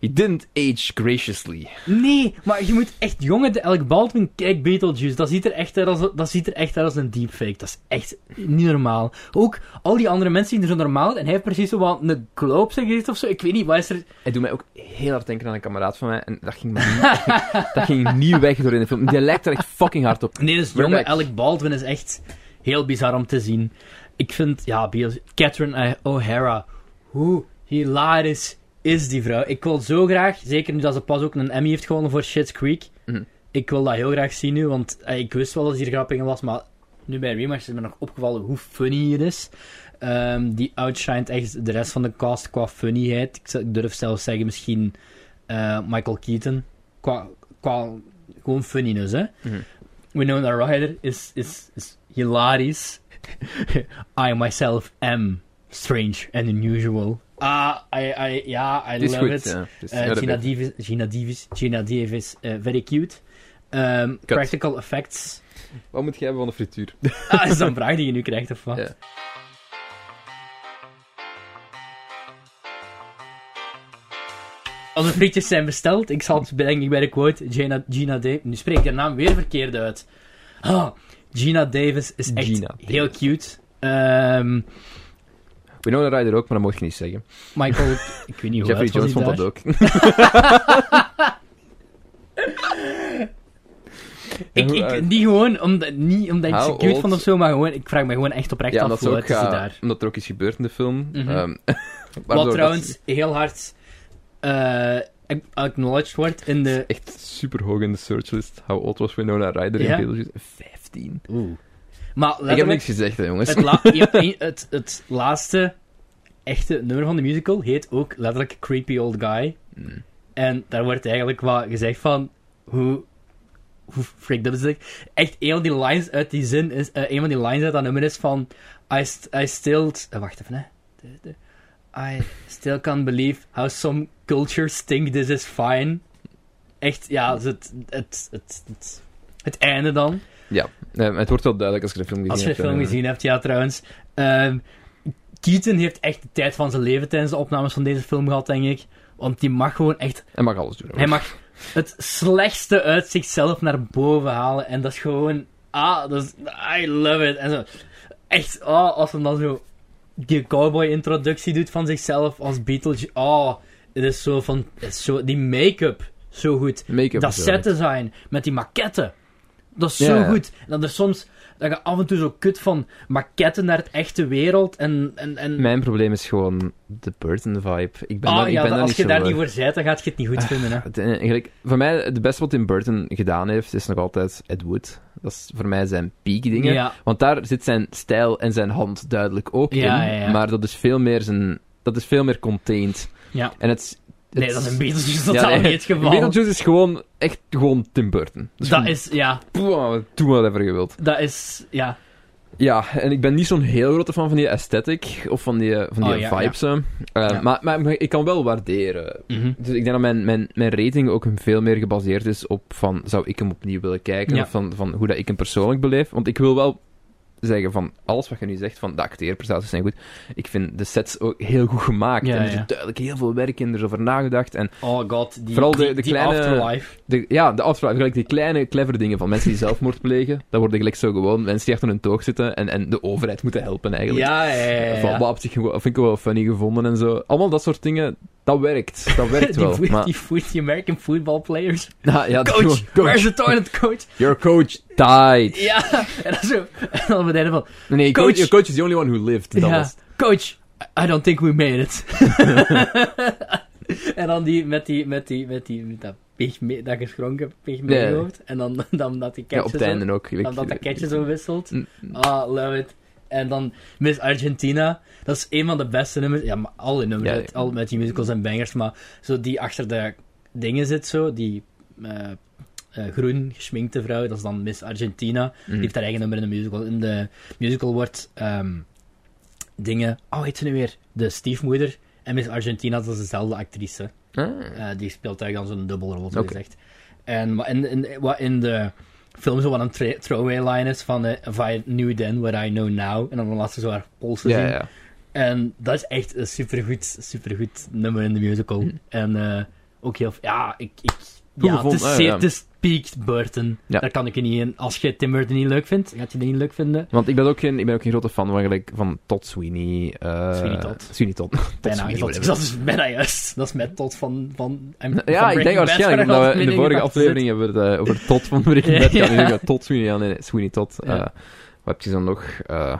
[SPEAKER 2] He didn't age graciously.
[SPEAKER 1] Nee, maar je moet echt... Jongen, de Alec Baldwin, kijk Beetlejuice. Dat ziet, er echt uit als, dat ziet er echt uit als een deepfake. Dat is echt niet normaal. Ook al die andere mensen zien er zo normaal uit. En hij heeft precies zo wat een glow op zijn gezicht of zo. Ik weet niet, wat is er...
[SPEAKER 2] Hij doet mij ook heel hard denken aan een kameraad van mij. En dat ging, maar niet,
[SPEAKER 1] *laughs*
[SPEAKER 2] dat ging niet weg door in de film. Die lijkt er echt fucking hard op.
[SPEAKER 1] Nee, dus
[SPEAKER 2] We're
[SPEAKER 1] jonge
[SPEAKER 2] back.
[SPEAKER 1] Alec Baldwin is echt heel bizar om te zien. Ik vind, ja, Beyoncé- Catherine eh, O'Hara, hoe hilarisch is die vrouw? Ik wil zo graag, zeker nu dat ze pas ook een Emmy heeft gewonnen voor Shit's Creek,
[SPEAKER 2] Mhm.
[SPEAKER 1] ik wil dat heel graag zien nu, want eh, ik wist wel dat ze hier grappig in was, maar nu bij Rematch is me nog opgevallen hoe funny het is. Ehm, die outshined echt de rest van de cast qua funnyheid. Ik z- Ik durf zelfs zeggen, misschien eh, Michael Keaton. Qua, qua gewoon funniness, hè.
[SPEAKER 2] Mhm.
[SPEAKER 1] Winona Ryder is, is, is hilarisch. *laughs* I myself am strange and unusual. Ah, I, I, ja, I
[SPEAKER 2] Het is
[SPEAKER 1] love
[SPEAKER 2] goed.
[SPEAKER 1] it.
[SPEAKER 2] ja. Het is-
[SPEAKER 1] Eh,
[SPEAKER 2] ja, dat
[SPEAKER 1] Gina
[SPEAKER 2] weet ik.
[SPEAKER 1] Davis, Gina Davis, Gina Davis eh, very cute. Ehm,
[SPEAKER 2] Cut.
[SPEAKER 1] practical
[SPEAKER 2] *laughs*
[SPEAKER 1] effects.
[SPEAKER 2] Wat moet jij hebben van de frituur?
[SPEAKER 1] Ah, is dat een vraag die je nu krijgt, of wat?
[SPEAKER 2] Ja.
[SPEAKER 1] Als de frietjes zijn besteld, ik zal het denk ik bij de quote Gina, Gina Davis... Nu spreek ik haar naam weer verkeerd uit. Ah, Gina Davis is echt
[SPEAKER 2] Gina
[SPEAKER 1] heel cute. Ehm,
[SPEAKER 2] Winona Ryder ook, maar dat mocht je niet zeggen.
[SPEAKER 1] Michael... ik weet niet hoe
[SPEAKER 2] Jeffrey
[SPEAKER 1] oud was
[SPEAKER 2] Jones vond
[SPEAKER 1] hij
[SPEAKER 2] dat
[SPEAKER 1] daar.
[SPEAKER 2] ook.
[SPEAKER 1] Ik,
[SPEAKER 2] hoe
[SPEAKER 1] ik,
[SPEAKER 2] oud?
[SPEAKER 1] niet gewoon omdat, niet omdat ik
[SPEAKER 2] How
[SPEAKER 1] ze cute
[SPEAKER 2] old?
[SPEAKER 1] vond of zo, maar gewoon, ik vraag me gewoon echt oprecht
[SPEAKER 2] Ja,
[SPEAKER 1] af
[SPEAKER 2] omdat, ze
[SPEAKER 1] hoe
[SPEAKER 2] ook,
[SPEAKER 1] oud is die
[SPEAKER 2] gaat-
[SPEAKER 1] daar.
[SPEAKER 2] omdat er ook iets gebeurt in de film.
[SPEAKER 1] Mhm.
[SPEAKER 2] Ehm, *laughs* waardoor
[SPEAKER 1] Wat
[SPEAKER 2] dat
[SPEAKER 1] trouwens heel hard eh, acknowledged wordt in de...
[SPEAKER 2] Echt super hoog in de searchlist. How old was Winona Ryder
[SPEAKER 1] Ja.
[SPEAKER 2] in Beetlejuice? 15.
[SPEAKER 1] Oeh. Maar
[SPEAKER 2] Ik heb
[SPEAKER 1] letterlijk,
[SPEAKER 2] niks gezegd, hè, jongens.
[SPEAKER 1] het, la- ja, een- het, het laatste echte nummer van de musical heet ook letterlijk Creepy Old Guy.
[SPEAKER 2] Mm.
[SPEAKER 1] En daar wordt eigenlijk wat gezegd van hoe... Hoe freaked up is het? Echt, een van die lines uit die zin is... eh, een van die lines uit dat nummer is van... I, st- I still... t- eh, wacht even, hè. De- de- I still can't believe how some cultures think this is fine. Echt, ja, dus het, het, het, het, het einde dan.
[SPEAKER 2] Ehm, het wordt wel duidelijk als je de film gezien
[SPEAKER 1] Als je de
[SPEAKER 2] hebt.
[SPEAKER 1] film
[SPEAKER 2] eh,
[SPEAKER 1] gezien hebt, ja trouwens. Ehm, Keaton heeft echt de tijd van zijn leven tijdens de opnames van deze film gehad, denk ik. Want die mag gewoon echt...
[SPEAKER 2] Hij mag alles doen. hoor.
[SPEAKER 1] Hij mag het slechtste uit zichzelf naar boven halen. En dat is gewoon... Ah, dat is... I love it. En zo. Echt, oh, als hij dan zo die cowboy-introductie doet van zichzelf als Beatles. Oh, het is zo van... het is zo, die make-up, zo goed.
[SPEAKER 2] Make-up
[SPEAKER 1] Dat
[SPEAKER 2] is wel
[SPEAKER 1] set
[SPEAKER 2] echt-
[SPEAKER 1] design met die maquetten. Dat is
[SPEAKER 2] Ja,
[SPEAKER 1] zo
[SPEAKER 2] ja.
[SPEAKER 1] goed. En dat is soms dat je af en toe zo kut van maquetten naar het echte wereld en. en, en
[SPEAKER 2] Mijn probleem is gewoon de Burton vibe. Ik ben
[SPEAKER 1] Ah,
[SPEAKER 2] daar, ik
[SPEAKER 1] ja,
[SPEAKER 2] ben
[SPEAKER 1] dat-
[SPEAKER 2] daar
[SPEAKER 1] als
[SPEAKER 2] niet
[SPEAKER 1] je
[SPEAKER 2] zo
[SPEAKER 1] daar
[SPEAKER 2] voor.
[SPEAKER 1] niet voor bent, dan gaat je het niet goed vinden. Hè.
[SPEAKER 2] Het- eh, gelijk, voor mij, het beste wat Tim Burton gedaan heeft, is nog altijd Ed Wood. Dat is voor mij zijn piekdingen.
[SPEAKER 1] Ja.
[SPEAKER 2] Want daar zit zijn stijl en zijn hand duidelijk ook
[SPEAKER 1] Ja,
[SPEAKER 2] in.
[SPEAKER 1] ja, ja.
[SPEAKER 2] Maar dat is veel meer, zijn, dat is veel meer contained.
[SPEAKER 1] Ja.
[SPEAKER 2] En het, is- het
[SPEAKER 1] Nee, dat is een Beatles dus
[SPEAKER 2] Ja,
[SPEAKER 1] totaal
[SPEAKER 2] nee.
[SPEAKER 1] niet het geval.
[SPEAKER 2] Beetlejuice is gewoon echt gewoon Tim Burton.
[SPEAKER 1] Dat is, ja,
[SPEAKER 2] Doe maar whatever je wilt.
[SPEAKER 1] dat is, ja.
[SPEAKER 2] Ja, en ik ben niet zo'n heel grote fan van die aesthetic of van die, van die
[SPEAKER 1] Oh, ja,
[SPEAKER 2] vibes. hè. Eh,
[SPEAKER 1] Ja.
[SPEAKER 2] Maar, maar ik kan wel waarderen.
[SPEAKER 1] Mhm.
[SPEAKER 2] Dus ik denk dat mijn, mijn, mijn rating ook veel meer gebaseerd is op van, zou ik hem opnieuw willen kijken?
[SPEAKER 1] Ja.
[SPEAKER 2] Of van, van hoe dat ik hem persoonlijk beleef. Want ik wil wel zeggen van, alles wat je nu zegt, van de acteerprestaties zijn goed. Ik vind de sets ook heel goed gemaakt.
[SPEAKER 1] Ja,
[SPEAKER 2] en er
[SPEAKER 1] ja.
[SPEAKER 2] zit duidelijk heel veel werk in, er is over nagedacht. En
[SPEAKER 1] Oh god, die,
[SPEAKER 2] Vooral de-
[SPEAKER 1] die-
[SPEAKER 2] de
[SPEAKER 1] die
[SPEAKER 2] kleine-
[SPEAKER 1] afterlife.
[SPEAKER 2] de, ja, de afspraak, gelijk die kleine, clever dingen
[SPEAKER 1] *laughs*
[SPEAKER 2] van mensen die zelfmoord plegen, dat worden gelijk zo gewoon mensen die achter hun toog zitten en, en de overheid moeten helpen eigenlijk.
[SPEAKER 1] Ja, ja, ja, ja,
[SPEAKER 2] Van,
[SPEAKER 1] ja.
[SPEAKER 2] wat op zich gewoon- vind ik wel funny gevonden en zo. Allemaal dat soort dingen, dat werkt.
[SPEAKER 1] *laughs*
[SPEAKER 2] Dat
[SPEAKER 1] *laughs*
[SPEAKER 2] werkt
[SPEAKER 1] die,
[SPEAKER 2] wel.
[SPEAKER 1] voet-
[SPEAKER 2] maar,
[SPEAKER 1] die, voet- die American football players.
[SPEAKER 2] *laughs* Ja, ja,
[SPEAKER 1] Coach,
[SPEAKER 2] gewoon,
[SPEAKER 1] where's the toilet, coach?
[SPEAKER 2] Your coach died.
[SPEAKER 1] Ja, *laughs* en dan zo. En dan op het einde van,
[SPEAKER 2] Nee,
[SPEAKER 1] Coach-
[SPEAKER 2] coach, your coach is the only one who lived. Dat
[SPEAKER 1] ja.
[SPEAKER 2] was-
[SPEAKER 1] Coach, I- I don't think we made it. *laughs* en dan die met die, met die, met die, met dat pigme, dat geschronken pigmee
[SPEAKER 2] Ja.
[SPEAKER 1] hoofd. En dan, *laughs* dan dat die
[SPEAKER 2] Ja,
[SPEAKER 1] catch
[SPEAKER 2] op het
[SPEAKER 1] zo,
[SPEAKER 2] einde ook.
[SPEAKER 1] dan dat dat catch zo wisselt.
[SPEAKER 2] Mm.
[SPEAKER 1] Ah, love it. En dan Miss Argentina. Dat is een van de beste nummers. Ja, maar alle nummers.
[SPEAKER 2] Ja,
[SPEAKER 1] uit- al met die musicals en bangers. Maar zo die achter de dingen zit zo. Die eh, eh, groen geschminkte vrouw. Dat is dan Miss Argentina.
[SPEAKER 2] Mm.
[SPEAKER 1] Die heeft haar eigen nummer in de musical. In de musical wordt ehm, dingen. Oh, heet ze nu weer? De stiefmoeder. En Miss Argentina, dat is dezelfde actrice.
[SPEAKER 2] Ah.
[SPEAKER 1] Eh, die speelt daar dan zo'n dubbelrol, zo
[SPEAKER 2] Oké.
[SPEAKER 1] gezegd. En wa- in, in, wat in de film zo wat een tra- throwaway line is van eh, If I knew then what I know now. En dan laat ze zo haar polsen
[SPEAKER 2] Ja,
[SPEAKER 1] zien.
[SPEAKER 2] ja.
[SPEAKER 1] En dat is echt een supergoed, supergoed nummer in de musical. En eh, ook heel... Ja, ik... ik
[SPEAKER 2] Goed
[SPEAKER 1] ja, het
[SPEAKER 2] gevonden,
[SPEAKER 1] is,
[SPEAKER 2] hè,
[SPEAKER 1] zeer,
[SPEAKER 2] ja.
[SPEAKER 1] het is peaked Burton.
[SPEAKER 2] Ja.
[SPEAKER 1] Daar kan ik je niet in. Als je Tim Burton niet leuk vindt, gaat je die niet leuk vinden.
[SPEAKER 2] Want ik ben ook geen, ik ben ook geen grote fan van, gelijk, van Todd Sweeney. eh
[SPEAKER 1] Sweeney Todd.
[SPEAKER 2] Sweeney Todd. Todd
[SPEAKER 1] Bijna,
[SPEAKER 2] Sweeney,
[SPEAKER 1] dat,
[SPEAKER 2] whatever.
[SPEAKER 1] is- *laughs* dat is bijna juist. Dat is met tot van... van, van
[SPEAKER 2] *laughs* Ja, ik denk
[SPEAKER 1] Breaking Bad,
[SPEAKER 2] waarschijnlijk,
[SPEAKER 1] waar
[SPEAKER 2] omdat
[SPEAKER 1] ik
[SPEAKER 2] we in de
[SPEAKER 1] midden
[SPEAKER 2] vorige
[SPEAKER 1] gedacht zit.
[SPEAKER 2] aflevering hebben we het eh, over Tot van Breaking
[SPEAKER 1] *laughs* Ja,
[SPEAKER 2] Bad gehad.
[SPEAKER 1] ja.
[SPEAKER 2] Nu gaat Tot Sweeney aan, nee, nee, Sweeney Tot. eh,
[SPEAKER 1] Ja.
[SPEAKER 2] Wat heb je dan nog? Eh,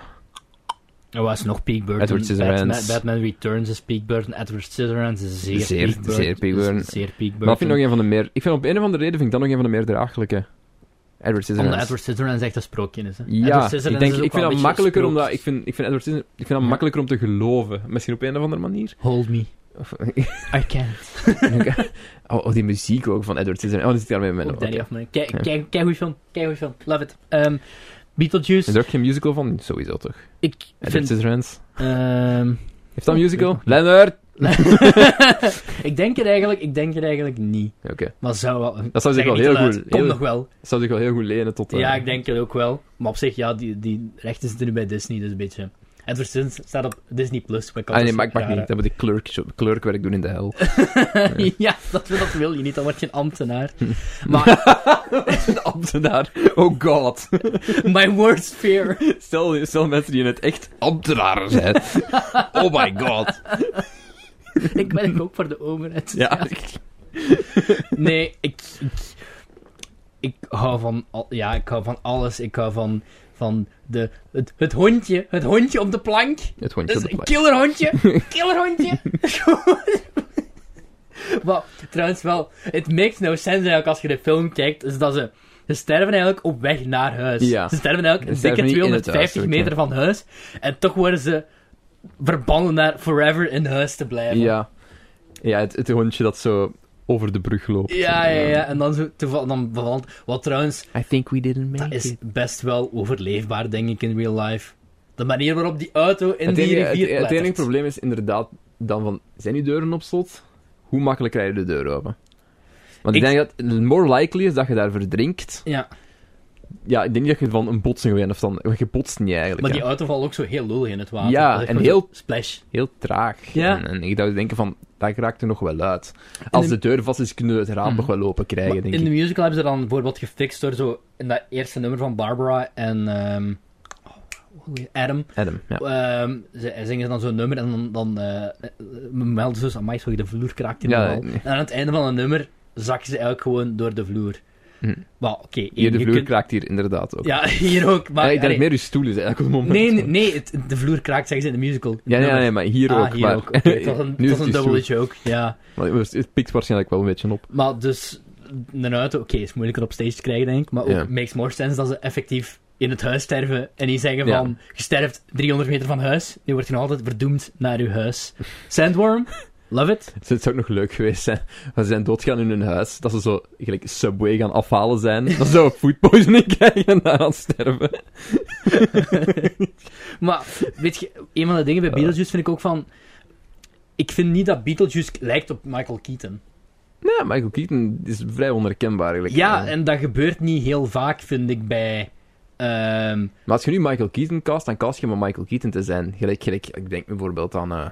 [SPEAKER 1] Er was Oh, nog Peak Burton.
[SPEAKER 2] Edward Scissorhands.
[SPEAKER 1] Batman, Batman Returns is Peak Burton. Edward Scissorhands is zeer,
[SPEAKER 2] Zeer-
[SPEAKER 1] Peak Burton.
[SPEAKER 2] zeer Peak Burton.
[SPEAKER 1] Is Zeer Peak Burton.
[SPEAKER 2] maar vind ik nog een van de meer... Ik vind op een of andere reden vind ik dat nog een van de meer draaglijke. Edward
[SPEAKER 1] Omdat
[SPEAKER 2] Scissorhands.
[SPEAKER 1] Edward Scissorhands echt een sprookje is. Hè?
[SPEAKER 2] Ja,
[SPEAKER 1] Edward
[SPEAKER 2] ik,
[SPEAKER 1] Scissorhands
[SPEAKER 2] denk,
[SPEAKER 1] is ook
[SPEAKER 2] ik
[SPEAKER 1] wel
[SPEAKER 2] vind dat
[SPEAKER 1] een
[SPEAKER 2] makkelijker
[SPEAKER 1] beetje
[SPEAKER 2] omdat ik vind, ik vind Edward Scissorhands- ik vind dat
[SPEAKER 1] Ja.
[SPEAKER 2] makkelijker om te geloven. Misschien op een of andere manier.
[SPEAKER 1] gesprookd. Hold me,
[SPEAKER 2] Of, *laughs*
[SPEAKER 1] I can't.
[SPEAKER 2] oh, oh, die muziek ook van Edward Scissorhands. Oh, die zit daarmee in mijn
[SPEAKER 1] Ook
[SPEAKER 2] ogen.
[SPEAKER 1] Danny
[SPEAKER 2] Oké.
[SPEAKER 1] Hoffman. Kijk,
[SPEAKER 2] Ja.
[SPEAKER 1] kijk, kijk hoe film. Kijk hoe film. Love it. Ehm, Beetlejuice.
[SPEAKER 2] Is er ook geen musical van? Sowieso toch.
[SPEAKER 1] Ik
[SPEAKER 2] Edward
[SPEAKER 1] vind...
[SPEAKER 2] Scissorhands.
[SPEAKER 1] ehm,
[SPEAKER 2] Heeft dat een musical?
[SPEAKER 1] Ja.
[SPEAKER 2] Leonard!
[SPEAKER 1] ik denk het eigenlijk, ik denk het eigenlijk niet.
[SPEAKER 2] Oké.
[SPEAKER 1] Maar zou wel...
[SPEAKER 2] Dat zou zich
[SPEAKER 1] Zeg
[SPEAKER 2] wel
[SPEAKER 1] niet
[SPEAKER 2] heel
[SPEAKER 1] te luid.
[SPEAKER 2] goed...
[SPEAKER 1] Komt
[SPEAKER 2] heel-
[SPEAKER 1] nog wel.
[SPEAKER 2] Dat zou zich wel heel goed lenen tot... eh,
[SPEAKER 1] Ja, ik denk het ook wel. Maar op zich, ja, die, die rechten zitten nu bij Disney, dus een beetje... Edward Scissorhands staat op Disney+. Plus.
[SPEAKER 2] Ah nee, maar ik mag niet. Dat moet ik clerk, clerkwerk doen in de hel.
[SPEAKER 1] *laughs* ja, dat, dat wil je niet, dan word je een ambtenaar. *laughs* Maar
[SPEAKER 2] *laughs* Een ambtenaar. Oh god.
[SPEAKER 1] my worst fear.
[SPEAKER 2] *laughs*
[SPEAKER 1] *laughs*
[SPEAKER 2] Stel, stel mensen die in het echt ambtenaren *laughs* zijn. Oh my god.
[SPEAKER 1] ik ben ook voor de overheid.
[SPEAKER 2] Ja.
[SPEAKER 1] Nee, ik, ik, ik hou van, al- ja, ik hou van alles. Ik hou van, van de, het, het hondje. Het hondje op de plank.
[SPEAKER 2] Het hondje
[SPEAKER 1] Dat is
[SPEAKER 2] op de
[SPEAKER 1] een
[SPEAKER 2] plank.
[SPEAKER 1] killerhondje.
[SPEAKER 2] *laughs*
[SPEAKER 1] Killerhondje. *laughs* maar trouwens wel, het makes no sense eigenlijk als je de film kijkt, is dat ze, ze sterven eigenlijk op weg naar huis.
[SPEAKER 2] Ja.
[SPEAKER 1] Ze sterven eigenlijk
[SPEAKER 2] Ze
[SPEAKER 1] een
[SPEAKER 2] sterven
[SPEAKER 1] dikke
[SPEAKER 2] niet in het
[SPEAKER 1] 250
[SPEAKER 2] huis,
[SPEAKER 1] meter van huis. En toch worden ze verbannen naar forever in huis te blijven.
[SPEAKER 2] Ja, ja het, het hondje dat zo over de brug loopt.
[SPEAKER 1] Ja, ja, ja. En dan, zo, toeval, dan bevalt... Wat trouwens,
[SPEAKER 2] I think we didn't make
[SPEAKER 1] dat is best wel overleefbaar, denk ik, in real life. De manier waarop die auto in
[SPEAKER 2] het,
[SPEAKER 1] die
[SPEAKER 2] enige,
[SPEAKER 1] rivier
[SPEAKER 2] het, het enige
[SPEAKER 1] klettert.
[SPEAKER 2] probleem is inderdaad dan van, zijn die deuren op slot? Hoe makkelijk krijg je de deur open? Want ik,
[SPEAKER 1] Ik-
[SPEAKER 2] denk dat het more likely is dat je daar verdrinkt.
[SPEAKER 1] Ja,
[SPEAKER 2] Ja, ik denk dat je van een botsing wint of dan... Je botst niet eigenlijk.
[SPEAKER 1] maar
[SPEAKER 2] hè.
[SPEAKER 1] die auto valt ook zo heel lullig in het water.
[SPEAKER 2] Ja,
[SPEAKER 1] Dat is
[SPEAKER 2] en
[SPEAKER 1] gewoon
[SPEAKER 2] heel-
[SPEAKER 1] zo Splash.
[SPEAKER 2] Heel traag.
[SPEAKER 1] Ja.
[SPEAKER 2] En, en ik dacht denken van, dat raakt er nog wel uit. Als
[SPEAKER 1] In
[SPEAKER 2] de
[SPEAKER 1] de-
[SPEAKER 2] deur vast is, kunnen we het raam
[SPEAKER 1] Mhm.
[SPEAKER 2] nog wel open krijgen,
[SPEAKER 1] Maar
[SPEAKER 2] denk
[SPEAKER 1] in
[SPEAKER 2] ik.
[SPEAKER 1] de musical hebben ze dan bijvoorbeeld gefixt door zo... In dat eerste nummer van Barbara en... ehm, oh, hoe heet- Adam.
[SPEAKER 2] Adam, ja.
[SPEAKER 1] ehm, ze zingen ze dan zo'n nummer en dan, dan eh, eh, melden ze zo... Amai, sorry, de vloer kraakt in
[SPEAKER 2] Ja,
[SPEAKER 1] de
[SPEAKER 2] nee.
[SPEAKER 1] En aan het einde van het nummer zakken ze eigenlijk gewoon door de vloer.
[SPEAKER 2] Hm.
[SPEAKER 1] Maar oké, één,
[SPEAKER 2] Hier, de
[SPEAKER 1] je
[SPEAKER 2] vloer
[SPEAKER 1] kunt-
[SPEAKER 2] kraakt hier inderdaad ook.
[SPEAKER 1] Ja, *laughs* hier ook. Maar,
[SPEAKER 2] Ja, ik denk
[SPEAKER 1] allee,
[SPEAKER 2] meer uw stoel is eigenlijk op het moment.
[SPEAKER 1] nee, nee, nee het- de vloer kraakt, zeggen ze in de musical.
[SPEAKER 2] Ja, nee, nee, nee, maar hier
[SPEAKER 1] ah,
[SPEAKER 2] ook.
[SPEAKER 1] hier
[SPEAKER 2] maar... *laughs*
[SPEAKER 1] ook. Oké, het was een,
[SPEAKER 2] nu
[SPEAKER 1] het was een
[SPEAKER 2] is het uw
[SPEAKER 1] dubbele
[SPEAKER 2] stoel.
[SPEAKER 1] joke, ja.
[SPEAKER 2] Maar het- het pikt waarschijnlijk wel een beetje op.
[SPEAKER 1] Maar dus, een auto, oké, is moeilijker op stage te krijgen, denk ik. Maar ook
[SPEAKER 2] Ja.
[SPEAKER 1] makes more sense dat ze effectief in het huis sterven en niet zeggen
[SPEAKER 2] Ja.
[SPEAKER 1] van, je sterft 300 meter van huis, nu wordt je nog altijd verdoemd naar je huis. Sandworm, *laughs* love it.
[SPEAKER 2] Dus het zou ook nog leuk geweest zijn. Ze zijn doodgaan in hun huis. Dat ze zo gelijk Subway gaan afhalen *laughs* zijn. Dat ze zo food poisoning *laughs* krijgen en daaraan sterven.
[SPEAKER 1] Maar weet je, een van de dingen bij
[SPEAKER 2] Ja.
[SPEAKER 1] Beetlejuice vind ik ook van. Ik vind niet dat Beetlejuice lijkt op Michael Keaton.
[SPEAKER 2] Nee, Michael Keaton is vrij onherkenbaar eigenlijk.
[SPEAKER 1] Ja,
[SPEAKER 2] Eh,
[SPEAKER 1] en dat gebeurt niet heel vaak, vind ik, bij. ehm,
[SPEAKER 2] Maar als je nu Michael Keaton cast, dan cast je om Michael Keaton te zijn. Gelijk, gelijk ik denk bijvoorbeeld aan eh,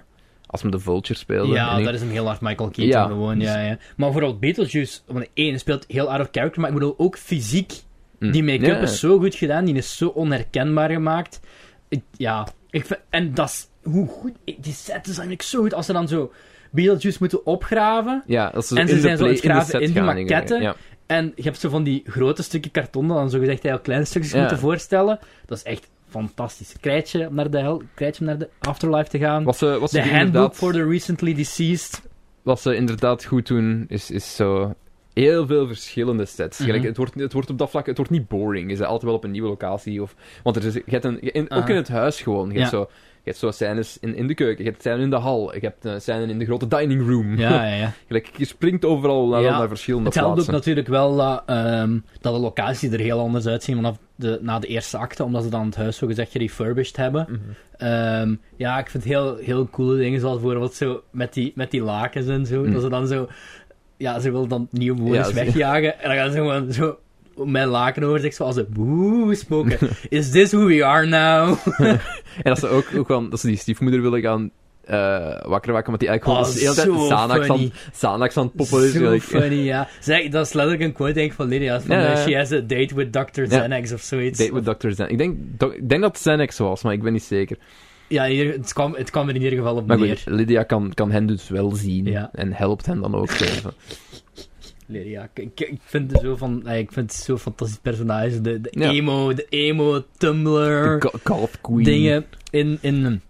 [SPEAKER 2] als we de Vulture speelden.
[SPEAKER 1] ja,
[SPEAKER 2] En ik-
[SPEAKER 1] dat is hem heel hard Michael Keaton
[SPEAKER 2] Ja,
[SPEAKER 1] gewoon. Ja, ja. Maar vooral Beetlejuice, want één speelt heel out of character, maar ik bedoel ook fysiek.
[SPEAKER 2] Mm.
[SPEAKER 1] Die make-up
[SPEAKER 2] Ja,
[SPEAKER 1] is zo goed gedaan, die is zo onherkenbaar gemaakt. Ik- ja, ik vind- en dat is hoe goed. Die set is eigenlijk zo goed als ze dan zo Beetlejuice moeten opgraven.
[SPEAKER 2] Ja, dat ze zo
[SPEAKER 1] En ze
[SPEAKER 2] in de
[SPEAKER 1] zijn zo aan
[SPEAKER 2] play-
[SPEAKER 1] het
[SPEAKER 2] in de
[SPEAKER 1] graven
[SPEAKER 2] set
[SPEAKER 1] in die
[SPEAKER 2] gaan, denk ik.
[SPEAKER 1] maquette.
[SPEAKER 2] Ja.
[SPEAKER 1] En je hebt zo van die grote stukken karton dat dan zogezegd heel kleine stukjes
[SPEAKER 2] Ja.
[SPEAKER 1] moeten voorstellen. Dat is echt fantastisch. Krijtje om naar de, hel, krijtje om naar de afterlife te gaan.
[SPEAKER 2] Wat ze, wat ze
[SPEAKER 1] De
[SPEAKER 2] doen
[SPEAKER 1] handbook
[SPEAKER 2] eh, inderdaad,
[SPEAKER 1] for the recently deceased.
[SPEAKER 2] wat ze inderdaad goed doen, is, is zo heel veel verschillende sets.
[SPEAKER 1] Mhm.
[SPEAKER 2] Gelijk, het, wordt, het wordt op dat vlak het wordt niet boring. Je bent altijd wel op een nieuwe locatie. Of, want er is, je hebt een, je- in- ook
[SPEAKER 1] Aha.
[SPEAKER 2] in het huis gewoon. Je hebt,
[SPEAKER 1] Ah. Ja.
[SPEAKER 2] zo, je hebt zo scènes in, in de keuken, je hebt scènes in de hal, je hebt eh, scènes in de grote dining room.
[SPEAKER 1] Ja, ja, ja.
[SPEAKER 2] *laughs* Gelijk, je springt overal naar,
[SPEAKER 1] Ja.
[SPEAKER 2] naar verschillende
[SPEAKER 1] Het helpt ook
[SPEAKER 2] plaatsen.
[SPEAKER 1] natuurlijk wel dat, ehm, dat de locaties er heel anders uitzien vanaf de, na de eerste acte, omdat ze dan het huis zogezegd gerefurbished hebben.
[SPEAKER 2] Mhm.
[SPEAKER 1] Ehm, ja, ik vind heel, heel coole dingen, zoals bijvoorbeeld zo met die, met die lakens en zo.
[SPEAKER 2] Mm.
[SPEAKER 1] Dat ze dan zo... Ja, ze willen dan nieuwbewoners
[SPEAKER 2] Ja, ze-
[SPEAKER 1] wegjagen. En dan gaan ze gewoon zo met laken over zich, zoals ze... Boe, spoken.
[SPEAKER 2] *laughs*
[SPEAKER 1] Is this who we are now?
[SPEAKER 2] En dat ze ook, ook gewoon, dat ze die stiefmoeder willen gaan eh, wakker maken, want die eigenlijk gewoon
[SPEAKER 1] Oh,
[SPEAKER 2] de hele tijd
[SPEAKER 1] zo
[SPEAKER 2] Xanax aan,
[SPEAKER 1] funny.
[SPEAKER 2] Xanax aan het poppen is.
[SPEAKER 1] Zo
[SPEAKER 2] gelijk.
[SPEAKER 1] funny, ja. Zeg, dat is letterlijk een quote, denk ik, van Lydia. Van,
[SPEAKER 2] Ja, ja,
[SPEAKER 1] eh,
[SPEAKER 2] ja.
[SPEAKER 1] She has a date with Dr. Xanax of zoiets.
[SPEAKER 2] Date with Dr. Zen. Ik denk, do- ik denk dat het Xanax was, maar ik ben niet zeker.
[SPEAKER 1] Ja, in ieder- het, kwam, het kwam er in ieder geval op
[SPEAKER 2] Maar
[SPEAKER 1] neer.
[SPEAKER 2] goed, Lydia kan, kan hen dus wel zien
[SPEAKER 1] Ja.
[SPEAKER 2] en helpt hen dan ook. eh, even.
[SPEAKER 1] Lydia, ik- ik, ik vind het zo van... eh, Ik vind het zo'n fantastisch personage. De, de
[SPEAKER 2] Ja.
[SPEAKER 1] emo, de emo, Tumblr...
[SPEAKER 2] *laughs* De Ka- Kalf Queen.
[SPEAKER 1] dingen. In, in een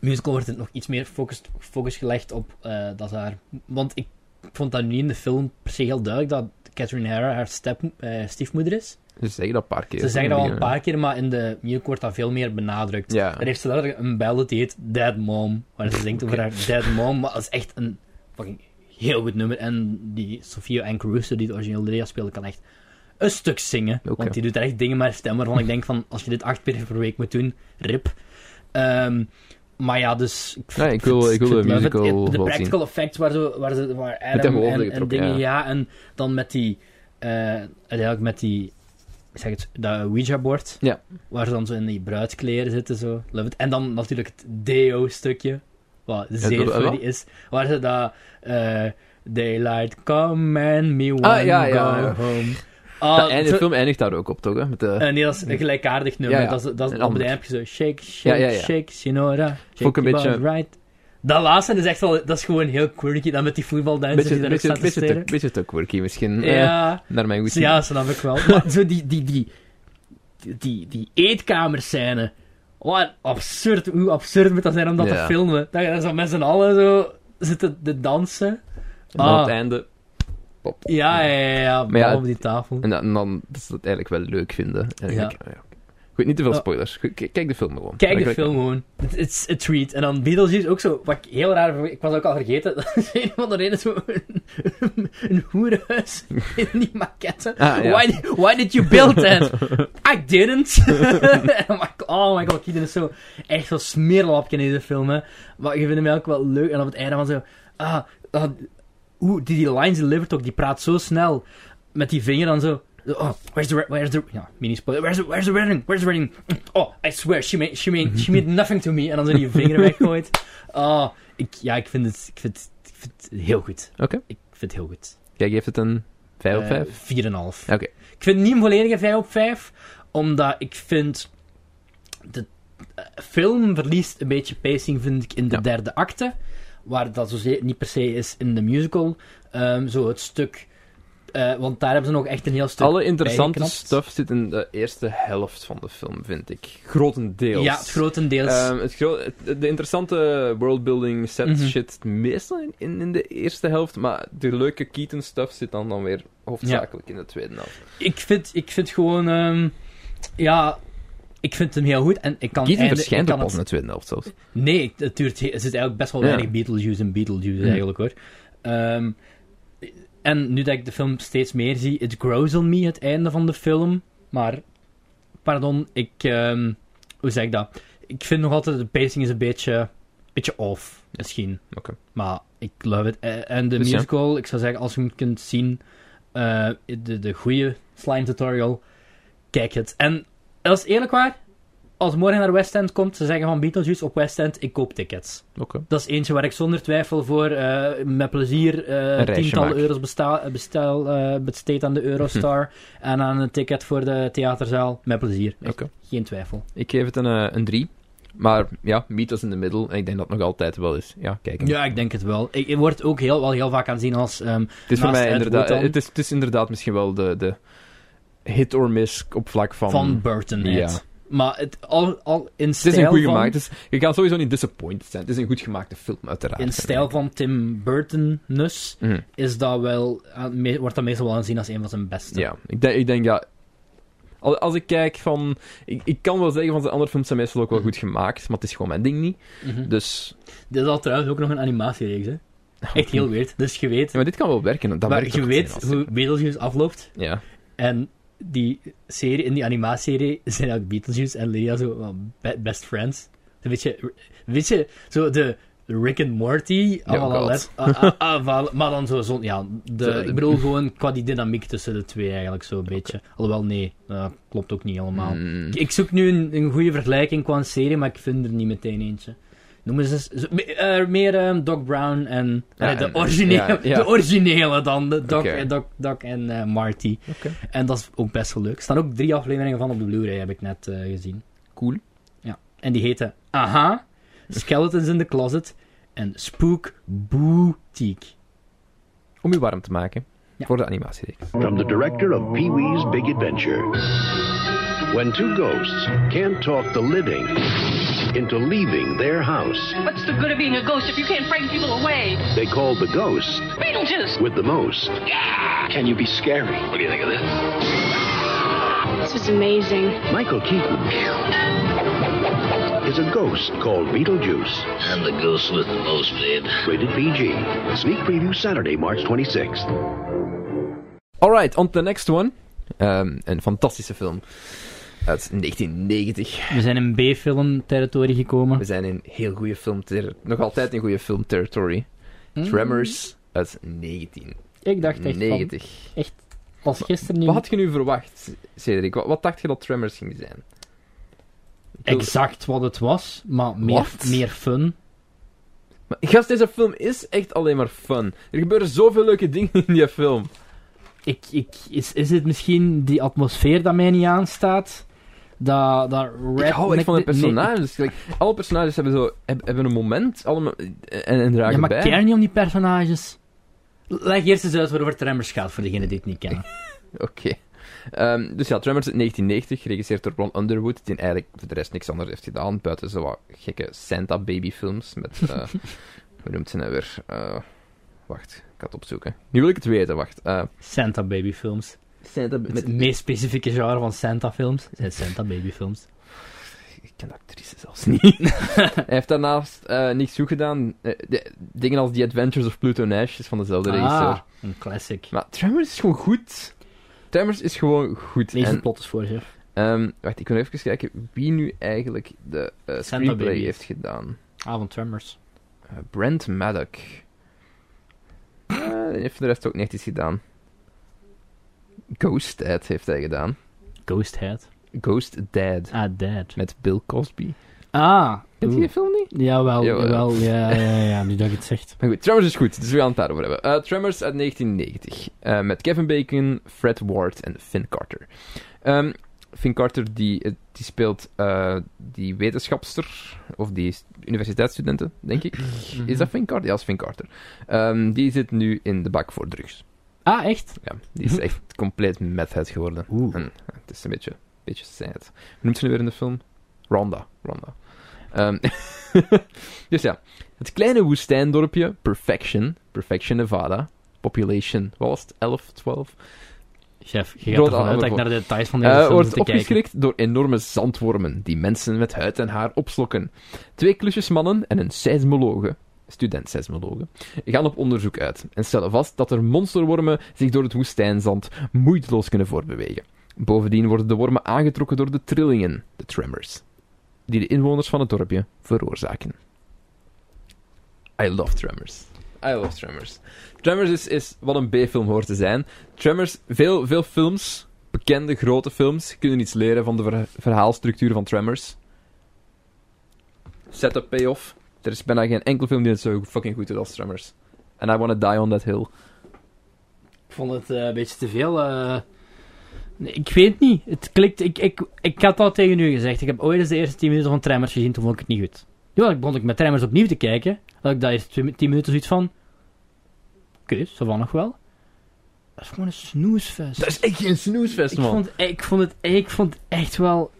[SPEAKER 1] musical wordt het nog iets meer focus, focus gelegd op eh, dat ze haar. Want ik vond dat nu in de film per se heel duidelijk dat Catherine Hara haar step, eh, stiefmoeder is.
[SPEAKER 2] Ze zeggen dat een paar keer. eh,
[SPEAKER 1] Ze zeggen dat al een
[SPEAKER 2] Ja.
[SPEAKER 1] paar keer, maar in de musical wordt dat veel meer benadrukt.
[SPEAKER 2] Ja.
[SPEAKER 1] Dan heeft ze letterlijk een bel dat heet Dead Mom, waar ze zingt over haar Dead Mom, maar dat is echt een fucking heel goed nummer. En die Sofia en Caruso, die de origineel Lydia speelde, kan echt een stuk zingen.
[SPEAKER 2] Oké.
[SPEAKER 1] Want die doet daar echt dingen met haar stem waarvan ik denk van, als je dit acht keer per week moet doen, rip. Ehm, maar ja, dus... Ik,
[SPEAKER 2] Ja, ik wil- ik wil de
[SPEAKER 1] vind- vind-
[SPEAKER 2] musical
[SPEAKER 1] De
[SPEAKER 2] wel
[SPEAKER 1] practical effects waar, zo, waar, ze, waar
[SPEAKER 2] hem
[SPEAKER 1] Adam en, en
[SPEAKER 2] overgetrokken,
[SPEAKER 1] dingen...
[SPEAKER 2] ja.
[SPEAKER 1] Ja. en dan met die... eh, uiteindelijk met die... Ik zeg het, dat Ouija-bord.
[SPEAKER 2] Ja.
[SPEAKER 1] Waar ze dan zo in die bruidskleren zitten, zo. Love it. En dan natuurlijk het Deo-stukje. Wat zeer
[SPEAKER 2] dat-
[SPEAKER 1] funny
[SPEAKER 2] wat?
[SPEAKER 1] is. Waar ze dat... eh, Daylight, come and me one
[SPEAKER 2] Ah, ja, ja,
[SPEAKER 1] go
[SPEAKER 2] ja.
[SPEAKER 1] home.
[SPEAKER 2] Dat
[SPEAKER 1] Ah,
[SPEAKER 2] eindigt-
[SPEAKER 1] zo-
[SPEAKER 2] de film eindigt daar ook op, toch? Hè? Met de
[SPEAKER 1] eh, nee, dat is een gelijkaardig nummer.
[SPEAKER 2] Ja, ja.
[SPEAKER 1] Dat is, dat is
[SPEAKER 2] Een
[SPEAKER 1] op
[SPEAKER 2] ander.
[SPEAKER 1] het eindje zo. Shake, shake,
[SPEAKER 2] Ja, ja, ja.
[SPEAKER 1] shake, Sinora. Shake
[SPEAKER 2] Vond ik een
[SPEAKER 1] your
[SPEAKER 2] beetje-
[SPEAKER 1] butt right. Dat laatste is echt wel... Dat is gewoon heel quirky, dan met die voetbaldansen
[SPEAKER 2] Beetje,
[SPEAKER 1] die daar ook
[SPEAKER 2] beetje,
[SPEAKER 1] staan te
[SPEAKER 2] beetje, te,
[SPEAKER 1] stelen.
[SPEAKER 2] beetje te quirky misschien. eh,
[SPEAKER 1] Ja,
[SPEAKER 2] naar mijn goesting.
[SPEAKER 1] ja, snap ik wel.
[SPEAKER 5] Maar zo die, die, die, die, die eetkamerscène. Wat absurd, hoe absurd moet dat zijn om dat
[SPEAKER 2] Ja.
[SPEAKER 5] te filmen. Dat, dat is dan met z'n allen zo zitten te dansen.
[SPEAKER 2] En dan
[SPEAKER 5] Ah.
[SPEAKER 2] op het einde... Pop.
[SPEAKER 5] Ja, ja, ja, ja,
[SPEAKER 2] Maar ja,
[SPEAKER 5] bal
[SPEAKER 2] het-
[SPEAKER 5] op die tafel.
[SPEAKER 2] En, dan- en dan dat ze dat eigenlijk wel leuk vinden. En dan
[SPEAKER 5] Ja.
[SPEAKER 2] denk ik, oh ja. Goed, niet te veel
[SPEAKER 5] Ja.
[SPEAKER 2] spoilers. Goed, k- kijk de film gewoon.
[SPEAKER 5] Kijk
[SPEAKER 2] Dan
[SPEAKER 5] de
[SPEAKER 2] kan ik-
[SPEAKER 5] film gewoon.
[SPEAKER 1] Het het is een treat. En dan Beetlejuice ook zo, wat ik heel raar verwe- Ik was ook al
[SPEAKER 5] *laughs*
[SPEAKER 1] vergeten, dat is een van de redenen zo een, een hoerenhuis in die maquette.
[SPEAKER 2] Ah, ja.
[SPEAKER 1] Why, di- why did you build that? I
[SPEAKER 2] *laughs*
[SPEAKER 1] didn't. *laughs* oh, my, god- oh my god, Keaton is zo echt zo'n smeerlapje in deze film. Hè. Maar je vindt hem ook wel leuk. En op het einde van zo... Ah, ah, hoe die, die lines delivered ook. Die praat zo snel. Met die vinger dan zo... Oh, where's the... re- Where's the ja, mini-spoiler. Where's the, where's the wedding? Where's the wedding? Oh, I swear, she made, she made, she made nothing to me. En dan zo die
[SPEAKER 2] *laughs*
[SPEAKER 1] vinger weggooit. Oh, ik, ja, ik vind, het, ik, vind het, ik vind het heel goed.
[SPEAKER 2] Oké.
[SPEAKER 1] Ik vind het heel goed.
[SPEAKER 2] Kijk, heeft het een 5 op
[SPEAKER 1] Eh,
[SPEAKER 2] 5?
[SPEAKER 1] 4,5.
[SPEAKER 2] Oké.
[SPEAKER 1] Ik vind het niet een volledige 5 op 5, omdat ik vind. De eh, film verliest een beetje pacing, vind ik, in de
[SPEAKER 2] Ja.
[SPEAKER 1] derde acte. Waar dat zozeer niet per se is in de musical. Ehm, zo het stuk. eh, want daar hebben ze nog echt een heel stuk.
[SPEAKER 2] Alle interessante
[SPEAKER 1] bijgeknapt.
[SPEAKER 2] stuff zit in de eerste helft van de film, vind ik. Grotendeels.
[SPEAKER 1] Ja, het grotendeels.
[SPEAKER 2] Ehm, het gro- het- de interessante worldbuilding set
[SPEAKER 1] Mhm.
[SPEAKER 2] shit meestal in, in, in de eerste helft, maar de leuke Keaton stuff zit dan, dan weer hoofdzakelijk in de tweede helft.
[SPEAKER 1] ik, vind, ik vind gewoon. ehm, ja. Ik vind hem heel goed en ik kan.
[SPEAKER 2] Keaton
[SPEAKER 1] einde-
[SPEAKER 2] verschijnt
[SPEAKER 1] ik
[SPEAKER 2] ook
[SPEAKER 1] kan
[SPEAKER 2] pas in de tweede helft zelfs.
[SPEAKER 1] Nee, ik- het, duurt, he- er zit eigenlijk best wel
[SPEAKER 2] Ja.
[SPEAKER 1] weinig Beetlejuice in Beetlejuice
[SPEAKER 2] Ja.
[SPEAKER 1] eigenlijk hoor. Ehm, en nu dat ik de film steeds meer zie, it grows on me, het einde van de film. Maar, pardon, ik, ehm, hoe zeg ik dat? Ik vind nog altijd, de pacing is een beetje, beetje off, misschien.
[SPEAKER 2] Oké.
[SPEAKER 1] Maar ik love it. Eh, En de
[SPEAKER 2] Dus ja.
[SPEAKER 1] musical, ik zou zeggen, als je hem kunt zien, eh, de, de goede slime tutorial, kijk het. En dat is eerlijk waar, als morgen naar West End komt, ze zeggen van Beetlejuice op West End, ik koop tickets.
[SPEAKER 2] Oké.
[SPEAKER 1] Dat is eentje waar ik zonder twijfel voor eh, met plezier eh
[SPEAKER 2] Een reisje
[SPEAKER 1] tientallen
[SPEAKER 2] maak.
[SPEAKER 1] euro's besta- bestel, eh, besteed aan de
[SPEAKER 2] *laughs*
[SPEAKER 1] Eurostar en aan een ticket voor de theaterzaal. Met plezier, Echt,
[SPEAKER 2] Oké.
[SPEAKER 1] geen twijfel.
[SPEAKER 2] Ik geef het een, eh, een 3. Maar ja, Beatles in de middel. En ik denk dat het nog altijd wel is. Ja, kijk. hem.
[SPEAKER 1] Ja, ik denk het wel. Ik, ik word ook heel, wel heel vaak aanzien als... ehm,
[SPEAKER 2] het, is voor
[SPEAKER 1] naast
[SPEAKER 2] mij
[SPEAKER 1] Ed
[SPEAKER 2] inderdaad,
[SPEAKER 1] Wood dan.
[SPEAKER 2] het, is, het is inderdaad misschien wel de, de hit or miss op vlak van...
[SPEAKER 1] van Burton
[SPEAKER 2] ja.
[SPEAKER 1] uit. Maar het, al, al in
[SPEAKER 2] het
[SPEAKER 1] stijl
[SPEAKER 2] is een goed
[SPEAKER 1] van...
[SPEAKER 2] gemaakt. het is- je kan sowieso niet disappointed zijn. Het is een goed gemaakte film, uiteraard.
[SPEAKER 1] In stijl van Tim Burton-nus
[SPEAKER 2] Mhm.
[SPEAKER 1] is dat wel, aan- me- wordt dat meestal wel aanzien als een van zijn beste.
[SPEAKER 2] Ja, ik denk, ik denk ja. Als, als ik kijk van. Ik, ik kan wel zeggen van zijn andere films zijn meestal ook wel goed gemaakt, maar het is gewoon mijn ding niet.
[SPEAKER 1] Mhm.
[SPEAKER 2] Dus.
[SPEAKER 1] Dit is al trouwens ook nog een animatiereeks,
[SPEAKER 2] *laughs*
[SPEAKER 1] hè. Echt heel weird. Dus je weet,
[SPEAKER 2] Ja, maar dit kan wel werken. Dat
[SPEAKER 1] maar
[SPEAKER 2] werkt
[SPEAKER 1] je
[SPEAKER 2] ook
[SPEAKER 1] weet
[SPEAKER 2] meteen als-
[SPEAKER 1] hoe Beetlejuice afloopt.
[SPEAKER 2] Ja.
[SPEAKER 1] En die serie, in die animatieserie zijn ook Beetlejuice en Lydia zo wel be- best friends. Een beetje, weet je, zo de Rick and Morty. à la
[SPEAKER 2] God.
[SPEAKER 1] Let- ah, ah, ah, *laughs* van- maar dan zo, zo ja, de,
[SPEAKER 2] Zo, de-
[SPEAKER 1] ik bedoel gewoon qua die dynamiek tussen de twee eigenlijk zo'n beetje. Alhoewel, nee, dat klopt ook niet helemaal.
[SPEAKER 2] Mm.
[SPEAKER 1] Ik, ik zoek nu een, een goede vergelijking qua een serie, maar ik vind er niet meteen eentje. Noem eens eens- zo- me- eh, meer ehm, Doc Brown en,
[SPEAKER 2] Ja,
[SPEAKER 1] eh, de,
[SPEAKER 2] en-
[SPEAKER 1] originele,
[SPEAKER 2] ja, ja.
[SPEAKER 1] de originele dan, de Doc,
[SPEAKER 2] Oké.
[SPEAKER 1] eh, Doc, Doc en eh, Marty.
[SPEAKER 2] Oké.
[SPEAKER 1] En dat is ook best wel leuk. Er staan ook drie afleveringen van op de Blu-ray, heb ik net eh, gezien.
[SPEAKER 2] Cool.
[SPEAKER 1] En die heten Aha, Skeletons in the Closet en Spook Boutique.
[SPEAKER 2] Om je warm te maken
[SPEAKER 1] Ja.
[SPEAKER 2] voor de animatiereeks.
[SPEAKER 6] From the director of Pee Wee's Big Adventure. When two ghosts can't talk the living into leaving their house,
[SPEAKER 7] What's the good of being a ghost if you can't frighten people away?
[SPEAKER 6] they call the ghost
[SPEAKER 7] Beetlejuice!
[SPEAKER 6] with the most. Can you be scary? What do you think of this?
[SPEAKER 7] This is amazing.
[SPEAKER 6] Michael Keaton is a ghost called Beetlejuice.
[SPEAKER 3] I'm the ghost with the most, babe.
[SPEAKER 6] Rated PG. Sneak preview Saturday, March 26th.
[SPEAKER 2] Alright, on to the next one. Ehm, een fantastische film. Uit 1990.
[SPEAKER 1] We zijn in B-film-territorie gekomen.
[SPEAKER 2] We zijn in heel goede film. Nog altijd in goede film territory.
[SPEAKER 1] Hmm.
[SPEAKER 2] Tremors uit 1990.
[SPEAKER 1] Ik dacht echt van, als gisteren nu...
[SPEAKER 2] Wat had je nu verwacht, Cedric? Wat, wat dacht je dat Tremors ging zijn?
[SPEAKER 1] exact wat het was, maar meer,
[SPEAKER 2] Wat?
[SPEAKER 1] meer fun.
[SPEAKER 2] Maar gast, deze film is echt alleen maar fun. Er gebeuren zoveel leuke dingen in die film.
[SPEAKER 1] Ik, ik, is, is het misschien die atmosfeer dat mij niet aanstaat? Dat, dat
[SPEAKER 2] ik hou echt van de
[SPEAKER 1] redneck- nee,
[SPEAKER 2] personages. Like, alle personages hebben, zo, heb- hebben een moment allemaal, en, en dragen
[SPEAKER 1] Ja, maar
[SPEAKER 2] bij.
[SPEAKER 1] keer niet om die personages. Leg eerst eens uit waarover Tremors gaat, voor degenen die het niet
[SPEAKER 2] *laughs*
[SPEAKER 1] kennen.
[SPEAKER 2] Oké. Ehm, dus ja, Tremors uit 1990, geregisseerd door Ron Underwood, die eigenlijk voor de rest niks anders heeft gedaan, buiten zo wat gekke Santa Baby films met... eh,
[SPEAKER 1] *laughs*
[SPEAKER 2] hoe noemt ze nou weer? Eh, wacht, ik ga het opzoeken. Nu wil ik het weten, wacht. Eh,
[SPEAKER 1] Santa Baby films.
[SPEAKER 2] Santa
[SPEAKER 1] Het meest specifieke genre van Santa films zijn Santa Baby films.
[SPEAKER 2] Ik ken de actrice zelfs *laughs* niet. Hij heeft daarnaast eh, niks goed gedaan. Eh, de- dingen als The Adventures of Pluto Nash is van dezelfde regisseur.
[SPEAKER 1] Ah, een classic.
[SPEAKER 2] Maar Tremors is gewoon goed. Tremors is gewoon goed.
[SPEAKER 1] Lees de
[SPEAKER 2] En,
[SPEAKER 1] plot eens voor, chef.
[SPEAKER 2] ehm, wacht, ik wil even kijken wie nu eigenlijk de eh, screenplay
[SPEAKER 1] Baby.
[SPEAKER 2] heeft gedaan.
[SPEAKER 1] Ah, van Tremors.
[SPEAKER 2] Eh, Brent Maddock. Eh, die heeft voor de rest ook net iets gedaan. Ghost Dad heeft hij gedaan.
[SPEAKER 1] Ghost Head.
[SPEAKER 2] Ghost Dad.
[SPEAKER 1] Ah, Dead.
[SPEAKER 2] Met Bill Cosby.
[SPEAKER 1] Ah.
[SPEAKER 2] Kent je
[SPEAKER 1] oeh.
[SPEAKER 2] die film niet?
[SPEAKER 1] Jawel,
[SPEAKER 2] Jawel.
[SPEAKER 1] jawel. Ja, ja, ja, ja, nu dat je het zegt.
[SPEAKER 2] Maar goed, Tremors is goed, dus we gaan het daarover hebben. Eh, Tremors uit 1990. eh, met Kevin Bacon, Fred Ward en Finn Carter. Ehm, Finn Carter die, eh, die speelt eh, die wetenschapster, of die s- universiteitsstudenten, denk ik. Is dat Finn Carter? Ja, dat is Finn Carter. Ehm, die zit nu in de bak voor drugs.
[SPEAKER 1] Ah, echt?
[SPEAKER 2] Ja, die is echt compleet methhead geworden.
[SPEAKER 1] Oeh.
[SPEAKER 2] En, eh, het is een beetje, beetje sad. Hoe noemt ze nu weer in de film? Rhonda. Rhonda. Ehm, *laughs* dus ja. Het kleine woestijndorpje Perfection. Perfection, Nevada. Population, wat was het? 11, 12?
[SPEAKER 1] Chef, je gaat
[SPEAKER 2] Rood
[SPEAKER 1] ervan uit dat ik
[SPEAKER 2] aan-
[SPEAKER 1] naar de details van
[SPEAKER 2] Eh,
[SPEAKER 1] deze film moet
[SPEAKER 2] wordt
[SPEAKER 1] te kijken.
[SPEAKER 2] opgeschrikt door enorme zandwormen die mensen met huid en haar opslokken. Twee klusjesmannen en een seismologe, student seismologe, gaan op onderzoek uit en stellen vast dat er monsterwormen zich door het woestijnzand moeiteloos kunnen voortbewegen. Bovendien worden de wormen aangetrokken door de trillingen, de tremors, die de inwoners van het dorpje veroorzaken. I love tremors. I love tremors. Tremors is, is wat een B-film hoort te zijn. Tremors, veel, veel films bekende grote films kunnen iets leren van de ver- verhaalstructuur van Tremors. Setup, payoff. Er is bijna geen enkele film die het zo fucking goed doet als Tremors. And I Wanna Die on That Hill.
[SPEAKER 1] Ik vond het eh, een beetje te veel. eh. Nee, ik weet niet. Het klikt. Ik, ik, ik had al tegen u gezegd. Ik heb ooit eens de eerste 10 minuten van Tremors gezien. Toen vond ik het niet goed. Nu had ik begon ik met Tremors opnieuw te kijken. Had ik daar eerst 10 minuten zoiets van. Oké, zo van nog wel. Dat is gewoon een snoesfest.
[SPEAKER 2] Dat is echt geen snoesfest,
[SPEAKER 1] Ik
[SPEAKER 2] man.
[SPEAKER 1] vond, ik, vond het, ik vond het echt wel.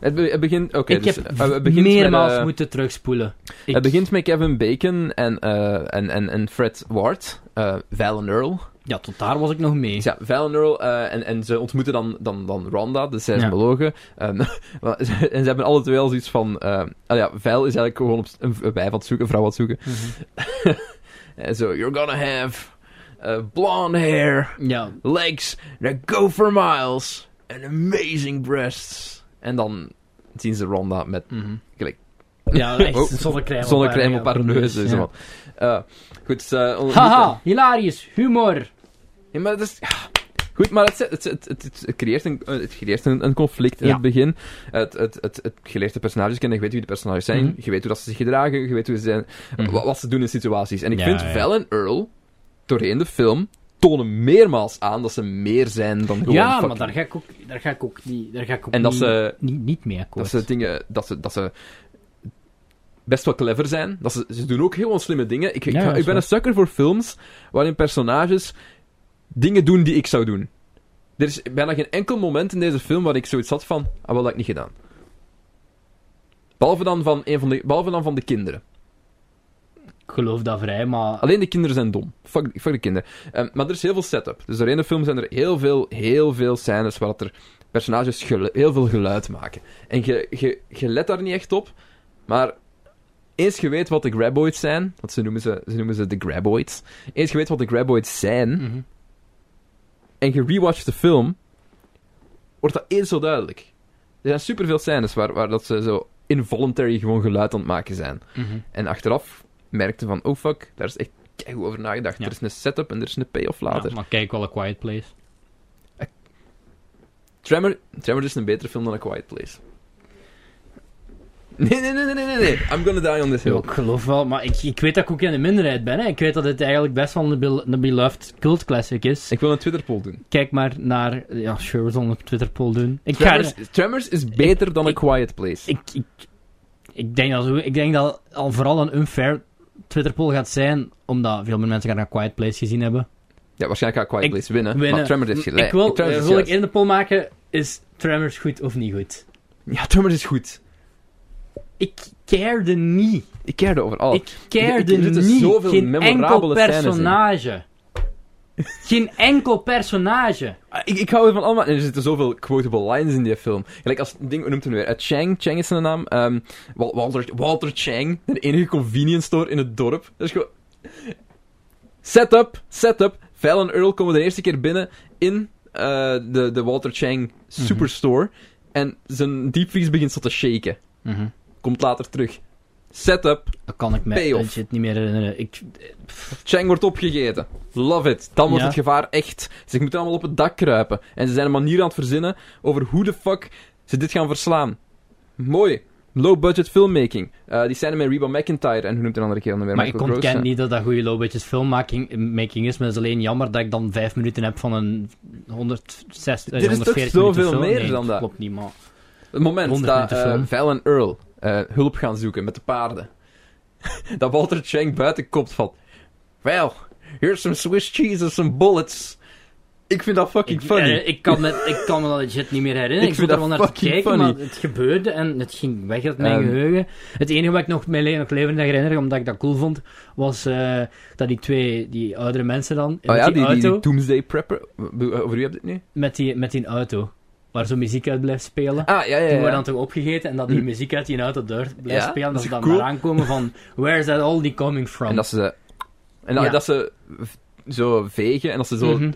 [SPEAKER 2] Het, be- het begint... Oké,
[SPEAKER 1] ik
[SPEAKER 2] dus,
[SPEAKER 1] heb
[SPEAKER 2] eh, het begint
[SPEAKER 1] meermaals
[SPEAKER 2] met, eh,
[SPEAKER 1] moeten terugspoelen. Ik,
[SPEAKER 2] Het begint met Kevin Bacon en, eh, en, en, en Fred Ward. eh Valen Earl.
[SPEAKER 1] Ja, tot daar was ik nog mee.
[SPEAKER 2] Dus ja, Valen Earl eh, en, en ze ontmoeten dan, dan, dan Rhonda, de seismologe. Ehm, *laughs* wel, en ze hebben alle twee wel zoiets van... eh ah ja, Val is eigenlijk gewoon op, z- een, een wijf aan het zoeken, een vrouw aan het zoeken. *laughs* En zo, you're gonna have eh, blonde hair,
[SPEAKER 1] Ja,
[SPEAKER 2] legs that go for miles, and amazing breasts. En dan zien ze Ronda met
[SPEAKER 1] ja echt.
[SPEAKER 2] Oh,
[SPEAKER 1] zonnecrème op
[SPEAKER 2] zonnecrème
[SPEAKER 1] haar-
[SPEAKER 2] op haar neus. en
[SPEAKER 1] ja.
[SPEAKER 2] zo. Eh, goed, eh, ze ontmoeten-
[SPEAKER 1] Haha, hilarisch, humor.
[SPEAKER 2] Ja, maar dat is... Goed, maar het, het, het, het, het creëert een, eh, het creëert een, een conflict in
[SPEAKER 1] Ja.
[SPEAKER 2] het begin. Het, het, het, het, je leert de personages kennen, je weet wie de personages zijn,
[SPEAKER 1] Mhm.
[SPEAKER 2] je weet hoe dat ze zich gedragen, je weet hoe ze zijn,
[SPEAKER 1] Mhm.
[SPEAKER 2] wa- wat ze doen in situaties. En ik
[SPEAKER 1] Ja,
[SPEAKER 2] vind
[SPEAKER 1] ja.
[SPEAKER 2] Val en Earl, doorheen de film, tonen meermaals aan dat ze meer zijn dan gewoon
[SPEAKER 1] ja,
[SPEAKER 2] fucking-
[SPEAKER 1] maar daar ga ik ook, daar ga ik ook niet, daar ga ik ook
[SPEAKER 2] En dat
[SPEAKER 1] niet,
[SPEAKER 2] ze-
[SPEAKER 1] niet, niet mee akkoord.
[SPEAKER 2] Dat ze dingen... Dat ze, dat ze best wel clever zijn. Dat ze, ze doen ook heel slimme dingen. Ik, ik,
[SPEAKER 1] Ja,
[SPEAKER 2] ga-
[SPEAKER 1] ja,
[SPEAKER 2] ik ben
[SPEAKER 1] zo.
[SPEAKER 2] een sucker voor films waarin personages dingen doen die ik zou doen. Er is bijna geen enkel moment in deze film waar ik zoiets had van... Ah, wel, dat heb ik niet gedaan. Behalve dan van, een van, de, behalve dan van de kinderen.
[SPEAKER 1] Ik geloof dat vrij, maar...
[SPEAKER 2] Alleen de kinderen zijn dom. Fuck, fuck de kinderen. Ehm, maar er is heel veel setup. Dus doorheen de film zijn er heel veel, heel veel scènes waar dat er personages gelu- heel veel geluid maken. En je, je, je let daar niet echt op, maar eens je weet wat de graboids zijn, want ze noemen ze, ze noemen ze de graboids, eens je weet wat de graboids zijn,
[SPEAKER 1] Mhm.
[SPEAKER 2] en je rewatcht de film, wordt dat eens zo duidelijk. Er zijn superveel scènes waar, waar dat ze zo involuntary gewoon geluid aan het maken zijn.
[SPEAKER 1] Mhm.
[SPEAKER 2] En achteraf merkte van, oh fuck, daar is echt keigoed over nagedacht.
[SPEAKER 1] Ja.
[SPEAKER 2] Er is een setup en er is een payoff later.
[SPEAKER 1] Ja, maar kijk wel, A Quiet Place.
[SPEAKER 2] Tremor, Tremor is een betere film dan A Quiet Place. Nee, nee, nee, nee, nee, nee, nee. I'm gonna die on this hill.
[SPEAKER 1] Ik geloof wel, maar ik, ik weet dat ik ook in de minderheid ben. Hè. Ik weet dat het eigenlijk best wel een, bel- een beloved cult classic is.
[SPEAKER 2] Ik wil een Twitter poll doen.
[SPEAKER 1] Kijk maar naar... Ja, sure, we zullen een Twitter poll doen. Ik ga...
[SPEAKER 2] Tremors, Tremors is beter dan A Quiet Place.
[SPEAKER 1] Ik, ik, ik, denk dat, zo- ik denk dat al vooral een unfair Twitter poll gaat zijn, omdat veel meer mensen gaan naar Quiet Place gezien hebben.
[SPEAKER 2] ja, waarschijnlijk gaat A Quiet
[SPEAKER 1] ik-
[SPEAKER 2] Place winnen,
[SPEAKER 1] Winnen.
[SPEAKER 2] maar Tremors heeft gelijk.
[SPEAKER 1] Ik wil,
[SPEAKER 2] Tremors
[SPEAKER 1] eh,
[SPEAKER 2] is
[SPEAKER 1] wil ik
[SPEAKER 2] juist.
[SPEAKER 1] in de poll maken, is Tremors goed of niet goed?
[SPEAKER 2] Ja, Tremors is goed.
[SPEAKER 1] Ik cared niet.
[SPEAKER 2] Ik keerde over alles.
[SPEAKER 1] Ik cared
[SPEAKER 2] Oh, er zitten
[SPEAKER 1] niet.
[SPEAKER 2] zoveel
[SPEAKER 1] Geen enkel
[SPEAKER 2] memorabele scènes in.
[SPEAKER 1] personage. Geen enkel personage.
[SPEAKER 2] Ah, Ik, ik hou ervan allemaal. En er zitten zoveel quotable lines in die film. Gelijk als ding, hoe noemt hem nu weer? Eh, Chang, Chang is zijn naam. Ehm, Wal- Walter, Walter Chang, de enige convenience store in het dorp. Dat is gewoon. Setup, setup. Val en Earl komen de eerste keer binnen in eh, de, de Walter Chang superstore.
[SPEAKER 1] Mhm.
[SPEAKER 2] En zijn diepvries begint zo te shaken. Komt later terug. Setup.
[SPEAKER 1] Dat kan ik me
[SPEAKER 2] Payoff.
[SPEAKER 1] dat shit niet meer herinneren. Ik,
[SPEAKER 2] Chang wordt opgegeten. Love it. Dan wordt
[SPEAKER 1] Ja.
[SPEAKER 2] het gevaar echt. Dus Ze moeten allemaal op het dak kruipen. En ze zijn een manier aan het verzinnen over hoe de fuck ze dit gaan verslaan. Mooi. Low budget filmmaking. Eh, die scène met Reba McIntyre en hoe noemt een andere keer dan weer
[SPEAKER 1] maar ik
[SPEAKER 2] Michael Gross,
[SPEAKER 1] ontken
[SPEAKER 2] hè?
[SPEAKER 1] niet dat dat goede low budget filmmaking eh, making is, maar het is alleen jammer dat ik dan vijf minuten heb van een 106, eh,
[SPEAKER 2] Dit is toch
[SPEAKER 1] 140
[SPEAKER 2] zoveel
[SPEAKER 1] minuten film.
[SPEAKER 2] meer
[SPEAKER 1] Nee,
[SPEAKER 2] dan dat.
[SPEAKER 1] Klopt niet, man.
[SPEAKER 2] Het moment
[SPEAKER 1] Honderd
[SPEAKER 2] dat
[SPEAKER 1] minuten
[SPEAKER 2] eh
[SPEAKER 1] film.
[SPEAKER 2] Val en Earl eh, hulp gaan zoeken met de paarden. *laughs* dat Walter Chang buiten komt van... Well, here's some Swiss cheese and some bullets. Ik vind dat fucking
[SPEAKER 1] Ik,
[SPEAKER 2] funny.
[SPEAKER 1] eh, ik, kan me, ik kan me dat shit niet meer herinneren.
[SPEAKER 2] *laughs* Ik
[SPEAKER 1] Ik,
[SPEAKER 2] vind
[SPEAKER 1] zat er wel
[SPEAKER 2] dat
[SPEAKER 1] naar te
[SPEAKER 2] fucking
[SPEAKER 1] kijken,
[SPEAKER 2] funny.
[SPEAKER 1] maar het gebeurde en het ging weg uit mijn
[SPEAKER 2] Ehm.
[SPEAKER 1] geheugen. Het enige wat ik nog, mijn le- nog levendig herinner, omdat ik dat cool vond, was eh, dat die twee, die oudere mensen dan,
[SPEAKER 2] oh
[SPEAKER 1] met
[SPEAKER 2] ja,
[SPEAKER 1] die,
[SPEAKER 2] die, die,
[SPEAKER 1] auto,
[SPEAKER 2] die Doomsday Prepper. Over wie heb je het nu?
[SPEAKER 1] met, die, met die auto, waar zo muziek uit blijft spelen.
[SPEAKER 2] Ah, ja, ja,
[SPEAKER 1] Die
[SPEAKER 2] ja. Hm.
[SPEAKER 1] worden dan toch opgegeten en dat die muziek uit die auto door blijft
[SPEAKER 2] Ja,
[SPEAKER 1] spelen.
[SPEAKER 2] dat
[SPEAKER 1] Dat
[SPEAKER 2] is
[SPEAKER 1] ze dan
[SPEAKER 2] cool.
[SPEAKER 1] maar aankomen van, where is that all coming from?
[SPEAKER 2] En dat ze... En dat,
[SPEAKER 1] Ja.
[SPEAKER 2] dat ze v- zo vegen en dat ze zo
[SPEAKER 1] Mhm.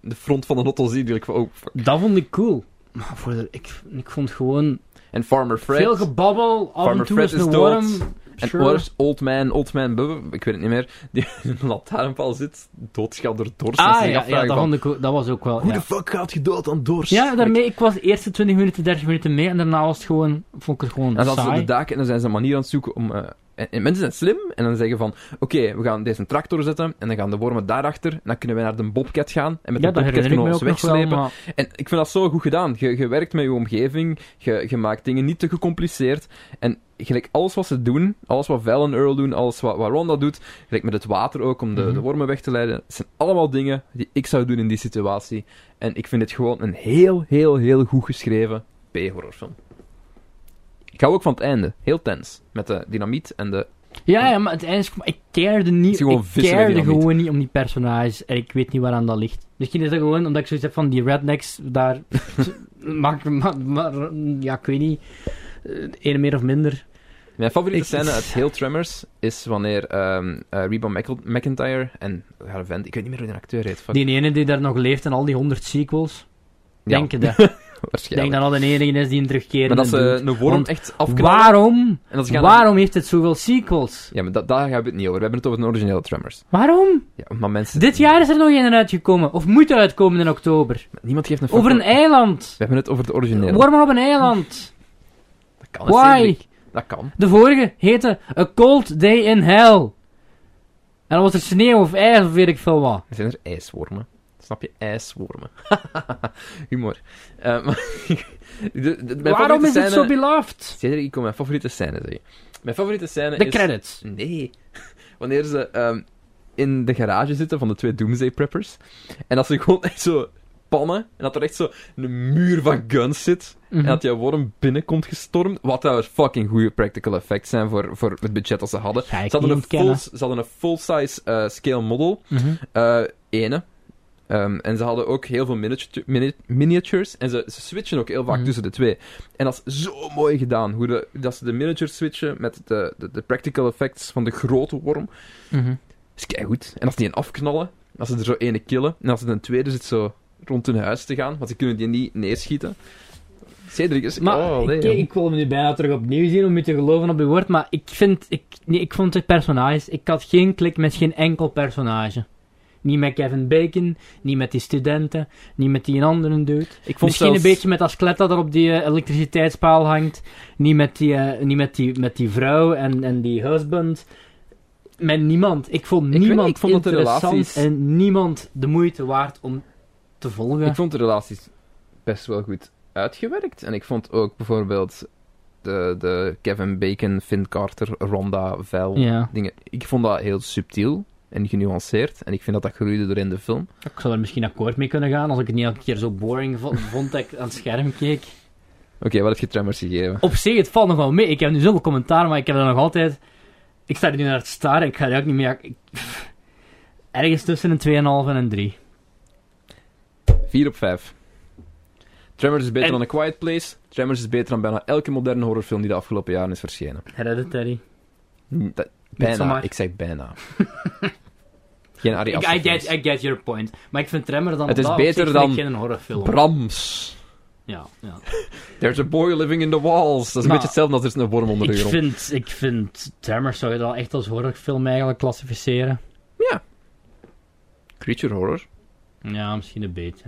[SPEAKER 2] de front van de auto zien. die ik van, oh, fuck.
[SPEAKER 1] Dat vond ik cool. Maar voor de- ik, ik vond gewoon
[SPEAKER 2] En Farmer Fred.
[SPEAKER 1] veel gebabbel, af
[SPEAKER 2] Farmer
[SPEAKER 1] en toe is
[SPEAKER 2] Fred
[SPEAKER 1] een
[SPEAKER 2] is
[SPEAKER 1] worm.
[SPEAKER 2] dood. en
[SPEAKER 1] Sure.
[SPEAKER 2] Oors, Old Man, Old Man, buh, buh, ik weet het niet meer. Die *laughs* in een lantaarnpaal zit, doodschap door dorst. en ze
[SPEAKER 1] Ah
[SPEAKER 2] zich
[SPEAKER 1] ja, ja,
[SPEAKER 2] afvragen
[SPEAKER 1] dat,
[SPEAKER 2] van,
[SPEAKER 1] vond ik, ook- dat was ook wel...
[SPEAKER 2] Hoe
[SPEAKER 1] ja.
[SPEAKER 2] de fuck gaat je dood aan dorst?
[SPEAKER 1] Ja, daarmee, ik was de eerste 20 minuten, 30 minuten mee en daarna was het gewoon, vond ik het gewoon
[SPEAKER 2] En dan ze op
[SPEAKER 1] saai.
[SPEAKER 2] de daken en dan zijn ze een manier aan het zoeken om... eh, en, en mensen zijn slim en dan zeggen van... Oké, we gaan deze tractor zetten en dan gaan de wormen daarachter. En dan kunnen wij naar de bobcat gaan. En met
[SPEAKER 1] ja,
[SPEAKER 2] de
[SPEAKER 1] dat
[SPEAKER 2] bobcat
[SPEAKER 1] herinner ik
[SPEAKER 2] kunnen we
[SPEAKER 1] me
[SPEAKER 2] ons
[SPEAKER 1] ook nog wel,
[SPEAKER 2] wegslepen.
[SPEAKER 1] maar
[SPEAKER 2] En ik vind dat zo goed gedaan. Je, je werkt met je omgeving, je, je maakt dingen niet te gecompliceerd. En gelijk alles wat ze doen, alles wat Val en Earl doen, alles wat, wat Ronda doet, gelijk met het water ook om de,
[SPEAKER 1] Mhm.
[SPEAKER 2] de wormen weg te leiden, het zijn allemaal dingen die ik zou doen in die situatie. En ik vind dit gewoon een heel, heel, heel goed geschreven B-horrorfilm. Ik hou ook van het einde. Heel tens. Met de dynamiet en de...
[SPEAKER 1] Ja, ja, maar het einde is... maar Ik keerde niet,
[SPEAKER 2] is gewoon
[SPEAKER 1] ik
[SPEAKER 2] vissen met
[SPEAKER 1] keerde
[SPEAKER 2] dynamiet.
[SPEAKER 1] gewoon niet om die personages. En ik weet niet waaraan dat ligt. Misschien is dat gewoon omdat ik zoiets heb van die rednecks
[SPEAKER 2] *laughs*
[SPEAKER 1] daar... maar, maar, maar- ja, ik weet niet. Eh, Ene meer of minder.
[SPEAKER 2] Mijn favoriete
[SPEAKER 1] Ik-
[SPEAKER 2] scène uit heel Tremors is wanneer ehm eh, Reba Mc- McIntyre en haar vent... Ik weet niet meer hoe de acteur heet. Fuck.
[SPEAKER 1] Die ene die daar nog leeft en al die 100 sequels.
[SPEAKER 2] *laughs* Ja,
[SPEAKER 1] Denk je dat? Ik
[SPEAKER 2] waarschijnlijk.
[SPEAKER 1] denk dat dat de enige is die een terugkerende
[SPEAKER 2] Maar dat eh, ze
[SPEAKER 1] doet.
[SPEAKER 2] een worm
[SPEAKER 1] Want
[SPEAKER 2] echt afknallen.
[SPEAKER 1] Waarom?
[SPEAKER 2] En dat ze gaan-
[SPEAKER 1] Waarom heeft het zoveel sequels?
[SPEAKER 2] Ja, maar da- daar hebben we het niet over. We hebben het over de originele Tremors.
[SPEAKER 1] Waarom?
[SPEAKER 2] Ja, maar mensen...
[SPEAKER 1] Dit jaar is er nog één uitgekomen. Of moet er uitkomen in oktober.
[SPEAKER 2] Niemand geeft een fuck
[SPEAKER 1] Over een
[SPEAKER 2] We
[SPEAKER 1] eiland.
[SPEAKER 2] hebben het over de originele.
[SPEAKER 1] Wormen op een eiland.
[SPEAKER 2] Dat kan, hè,
[SPEAKER 1] Why?
[SPEAKER 2] Cedric. Dat kan.
[SPEAKER 1] De vorige heette A Cold Day in Hell. En dan was er sneeuw of ijs of weet ik veel wat.
[SPEAKER 2] Er zijn er ijswormen. Snap je? Ijswormen. *laughs* Humor. Eh, *laughs* maar- de- de- mijn
[SPEAKER 1] Waarom
[SPEAKER 2] favoriete
[SPEAKER 1] is het zo
[SPEAKER 2] scène-
[SPEAKER 1] beloved?
[SPEAKER 2] Cedric, ik kom mijn favoriete scène zeggen. Mijn favoriete scène
[SPEAKER 1] De
[SPEAKER 2] is...
[SPEAKER 1] credits.
[SPEAKER 2] Nee. *laughs* Wanneer ze ehm, in de garage zitten van de twee Doomsday Preppers. En dat ze gewoon echt zo pannen. En dat er echt zo een muur van guns zit.
[SPEAKER 1] Mhm.
[SPEAKER 2] En dat die worm binnenkomt gestormd. Wat trouwens fucking goede practical effects zijn voor, voor het budget dat ze hadden.
[SPEAKER 1] Ga ik
[SPEAKER 2] ze, hadden
[SPEAKER 1] niet
[SPEAKER 2] een full,
[SPEAKER 1] ontkennen.
[SPEAKER 2] ze hadden een full-size eh, scale model. eh, ene. Ehm, en ze hadden ook heel veel miniatu- mini- miniatures. En ze, ze switchen ook heel
[SPEAKER 1] Mhm.
[SPEAKER 2] vaak tussen de twee. En dat is zo mooi gedaan. Hoe de, dat ze de miniatures switchen met de, de, de practical effects van de grote worm. Dat is goed. En als die een afknallen, als ze er zo ene killen. En als er een tweede zit zo rond hun huis te gaan. Want ze kunnen die niet neerschieten. Cedric is...
[SPEAKER 1] Maar
[SPEAKER 2] oh, nee,
[SPEAKER 1] ik,
[SPEAKER 2] joh.
[SPEAKER 1] ik wil hem nu bijna terug opnieuw zien om je te geloven op je woord. Maar ik vind, ik, nee, ik vond het personages. Ik had geen klik met geen enkel personage. Niet met Kevin Bacon, niet met die studenten, niet met die andere dude.
[SPEAKER 2] Ik vond
[SPEAKER 1] Misschien
[SPEAKER 2] zelfs-
[SPEAKER 1] een beetje met dat skelet dat er op die eh, elektriciteitspaal hangt. Niet met die, eh, niet met die, met die vrouw en, en die husband. Met niemand. Ik vond
[SPEAKER 2] weet niet,
[SPEAKER 1] niemand
[SPEAKER 2] ik vond dat de
[SPEAKER 1] interessant
[SPEAKER 2] relaties-
[SPEAKER 1] en niemand de moeite waard om te volgen.
[SPEAKER 2] Ik vond de relaties best wel goed uitgewerkt. En ik vond ook bijvoorbeeld de, de Kevin Bacon, Finn Carter, Ronda, Vel
[SPEAKER 1] Ja,
[SPEAKER 2] dingen. Ik vond dat heel subtiel en genuanceerd. En ik vind dat dat groeide door in de film.
[SPEAKER 1] ik zou er misschien akkoord mee kunnen gaan als ik het niet elke keer zo boring vo- *laughs* vond dat ik aan het scherm keek.
[SPEAKER 2] Oké, wat heb je tremmers gegeven?
[SPEAKER 1] Op zich, het valt nog wel mee. Ik heb nu zoveel commentaar, maar ik heb er nog altijd... Ik sta er nu naar te staren, ik ga er ook niet meer... ik- pff. Ergens tussen een 2,5 en een 3.
[SPEAKER 2] 4 op 5. Tremors is beter
[SPEAKER 1] En-
[SPEAKER 2] dan A Quiet Place. Tremors is beter dan bijna elke moderne horrorfilm die de afgelopen jaren is verschenen.
[SPEAKER 1] Hereditary. Mm,
[SPEAKER 2] Dat- bijna,
[SPEAKER 1] Midsommar.
[SPEAKER 2] ik
[SPEAKER 1] *laughs*
[SPEAKER 2] zeg bijna. Geen Ari
[SPEAKER 1] Ik, I,
[SPEAKER 2] Aster
[SPEAKER 1] get,
[SPEAKER 2] films.
[SPEAKER 1] I get your point. Maar ik vind Tremor dan...
[SPEAKER 2] Het is
[SPEAKER 1] dat op zich
[SPEAKER 2] beter
[SPEAKER 1] vind ik
[SPEAKER 2] dan
[SPEAKER 1] geen horrorfilm.
[SPEAKER 2] Brams.
[SPEAKER 1] ja, ja.
[SPEAKER 2] There's a boy living in the walls. Dat is een
[SPEAKER 1] Maar-
[SPEAKER 2] beetje hetzelfde als er is een worm onder de
[SPEAKER 1] Nou, Ik
[SPEAKER 2] grond.
[SPEAKER 1] vind, ik vind Tremor zou je dan echt als horrorfilm eigenlijk klassificeren.
[SPEAKER 2] Creature horror. Nou,
[SPEAKER 1] Ja, misschien een beetje.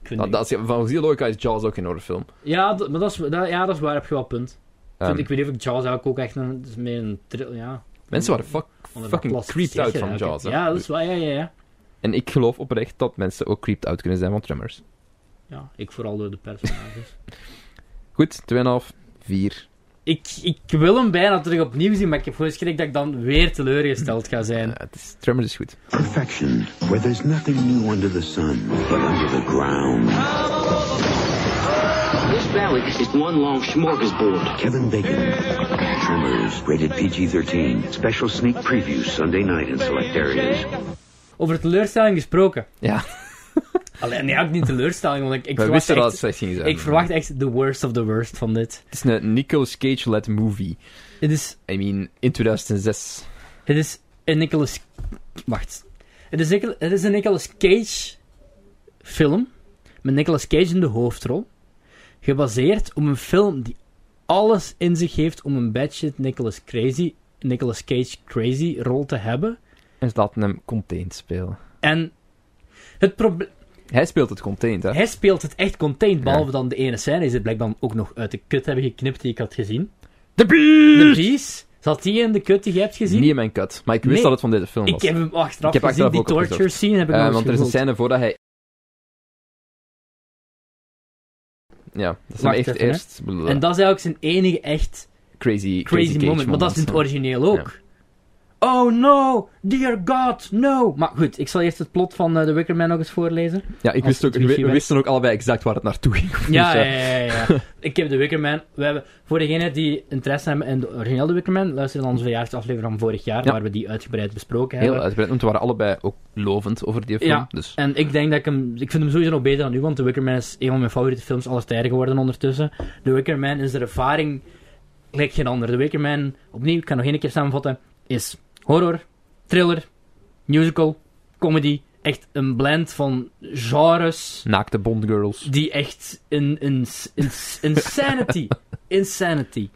[SPEAKER 1] Ik vind
[SPEAKER 2] Dat, dat is, van die logica is Jaws ook een horrorfilm.
[SPEAKER 1] Ja, d- maar dat is, dat, ja, dat is waar, heb je wel punt. Ik, vind-
[SPEAKER 2] Ehm,
[SPEAKER 1] ik weet niet of ik Jaws eigenlijk ook echt een... Dat is meer een trill, ja.
[SPEAKER 2] mensen waren fuck,
[SPEAKER 1] onder de
[SPEAKER 2] fucking
[SPEAKER 1] plastic
[SPEAKER 2] creeped out van
[SPEAKER 1] geraakt.
[SPEAKER 2] Jaws. hè. Dus-
[SPEAKER 1] Ja, dat is waar, ja, ja, ja.
[SPEAKER 2] En ik geloof oprecht dat mensen ook creeped out kunnen zijn van Tremors.
[SPEAKER 1] Ja, ik vooral door de personages. *laughs*
[SPEAKER 2] Goed, 2,5, 4.
[SPEAKER 1] ik, ik wil hem bijna terug opnieuw zien, maar ik heb gewoon schrik dat ik dan weer teleurgesteld ga zijn.
[SPEAKER 2] Ja, het is, Tremors is goed.
[SPEAKER 6] Perfection, where there's nothing new under the sun, but under the ground.
[SPEAKER 8] This valley is one long smorgasbord.
[SPEAKER 6] Kevin Bacon, Tremors, rated PG-13. Special sneak preview Sunday night in select areas.
[SPEAKER 1] Over teleurstelling gesproken.
[SPEAKER 2] Ja,
[SPEAKER 1] Alleen, nee, ook niet teleurstelling, want ik, ik
[SPEAKER 2] *laughs* we
[SPEAKER 1] verwacht
[SPEAKER 2] wisten dat het
[SPEAKER 1] echt...
[SPEAKER 2] slecht ging zijn.
[SPEAKER 1] Ik verwacht echt the worst of the worst van dit.
[SPEAKER 2] Het is een Nicolas Cage-led movie.
[SPEAKER 1] Het is,
[SPEAKER 2] I mean, in 2006.
[SPEAKER 1] het is een Nicolas... Wacht. Het is, Nicol- het is een Nicolas Cage film. Met Nicolas Cage in de hoofdrol. Gebaseerd op een film die alles in zich heeft om een batshit Nicolas, crazy, Nicolas Cage crazy rol te hebben.
[SPEAKER 2] En ze laten hem contained spelen.
[SPEAKER 1] En het probleem...
[SPEAKER 2] Hij speelt het contained, hè?
[SPEAKER 1] Hij speelt het echt contained, behalve
[SPEAKER 2] Ja.
[SPEAKER 1] dan de ene scène. Is het blijkbaar ook nog uit de kut hebben geknipt die ik had gezien.
[SPEAKER 2] De
[SPEAKER 1] De
[SPEAKER 2] Beast!
[SPEAKER 1] Beast, zat die in de kut die je hebt gezien?
[SPEAKER 2] Niet in mijn cut, maar ik wist
[SPEAKER 1] Nee.
[SPEAKER 2] dat het van deze film was.
[SPEAKER 1] Ik heb hem achteraf
[SPEAKER 2] Ik heb
[SPEAKER 1] gezien,
[SPEAKER 2] achteraf
[SPEAKER 1] die
[SPEAKER 2] ook opgezocht.
[SPEAKER 1] torture scene heb ik
[SPEAKER 2] Eh,
[SPEAKER 1] nog eens
[SPEAKER 2] want er is een
[SPEAKER 1] gevoeld.
[SPEAKER 2] scène voordat hij. Ja, dat is hem
[SPEAKER 1] Wacht
[SPEAKER 2] echt
[SPEAKER 1] even, hè.
[SPEAKER 2] eerst. blah,
[SPEAKER 1] En dat is eigenlijk zijn enige echt
[SPEAKER 2] crazy, crazy,
[SPEAKER 1] crazy,
[SPEAKER 2] Cage
[SPEAKER 1] moment. Maar dat is in het
[SPEAKER 2] moment.
[SPEAKER 1] origineel ook. Oh no, dear god, no. Maar goed, ik zal eerst het plot van eh, The Wicker Man nog eens
[SPEAKER 2] *laughs*
[SPEAKER 1] voorlezen.
[SPEAKER 2] Ja, ik
[SPEAKER 1] Als
[SPEAKER 2] wist ook,
[SPEAKER 1] het wifi
[SPEAKER 2] we
[SPEAKER 1] werkt.
[SPEAKER 2] wisten ook allebei exact waar het naartoe ging.
[SPEAKER 1] Ja,
[SPEAKER 2] *laughs* Dus,
[SPEAKER 1] ja,
[SPEAKER 2] eh,
[SPEAKER 1] ja, ja, *laughs* ja. ik heb de Wickerman. We hebben, voor degenen die interesse hebben in de originele Wickerman, luister dan onze verjaardagsaflevering van vorig jaar,
[SPEAKER 2] Ja.
[SPEAKER 1] waar we die uitgebreid besproken
[SPEAKER 2] Heel
[SPEAKER 1] hebben.
[SPEAKER 2] uitgebreid, want we waren allebei ook lovend over die film.
[SPEAKER 1] Ja.
[SPEAKER 2] Dus
[SPEAKER 1] En ik denk dat ik hem... Ik vind hem sowieso nog beter dan nu, want The Wicker Man is een van mijn favoriete films aller tijden geworden ondertussen. The Wicker Man is de ervaring gelijk geen ander. The Wicker Man, opnieuw, ik kan nog één keer samenvatten, is horror, thriller, musical, comedy. Echt een blend van genres
[SPEAKER 2] naakte Bond girls.
[SPEAKER 1] die echt in, in, in-
[SPEAKER 2] *laughs*
[SPEAKER 1] insanity. insanity.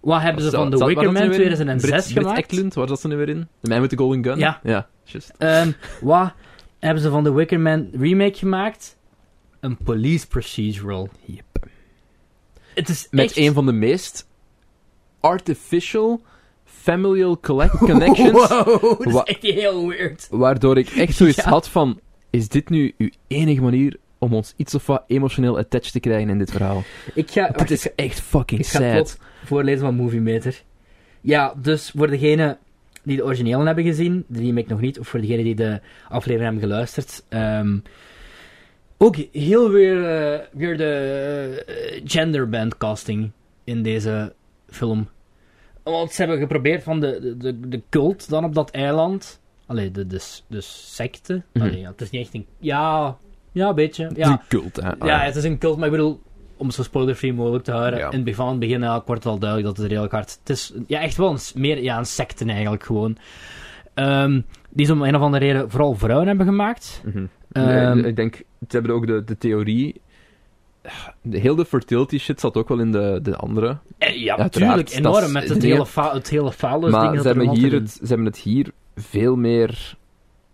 [SPEAKER 1] Wat hebben ze
[SPEAKER 2] Zo,
[SPEAKER 1] van The
[SPEAKER 2] zat- waar
[SPEAKER 1] Wicker
[SPEAKER 2] zat ze
[SPEAKER 1] Man
[SPEAKER 2] nu weer in?
[SPEAKER 1] 2006
[SPEAKER 2] Brit,
[SPEAKER 1] gemaakt?
[SPEAKER 2] Brit Eklund, waar zat ze nu weer in? De Man with the Golden Gun?
[SPEAKER 1] Ja.
[SPEAKER 2] Ja, juist.
[SPEAKER 1] Ehm, wat hebben ze van de Wicker Man remake gemaakt? Een police procedural.
[SPEAKER 2] Yep.
[SPEAKER 1] Het is
[SPEAKER 2] Met
[SPEAKER 1] echt...
[SPEAKER 2] een van de meest artificial familial
[SPEAKER 1] *laughs*
[SPEAKER 2] collect connections.
[SPEAKER 1] Wow, dat
[SPEAKER 2] Wa-
[SPEAKER 1] is echt heel weird.
[SPEAKER 2] Waardoor ik echt zoiets
[SPEAKER 1] *laughs* Ja.
[SPEAKER 2] had van: is dit nu uw enige manier om ons iets of wat emotioneel attached te krijgen in dit verhaal?
[SPEAKER 1] Ik ga...
[SPEAKER 2] Het is echt fucking
[SPEAKER 1] Ik ga het
[SPEAKER 2] sad.
[SPEAKER 1] plot voorlezen van Movie Meter. Ja, dus voor degenen die de originelen hebben gezien, die remake nog niet, of voor degenen die de aflevering hebben geluisterd. ehm, ook heel weer, eh, weer de eh, genderband casting in deze film. Want ze hebben geprobeerd van de, de- de, de cult dan op dat eiland. Allee, de, de, de secte.
[SPEAKER 2] Mhm.
[SPEAKER 1] Allee, ja, het is niet echt een... Ja, ja, een beetje.
[SPEAKER 2] Het is
[SPEAKER 1] Ja.
[SPEAKER 2] een cult, hè? Ah,
[SPEAKER 1] Ja, het is een cult, maar ik bedoel, om het zo spoilerfree mogelijk te houden.
[SPEAKER 2] Ja.
[SPEAKER 1] In het begin, van het begin eigenlijk wordt het al duidelijk dat het redelijk hard... Het is ja, echt wel een, s- meer ja, een secte eigenlijk gewoon. Ehm, die ze om een of andere reden vooral vrouwen hebben gemaakt.
[SPEAKER 2] Mhm.
[SPEAKER 1] Ehm,
[SPEAKER 2] Nee, ik denk, ze hebben ook de, de theorie. De hele fertility shit zat ook wel in de, de andere.
[SPEAKER 1] Eh, ja,
[SPEAKER 2] Uiteraard,
[SPEAKER 1] natuurlijk,
[SPEAKER 2] dat is-
[SPEAKER 1] enorm. Met het
[SPEAKER 2] die-
[SPEAKER 1] hele, fa het hele phallus
[SPEAKER 2] maar
[SPEAKER 1] ding
[SPEAKER 2] ze
[SPEAKER 1] dat er
[SPEAKER 2] hebben,
[SPEAKER 1] rond
[SPEAKER 2] hier
[SPEAKER 1] erin-
[SPEAKER 2] het, ze hebben het hier veel meer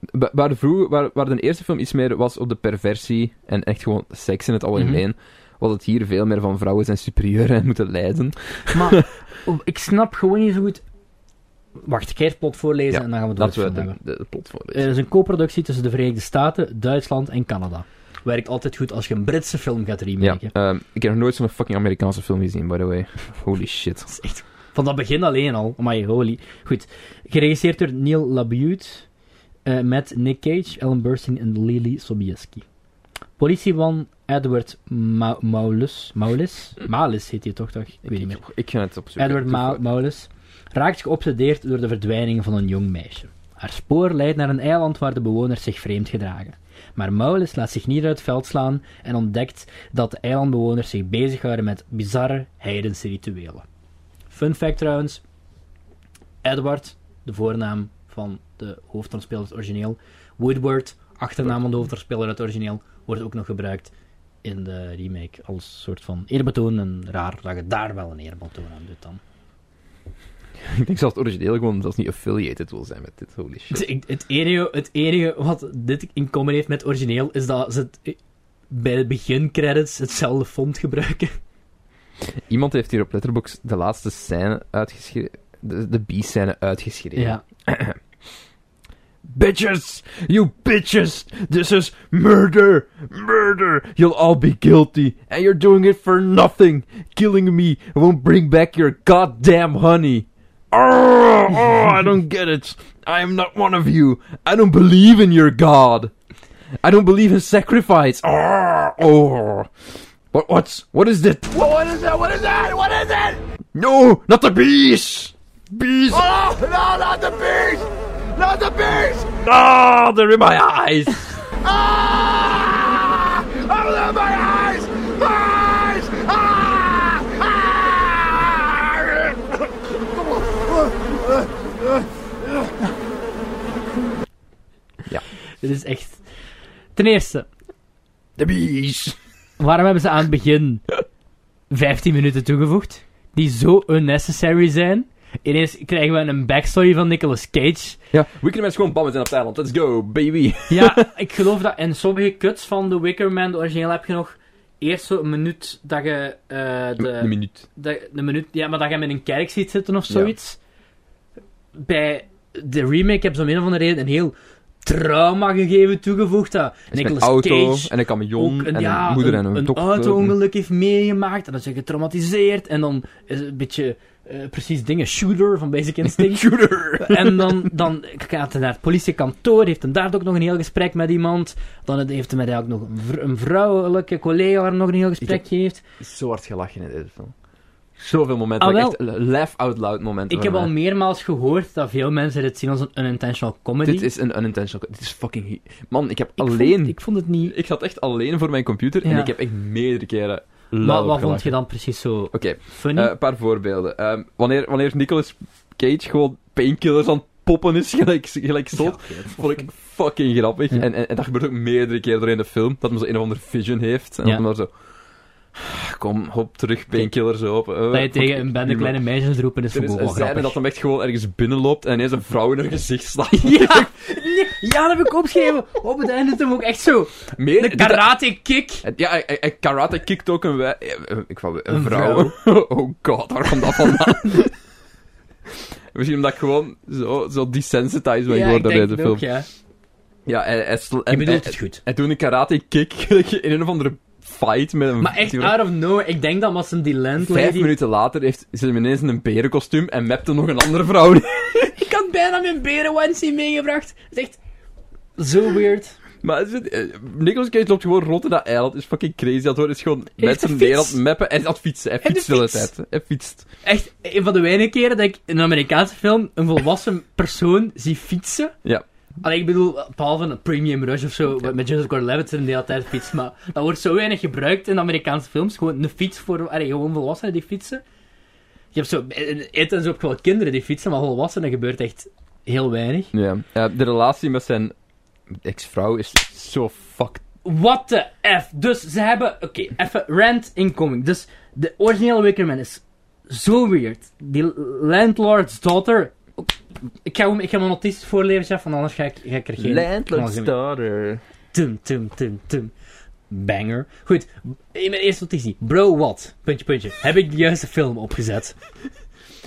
[SPEAKER 2] Ba- Waar, vroeger, waar, waar de eerste film iets meer was op de perversie en echt gewoon seks in het algemeen,
[SPEAKER 1] Mhm.
[SPEAKER 2] was het hier veel meer van vrouwen zijn superieur en moeten lijden.
[SPEAKER 1] Maar oh, ik snap gewoon niet zo goed... Wacht, ik ga eerst het plot voorlezen
[SPEAKER 2] Ja,
[SPEAKER 1] en dan gaan we door
[SPEAKER 2] Laten we de, de, de plot voorlezen.
[SPEAKER 1] Er is een co-productie tussen de Verenigde Staten, Duitsland en Canada. Werkt altijd goed als je een Britse film gaat
[SPEAKER 2] ja,
[SPEAKER 1] remaken.
[SPEAKER 2] ehm, ik heb nog nooit zo'n fucking Amerikaanse film gezien, by the way. *laughs* Holy shit.
[SPEAKER 1] Dat is echt... Van dat begin alleen al. Amai, holy. Goed. Geregisseerd door Neil Labute. eh, met Nick Cage, Ellen Burstyn en Lily Sobieski. Politieman Edward Ma- Maulus. Maulus? Malis heet hij toch? toch? Ik weet niet meer.
[SPEAKER 2] Ik, ik ga het opzoeken.
[SPEAKER 1] Edward Ma- Maulus raakt geobsedeerd door de verdwijning van een jong meisje. Haar spoor leidt naar een eiland waar de bewoners zich vreemd gedragen. Maar Maulus laat zich niet uit het veld slaan en ontdekt dat de eilandbewoners zich bezighouden met bizarre heidense rituelen. Fun fact trouwens, Edward, de voornaam van de hoofdrolspeler uit het origineel, Woodward, achternaam van de hoofdrolspeler uit het origineel, wordt ook nog gebruikt in de remake als soort van eerbetoon. En raar dat je daar wel een eerbetoon aan doet dan.
[SPEAKER 2] *laughs* Ik denk zelfs het origineel gewoon zelfs niet affiliated wil zijn met dit. Holy shit.
[SPEAKER 1] Dus ik- Het enige, het enige wat dit in common heeft met het origineel is dat ze het, eh, bij de begincredits hetzelfde font gebruiken.
[SPEAKER 2] Iemand heeft hier op Letterboxd de laatste scène uitgeschreven. De, de B-scène uitgeschreven. Bitches! You bitches! This is murder! Murder! You'll all be guilty, and you're doing it for nothing! Killing me won't bring back your goddamn honey! Oh, oh I don't get it! I am not one of you! I don't believe in your god! I don't believe in sacrifice! Oh, oh. What, what's, what is it? What, what is that? What is that? What is it? No, not the bees! Bees! Oh, no, not the bees! Not the bees! Ah, they're in my eyes! ah! Oh, in my eyes! My eyes! Ah! Ah!
[SPEAKER 1] Dit is echt... Ten eerste,
[SPEAKER 2] The bees!
[SPEAKER 1] waarom hebben ze aan het begin 15 minuten toegevoegd? Die zo unnecessary zijn. Ineens krijgen we een backstory van Nicolas Cage.
[SPEAKER 2] Ja, we kunnen met gewoon bammen zijn op het eiland. Let's go, baby!
[SPEAKER 1] Ja, ik geloof dat in sommige cuts van The Wicker Man, de origineel, heb je nog eerst zo een minuut dat je eh, de,
[SPEAKER 2] Een minuut.
[SPEAKER 1] de, de minuut, ja, maar dat je hem in een kerk ziet zitten of zoiets. Bij de remake heb ze om een of andere reden een heel trauma gegeven toegevoegd. Dat
[SPEAKER 2] Dus met
[SPEAKER 1] Nicolas
[SPEAKER 2] auto
[SPEAKER 1] Cage
[SPEAKER 2] en een camion
[SPEAKER 1] ook
[SPEAKER 2] en een moeder en een, Mm. dochter.
[SPEAKER 1] auto-ongeluk heeft meegemaakt. En dan is hij getraumatiseerd. En dan is het een beetje eh, precies dingen. Shooter van
[SPEAKER 2] *laughs*
[SPEAKER 1] Basic Instinct.
[SPEAKER 2] Shooter!
[SPEAKER 1] en dan, dan gaat hij naar het politiekantoor. Heeft hem daar ook nog een heel gesprek met iemand. Dan heeft hij met haar ook nog een, vr- een vrouwelijke collega waar hij nog een heel gesprek heeft.
[SPEAKER 2] Zo hard gelachen in deze film. Zoveel momenten.
[SPEAKER 1] Ah,
[SPEAKER 2] dat ik
[SPEAKER 1] wel.
[SPEAKER 2] echt laugh out loud momenten.
[SPEAKER 1] Ik
[SPEAKER 2] voor
[SPEAKER 1] heb al
[SPEAKER 2] mij.
[SPEAKER 1] meermaals gehoord dat veel mensen dit zien als een unintentional comedy.
[SPEAKER 2] Dit is een unintentional. Dit is fucking. hi- Man, ik heb
[SPEAKER 1] ik
[SPEAKER 2] alleen.
[SPEAKER 1] Vond,
[SPEAKER 2] ik...
[SPEAKER 1] ik vond het niet.
[SPEAKER 2] zat echt alleen voor mijn computer en
[SPEAKER 1] Ja.
[SPEAKER 2] ik heb echt meerdere keren.
[SPEAKER 1] Maar wat vond je dan precies zo
[SPEAKER 2] Oké,
[SPEAKER 1] funny?
[SPEAKER 2] eh, een paar voorbeelden. Ehm, wanneer, wanneer Nicolas Cage gewoon painkillers aan het poppen is, *laughs* gelijk, gelijk zot, vond ik fucking grappig.
[SPEAKER 1] Ja.
[SPEAKER 2] En, en, en dat gebeurt ook meerdere keren door in de film, dat hem zo een of ander vision heeft. En
[SPEAKER 1] Ja.
[SPEAKER 2] dan maar zo... "Ah, Kom, hop, terug, painkillers op. eh,
[SPEAKER 1] dat je
[SPEAKER 2] vond ik
[SPEAKER 1] tegen een bende
[SPEAKER 2] humor.
[SPEAKER 1] kleine meisjes roepen is
[SPEAKER 2] Er is
[SPEAKER 1] ook
[SPEAKER 2] een
[SPEAKER 1] wel
[SPEAKER 2] scène
[SPEAKER 1] grappig. *laughs*
[SPEAKER 2] dat hem echt gewoon ergens binnenloopt en ineens een vrouw in haar gezicht slaat.
[SPEAKER 1] Ja, ja, dat heb ik opgeschreven. Oh, Op het einde toen ook echt zo.
[SPEAKER 2] Meer,
[SPEAKER 1] De karate kick.
[SPEAKER 2] En- Ja, en- en karate kikt ook een, wij- eh, eh, ik wou, een,
[SPEAKER 1] Een
[SPEAKER 2] vrouw. *laughs* oh god, waar kwam dat vandaan? *laughs* Misschien omdat ik gewoon zo, zo desensitized ben
[SPEAKER 1] ja, ik
[SPEAKER 2] geworden bij
[SPEAKER 1] denk
[SPEAKER 2] de
[SPEAKER 1] het
[SPEAKER 2] film.
[SPEAKER 1] ook, ja.
[SPEAKER 2] Ja, hij, hij, sl-
[SPEAKER 1] Je
[SPEAKER 2] en-
[SPEAKER 1] bedoelt
[SPEAKER 2] en-
[SPEAKER 1] het goed.
[SPEAKER 2] en toen een karate kick *laughs* in een of andere fight met een
[SPEAKER 1] Maar echt
[SPEAKER 2] die-
[SPEAKER 1] out of nowhere. Ik denk dat was een die land
[SPEAKER 2] Vijf
[SPEAKER 1] lady-
[SPEAKER 2] minuten later heeft, zit hem ineens in een berenkostuum en mept hem nog een andere vrouw.
[SPEAKER 1] Ik had bijna mijn berenwansie meegebracht. Dat is echt zo weird.
[SPEAKER 2] *laughs* maar is het- eh, Nicolas Cage loopt gewoon rond in dat eiland. is fucking crazy. Dat hoor is gewoon met
[SPEAKER 1] heeft een
[SPEAKER 2] zijn
[SPEAKER 1] fiets.
[SPEAKER 2] wereld mappen en aan het fietsen. Hij
[SPEAKER 1] heeft
[SPEAKER 2] fietst de
[SPEAKER 1] een
[SPEAKER 2] hele
[SPEAKER 1] fiets.
[SPEAKER 2] tijd. Hij fietst.
[SPEAKER 1] Echt een van de weinige keren dat ik in een Amerikaanse film een volwassen persoon zie fietsen.
[SPEAKER 2] Ja.
[SPEAKER 1] Allee, ik bedoel, behalve een Premium Rush of zo, met Joseph Gordon-Levitt in de hele tijd fiets, maar dat wordt zo weinig gebruikt in Amerikaanse films. Gewoon een fiets voor, allee, gewoon volwassenen die fietsen. Je hebt zo, in het en zo heb je wel kinderen die fietsen, maar volwassenen gebeurt echt heel weinig.
[SPEAKER 2] Ja, eh, de relatie met zijn ex-vrouw is zo fucked.
[SPEAKER 1] What the F? Dus ze hebben, oké, even rant incoming. Dus de originele Wickerman is zo weird. Die landlord's daughter, Ik ga, hem- ik ga mijn notities voorlezen, chef, want anders ga ik, ga ik er geen...
[SPEAKER 2] Landlord's
[SPEAKER 1] anders heb ik-
[SPEAKER 2] daughter.
[SPEAKER 1] Tum, tum, tum, tum. Banger. Goed, in mijn eerste notitie. Bro, wat? Puntje, puntje. Heb ik de juiste film opgezet?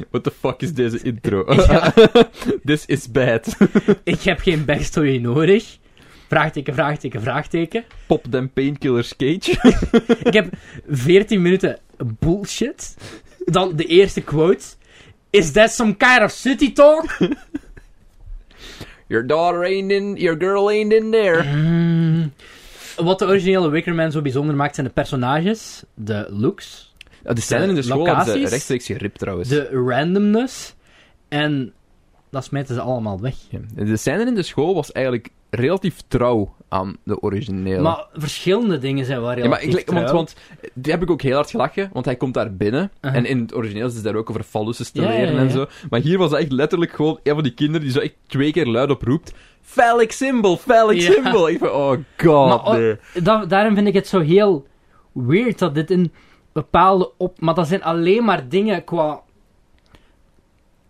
[SPEAKER 2] What the fuck is deze intro? *laughs* This is bad. *laughs*
[SPEAKER 1] Ik heb geen backstory nodig. Vraagteken, vraagteken, vraagteken.
[SPEAKER 2] Pop them painkillers cage. *laughs*
[SPEAKER 1] Ik heb 14 minuten bullshit. Dan de eerste quote. Is that some kind of city talk?
[SPEAKER 2] Your daughter ain't in, your girl ain't in
[SPEAKER 1] Mhm.
[SPEAKER 2] there.
[SPEAKER 1] Wat de originele Wickerman zo bijzonder maakt zijn de personages, de looks,
[SPEAKER 2] Ah, de scène in de school hebben ze
[SPEAKER 1] locaties?
[SPEAKER 2] rechtstreeks geript trouwens.
[SPEAKER 1] de randomness. En dat smijten ze allemaal weg.
[SPEAKER 2] Ja. De scène in de school was eigenlijk relatief trouw aan de originele.
[SPEAKER 1] Maar verschillende dingen zijn waar
[SPEAKER 2] ja, maar ik,
[SPEAKER 1] relatief
[SPEAKER 2] want,
[SPEAKER 1] trouw.
[SPEAKER 2] want eh, die heb ik ook heel hard gelachen, want hij komt daar binnen. En in het origineel is het daar ook over fallussen te
[SPEAKER 1] Ja, ja,
[SPEAKER 2] leren
[SPEAKER 1] ja,
[SPEAKER 2] en
[SPEAKER 1] ja.
[SPEAKER 2] zo. Maar hier was echt letterlijk gewoon een van die kinderen die zo echt twee keer luid oproept. Phallic symbol, phallic
[SPEAKER 1] Ja.
[SPEAKER 2] symbol. Ik van, oh god.
[SPEAKER 1] Maar,
[SPEAKER 2] nee.
[SPEAKER 1] oh, da- daarom vind ik het zo heel weird dat dit in bepaalde op... Maar dat zijn alleen maar dingen qua...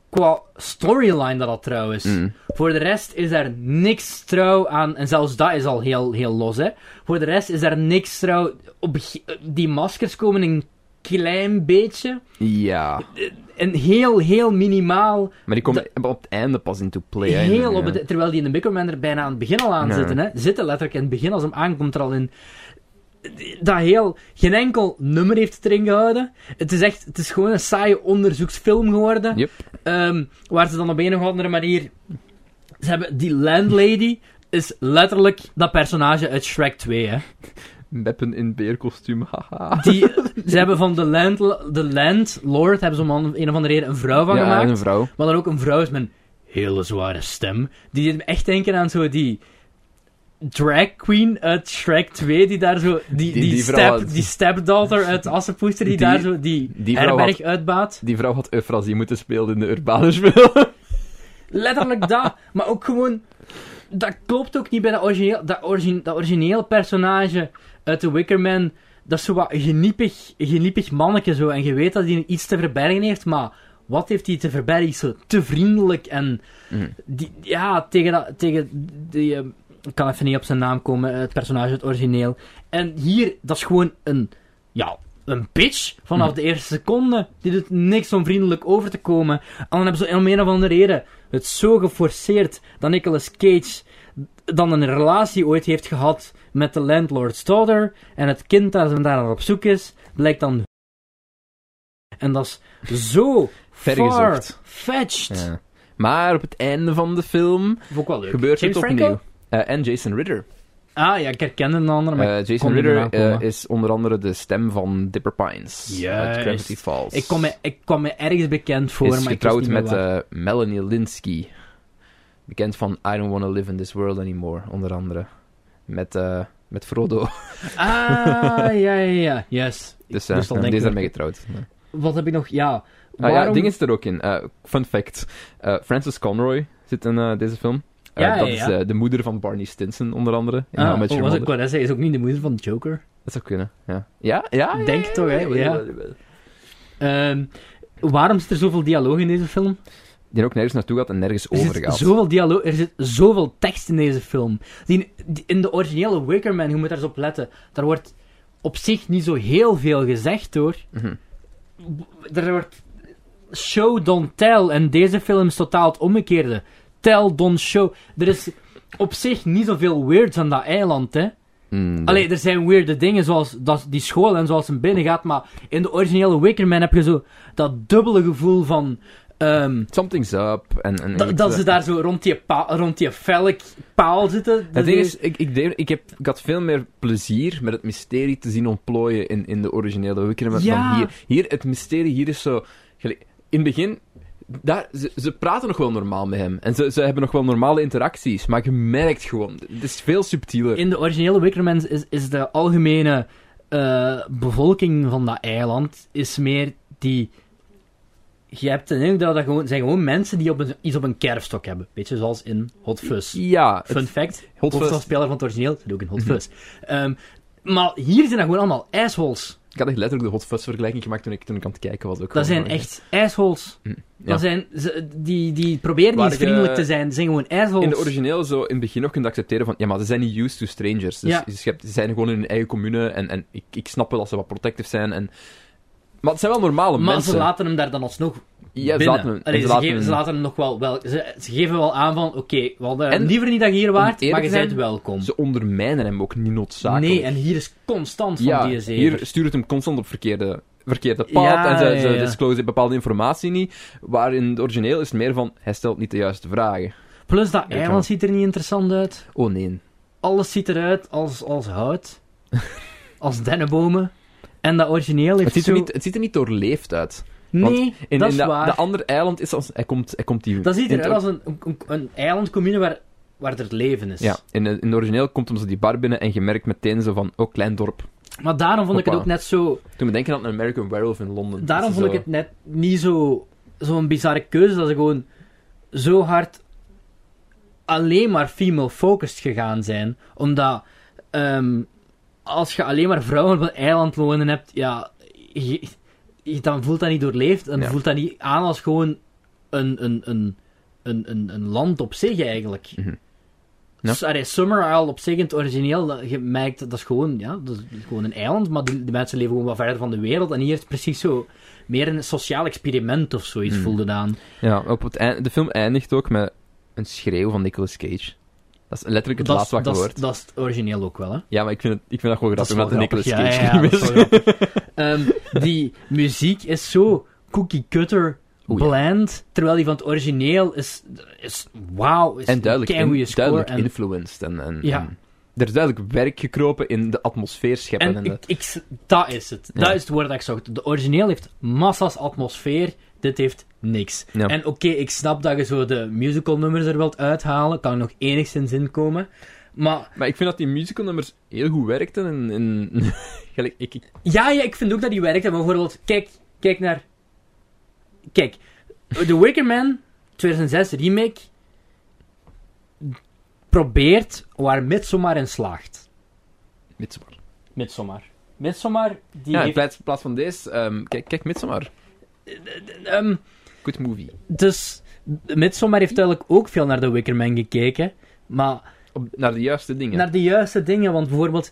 [SPEAKER 1] Qua storyline dat al trouw is.
[SPEAKER 2] Mm.
[SPEAKER 1] Voor de rest is er niks trouw aan... En zelfs dat is al heel, heel los, hè. Voor de rest is er niks trouw... Op, ge- die maskers komen een klein beetje.
[SPEAKER 2] Ja.
[SPEAKER 1] En heel, heel minimaal.
[SPEAKER 2] Maar die komt op het einde pas into play. hè.
[SPEAKER 1] Heel op
[SPEAKER 2] Ja.
[SPEAKER 1] het, e- terwijl die in de Microman er bijna aan het begin al aan
[SPEAKER 2] Ja.
[SPEAKER 1] zitten. Hè? Zitten letterlijk in het begin, als hem aankomt er al in. Dat heel, geen enkel nummer heeft het erin gehouden. Het is echt, het is gewoon een saaie onderzoeksfilm geworden.
[SPEAKER 2] Yep.
[SPEAKER 1] Ehm, waar ze dan op een of andere manier. Ze hebben die landlady. Is letterlijk dat personage uit Shrek 2, hè.
[SPEAKER 2] Meppen in beerkostuum, haha.
[SPEAKER 1] Die,
[SPEAKER 2] *laughs*
[SPEAKER 1] ze hebben van de, land, de landlord, hebben ze om een of andere reden een vrouw van
[SPEAKER 2] Ja, en
[SPEAKER 1] gemaakt.
[SPEAKER 2] een vrouw.
[SPEAKER 1] Maar dan ook een vrouw is met een hele zware stem. Die deed me echt denken aan zo die drag queen uit Shrek 2, die daar zo... Die, die,
[SPEAKER 2] die vrouw
[SPEAKER 1] step,
[SPEAKER 2] had-
[SPEAKER 1] die stepdaughter uit Assepoester, die,
[SPEAKER 2] Die-
[SPEAKER 1] daar zo die,
[SPEAKER 2] die vrouw
[SPEAKER 1] herberg
[SPEAKER 2] had-
[SPEAKER 1] uitbaat.
[SPEAKER 2] Die vrouw had Eufrasie moeten spelen in de Urbane spel.
[SPEAKER 1] Letterlijk
[SPEAKER 2] *laughs*
[SPEAKER 1] dat, maar ook gewoon... Dat klopt ook niet bij dat, origineel, dat, origine- dat originele personage uit The Wicker Man. Dat is zo wat een geniepig, een geniepig manneke zo. En je weet dat hij iets te verbergen heeft, maar wat heeft hij te verbergen? Hij is zo te vriendelijk en... Die, ja, tegen, dat, tegen die... eh, ik kan even niet op zijn naam komen, eh, het personage, het origineel. En hier, dat is gewoon een... Ja, een bitch vanaf
[SPEAKER 2] Hm.
[SPEAKER 1] de eerste seconde. Die doet niks om vriendelijk over te komen. En dan hebben ze om een of andere reden het zo geforceerd dat Nicolas Cage dan een relatie ooit heeft gehad met de landlord's daughter. En het kind dat ze daar naar op zoek is, blijkt dan... En dat is zo... far
[SPEAKER 2] Vergezocht.
[SPEAKER 1] fetched.
[SPEAKER 2] Ja. Maar op het einde van de film
[SPEAKER 1] Vond ik wel leuk.
[SPEAKER 2] gebeurt
[SPEAKER 1] James
[SPEAKER 2] het
[SPEAKER 1] Franco?
[SPEAKER 2] opnieuw. Eh, en Jason Ritter.
[SPEAKER 1] Ah ja, ik herkende een andere, maar
[SPEAKER 2] Eh,
[SPEAKER 1] ik
[SPEAKER 2] Jason
[SPEAKER 1] kon niet
[SPEAKER 2] Ritter
[SPEAKER 1] meer aankomen.
[SPEAKER 2] eh, is onder andere de stem van Dipper Pines uit
[SPEAKER 1] Juist.
[SPEAKER 2] Gravity Falls.
[SPEAKER 1] ik, kwam me, ik kwam me ergens bekend voor, maar
[SPEAKER 2] is
[SPEAKER 1] ik
[SPEAKER 2] getrouwd
[SPEAKER 1] wist niet
[SPEAKER 2] met
[SPEAKER 1] meer waar.
[SPEAKER 2] eh, Melanie Linsky. Bekend van I Don't Wanna Live in This World Anymore, onder andere. Met, eh,
[SPEAKER 1] *laughs*
[SPEAKER 2] met Frodo.
[SPEAKER 1] Ah, ja, ja, ja. Yes. Ik
[SPEAKER 2] eh, *laughs* Dus eh,
[SPEAKER 1] moest al
[SPEAKER 2] die
[SPEAKER 1] denken,
[SPEAKER 2] is daarmee getrouwd. Ja.
[SPEAKER 1] Wat heb ik nog? Ja.
[SPEAKER 2] Ah, ja,
[SPEAKER 1] waarom-
[SPEAKER 2] ding is er ook in. Eh, fun fact. Eh, Frances Conroy zit in eh, deze film. Eh,
[SPEAKER 1] Ja,
[SPEAKER 2] dat
[SPEAKER 1] ja,
[SPEAKER 2] is
[SPEAKER 1] ja.
[SPEAKER 2] eh, de moeder van Barney Stinson, onder andere. In
[SPEAKER 1] Ah,
[SPEAKER 2] How I Met
[SPEAKER 1] oh, was
[SPEAKER 2] Your Mother.
[SPEAKER 1] ik wou net zeggen, is ook niet de moeder van de Joker.
[SPEAKER 2] Dat zou kunnen, ja. Ja, ja. ja,
[SPEAKER 1] Denk
[SPEAKER 2] ja,
[SPEAKER 1] toch, hè, ja. Ehm, waarom zit er zoveel dialoog in deze film?
[SPEAKER 2] Die er ook nergens naartoe gaat en nergens
[SPEAKER 1] Er
[SPEAKER 2] over
[SPEAKER 1] zit
[SPEAKER 2] gaat.
[SPEAKER 1] zoveel dialoog, er zit zoveel tekst in deze film. Die, die- in de originele Wicker Man, je moet daar eens op letten, daar wordt op zich niet zo heel veel gezegd hoor.
[SPEAKER 2] Mhm.
[SPEAKER 1] Er wordt show, don't tell. En deze film is totaal het omgekeerde. Tell, don't show. Er is op zich niet zoveel weirds aan dat eiland, hè.
[SPEAKER 2] Mm, nee.
[SPEAKER 1] Allee, er zijn weirde dingen zoals dat, die school en zoals hem binnen gaat, maar in de originele Wicker Man heb je zo dat dubbele gevoel van... ehm,
[SPEAKER 2] Something's up. En, en,
[SPEAKER 1] dat, dat ze daar zo rond die, paal, rond die felk paal zitten. Dus
[SPEAKER 2] Het ding is, ik, ik, deed, ik, heb, ik had veel meer plezier met het mysterie te zien ontplooien in, in de originele Wickerman
[SPEAKER 1] Ja.
[SPEAKER 2] dan hier. Hier, het mysterie hier is zo... gelijk- In het begin, daar, ze, ze praten nog wel normaal met hem. En ze, ze hebben nog wel normale interacties. Maar je merkt gewoon, het is veel subtieler.
[SPEAKER 1] In de originele Wickerman is, is de algemene eh, bevolking van dat eiland is meer die... Je hebt een indruk dat dat gewoon, zijn gewoon mensen die op een, iets op een kerfstok hebben. Beetje zoals in Hot Fuzz.
[SPEAKER 2] Ja, het-
[SPEAKER 1] Fun fact. Hot
[SPEAKER 2] Hot Fuzz. Mhm.
[SPEAKER 1] Fuzz. speler van het origineel zit ook in Hot Fuzz. Ehm, maar hier zijn dat gewoon allemaal assholes.
[SPEAKER 2] Ik had echt letterlijk de Hot Fuzz vergelijking gemaakt toen ik, toen ik aan het kijken was. Ook
[SPEAKER 1] Dat
[SPEAKER 2] gewoon.
[SPEAKER 1] zijn echt assholes.
[SPEAKER 2] Mhm. Ja.
[SPEAKER 1] Dat zijn, ze- die, die proberen
[SPEAKER 2] Waar
[SPEAKER 1] niet
[SPEAKER 2] ik,
[SPEAKER 1] vriendelijk
[SPEAKER 2] eh,
[SPEAKER 1] te zijn. Ze zijn gewoon assholes.
[SPEAKER 2] In de origineel zo in het begin nog kunt accepteren van ja, maar ze zijn niet used to strangers. Dus,
[SPEAKER 1] Ja.
[SPEAKER 2] dus je hebt- ze zijn gewoon in hun eigen commune en, en ik, ik snap wel dat ze wat protective zijn. En, maar het zijn wel normale
[SPEAKER 1] maar
[SPEAKER 2] mensen.
[SPEAKER 1] ze laten hem daar dan alsnog
[SPEAKER 2] ja, ze
[SPEAKER 1] binnen.
[SPEAKER 2] laten hun-
[SPEAKER 1] Allee,
[SPEAKER 2] ze
[SPEAKER 1] ze,
[SPEAKER 2] laten
[SPEAKER 1] geven,
[SPEAKER 2] hun-
[SPEAKER 1] ze laten hem nog wel... wel ze, ze geven wel aan van, oké, we hadden
[SPEAKER 2] En
[SPEAKER 1] liever niet dat je hier waart,
[SPEAKER 2] eerlijk
[SPEAKER 1] maar je
[SPEAKER 2] te zijn,
[SPEAKER 1] bent welkom.
[SPEAKER 2] ze ondermijnen hem ook niet noodzakelijk.
[SPEAKER 1] Nee, en hier is constant van
[SPEAKER 2] ja,
[SPEAKER 1] die zeven.
[SPEAKER 2] hier stuurt hem constant op verkeerde, verkeerde pad
[SPEAKER 1] Ja,
[SPEAKER 2] en ze, ze
[SPEAKER 1] ja, ja.
[SPEAKER 2] disclosen bepaalde informatie niet. Waar in het origineel is het meer van hij stelt niet de juiste vragen.
[SPEAKER 1] Plus dat
[SPEAKER 2] Ja,
[SPEAKER 1] eiland
[SPEAKER 2] klopt.
[SPEAKER 1] ziet er niet interessant uit.
[SPEAKER 2] Oh nee.
[SPEAKER 1] Alles ziet eruit als, als
[SPEAKER 2] *laughs*
[SPEAKER 1] hout. als dennenbomen. En dat origineel heeft
[SPEAKER 2] Het ziet, er
[SPEAKER 1] zo...
[SPEAKER 2] niet, het ziet er niet doorleefd uit. want
[SPEAKER 1] Nee,
[SPEAKER 2] In,
[SPEAKER 1] dat
[SPEAKER 2] in
[SPEAKER 1] is
[SPEAKER 2] de,
[SPEAKER 1] waar.
[SPEAKER 2] de andere eiland is als. Hij komt, hij komt die.
[SPEAKER 1] Dat ziet
[SPEAKER 2] in het
[SPEAKER 1] eruit
[SPEAKER 2] or-
[SPEAKER 1] als een, een, een eilandcommune waar, waar er leven is.
[SPEAKER 2] Ja, Dus in, in het origineel komt hem zo die bar binnen en je merkt meteen zo van. Oh, klein dorp.
[SPEAKER 1] Maar daarom vond ik het ook
[SPEAKER 2] Hoppa.
[SPEAKER 1] net zo...
[SPEAKER 2] Toen we denken aan een American Werewolf in Londen. Dus
[SPEAKER 1] Daarom
[SPEAKER 2] Dat
[SPEAKER 1] vond ik
[SPEAKER 2] ze
[SPEAKER 1] het net niet zo- zo'n bizarre keuze dat ze gewoon zo hard alleen maar female-focused gegaan zijn. Omdat ehm, als je alleen maar vrouwen op een eiland wonen hebt, ja, je- je- dan voelt dat niet doorleefd. En
[SPEAKER 2] Ja.
[SPEAKER 1] voelt dat niet aan als gewoon een, een, een, een, een, een land op zich eigenlijk.
[SPEAKER 2] Mhm. Ja.
[SPEAKER 1] S- Dus, allee, Summer Isle op zich in het origineel, dat- je merkt dat dat is gewoon, ja, dat is gewoon een eiland, maar de, de mensen leven gewoon wat verder van de wereld. En hier is het precies zo meer een sociaal experiment of zoiets
[SPEAKER 2] Hmm.
[SPEAKER 1] voelde het aan.
[SPEAKER 2] Ja, op het eind, de film eindigt ook met een schreeuw van Nicolas Cage. Dat is letterlijk het
[SPEAKER 1] Dat is-
[SPEAKER 2] laatste wat je
[SPEAKER 1] dat is-
[SPEAKER 2] hoort.
[SPEAKER 1] Dat is het origineel ook wel, hè?
[SPEAKER 2] Ja, maar ik vind, het, ik vind dat gewoon grappig
[SPEAKER 1] wel
[SPEAKER 2] omdat de Nicolas
[SPEAKER 1] grappig,
[SPEAKER 2] Cage
[SPEAKER 1] ja, ja, ja,
[SPEAKER 2] erin
[SPEAKER 1] dat is
[SPEAKER 2] is.
[SPEAKER 1] wel grappig. Ehm, die muziek is zo cookie cutter
[SPEAKER 2] Oeh, ja.
[SPEAKER 1] bland, terwijl die van het origineel is, is wauw, is
[SPEAKER 2] En duidelijk,
[SPEAKER 1] een
[SPEAKER 2] in,
[SPEAKER 1] keigoeie score.
[SPEAKER 2] duidelijk
[SPEAKER 1] en-
[SPEAKER 2] influenced. En, en,
[SPEAKER 1] Ja.
[SPEAKER 2] en er is duidelijk werk gekropen in de atmosfeer scheppen. En
[SPEAKER 1] En
[SPEAKER 2] de-
[SPEAKER 1] ik, ik s- dat is het.
[SPEAKER 2] Ja.
[SPEAKER 1] Dat is het woord dat ik zocht. De origineel heeft massa's atmosfeer. Dit heeft niks.
[SPEAKER 2] Ja.
[SPEAKER 1] En oké, ik snap dat je zo de musical nummers er wilt uithalen. Kan nog enigszins in komen. Maar
[SPEAKER 2] Maar ik vind dat die musicalnummers heel goed werkten. En, en, *laughs* gelijk, ik, ik-
[SPEAKER 1] ja, ja, ik vind ook dat die werkt. Maar bijvoorbeeld, kijk, kijk naar... Kijk, The Wicker Man 2006 remake probeert waar Midsommar in slaagt.
[SPEAKER 2] Midsommar.
[SPEAKER 1] Midsommar. Midsommar, die
[SPEAKER 2] Ja, in
[SPEAKER 1] heeft...
[SPEAKER 2] plaats, in plaats van deze, ehm, kijk, kijk Midsommar.
[SPEAKER 1] ehm,
[SPEAKER 2] Good movie.
[SPEAKER 1] Dus Midsommar heeft duidelijk ook veel naar de Wickerman gekeken. Maar
[SPEAKER 2] Op, naar de juiste dingen.
[SPEAKER 1] naar de juiste dingen. Want bijvoorbeeld,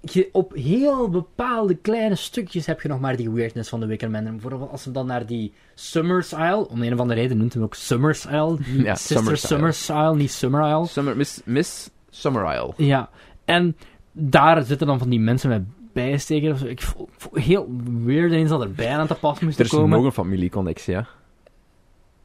[SPEAKER 1] je, op heel bepaalde kleine stukjes heb je nog maar die weirdness van de Wickerman. En bijvoorbeeld als ze dan naar die Summers Isle... Om een of andere reden noemt hem ook Summers Isle.
[SPEAKER 2] Ja,
[SPEAKER 1] Sister
[SPEAKER 2] Summers
[SPEAKER 1] Summers
[SPEAKER 2] Isle.
[SPEAKER 1] Isle. niet Summer Isle.
[SPEAKER 2] Summer, Miss, Miss Summer Isle.
[SPEAKER 1] Ja. En daar zitten dan van die mensen met bijsteken. of zo. Ik voel, voel heel weird eens dat er bijna aan te pas moest
[SPEAKER 2] Er is
[SPEAKER 1] komen.
[SPEAKER 2] nog een familieconnectie, ja.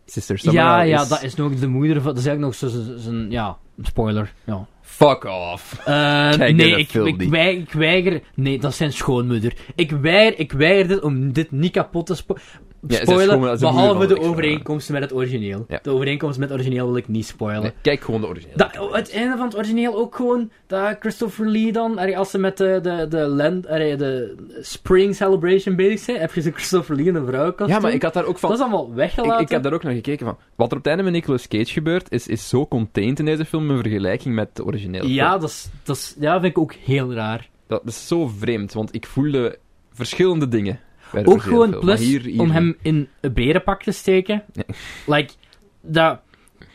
[SPEAKER 2] Sister Summer
[SPEAKER 1] ja,
[SPEAKER 2] Isle
[SPEAKER 1] ja,
[SPEAKER 2] is-
[SPEAKER 1] dat is nog de moeder van... Dat is eigenlijk nog zo- zo- zo'n... Ja, spoiler. Ja.
[SPEAKER 2] Fuck off.
[SPEAKER 1] Eh,
[SPEAKER 2] Kijk
[SPEAKER 1] nee,
[SPEAKER 2] naar dat
[SPEAKER 1] ik,
[SPEAKER 2] film
[SPEAKER 1] ik,
[SPEAKER 2] niet.
[SPEAKER 1] wei- ik weiger. Nee, dat is zijn schoonmoeder. Ik weiger, ik weiger dit om dit niet kapot te spo
[SPEAKER 2] Ja, zijn
[SPEAKER 1] spoilen.
[SPEAKER 2] schoonmoeder is de moeder
[SPEAKER 1] behalve
[SPEAKER 2] van
[SPEAKER 1] de
[SPEAKER 2] Rick,
[SPEAKER 1] overeenkomsten met het origineel.
[SPEAKER 2] Ja.
[SPEAKER 1] De overeenkomst met het origineel wil ik niet spoilen.
[SPEAKER 2] Nee, kijk gewoon de originele.
[SPEAKER 1] Dat, oh, het einde van het origineel ook gewoon dat Christopher Lee dan, allee, als ze met de, de, de, land, allee, de Spring Celebration bezig zijn, heb je zo'n Christopher Lee in een vrouwkast.
[SPEAKER 2] ja, maar ik had daar ook van...
[SPEAKER 1] Dat is allemaal
[SPEAKER 2] ik,
[SPEAKER 1] weggelaten.
[SPEAKER 2] ik heb daar ook naar gekeken van... Wat er op het einde met Nicolas Cage gebeurt, is, is zo contained in deze film in vergelijking met de originele
[SPEAKER 1] ja,
[SPEAKER 2] film.
[SPEAKER 1] dat is, dat is, ja, vind ik ook heel raar.
[SPEAKER 2] Dat is zo vreemd, want ik voelde verschillende dingen. bij de
[SPEAKER 1] Ook
[SPEAKER 2] originele
[SPEAKER 1] gewoon
[SPEAKER 2] film.
[SPEAKER 1] plus
[SPEAKER 2] Maar hier- hier
[SPEAKER 1] om
[SPEAKER 2] niet.
[SPEAKER 1] hem in een berenpak te steken.
[SPEAKER 2] Nee.
[SPEAKER 1] Like, dat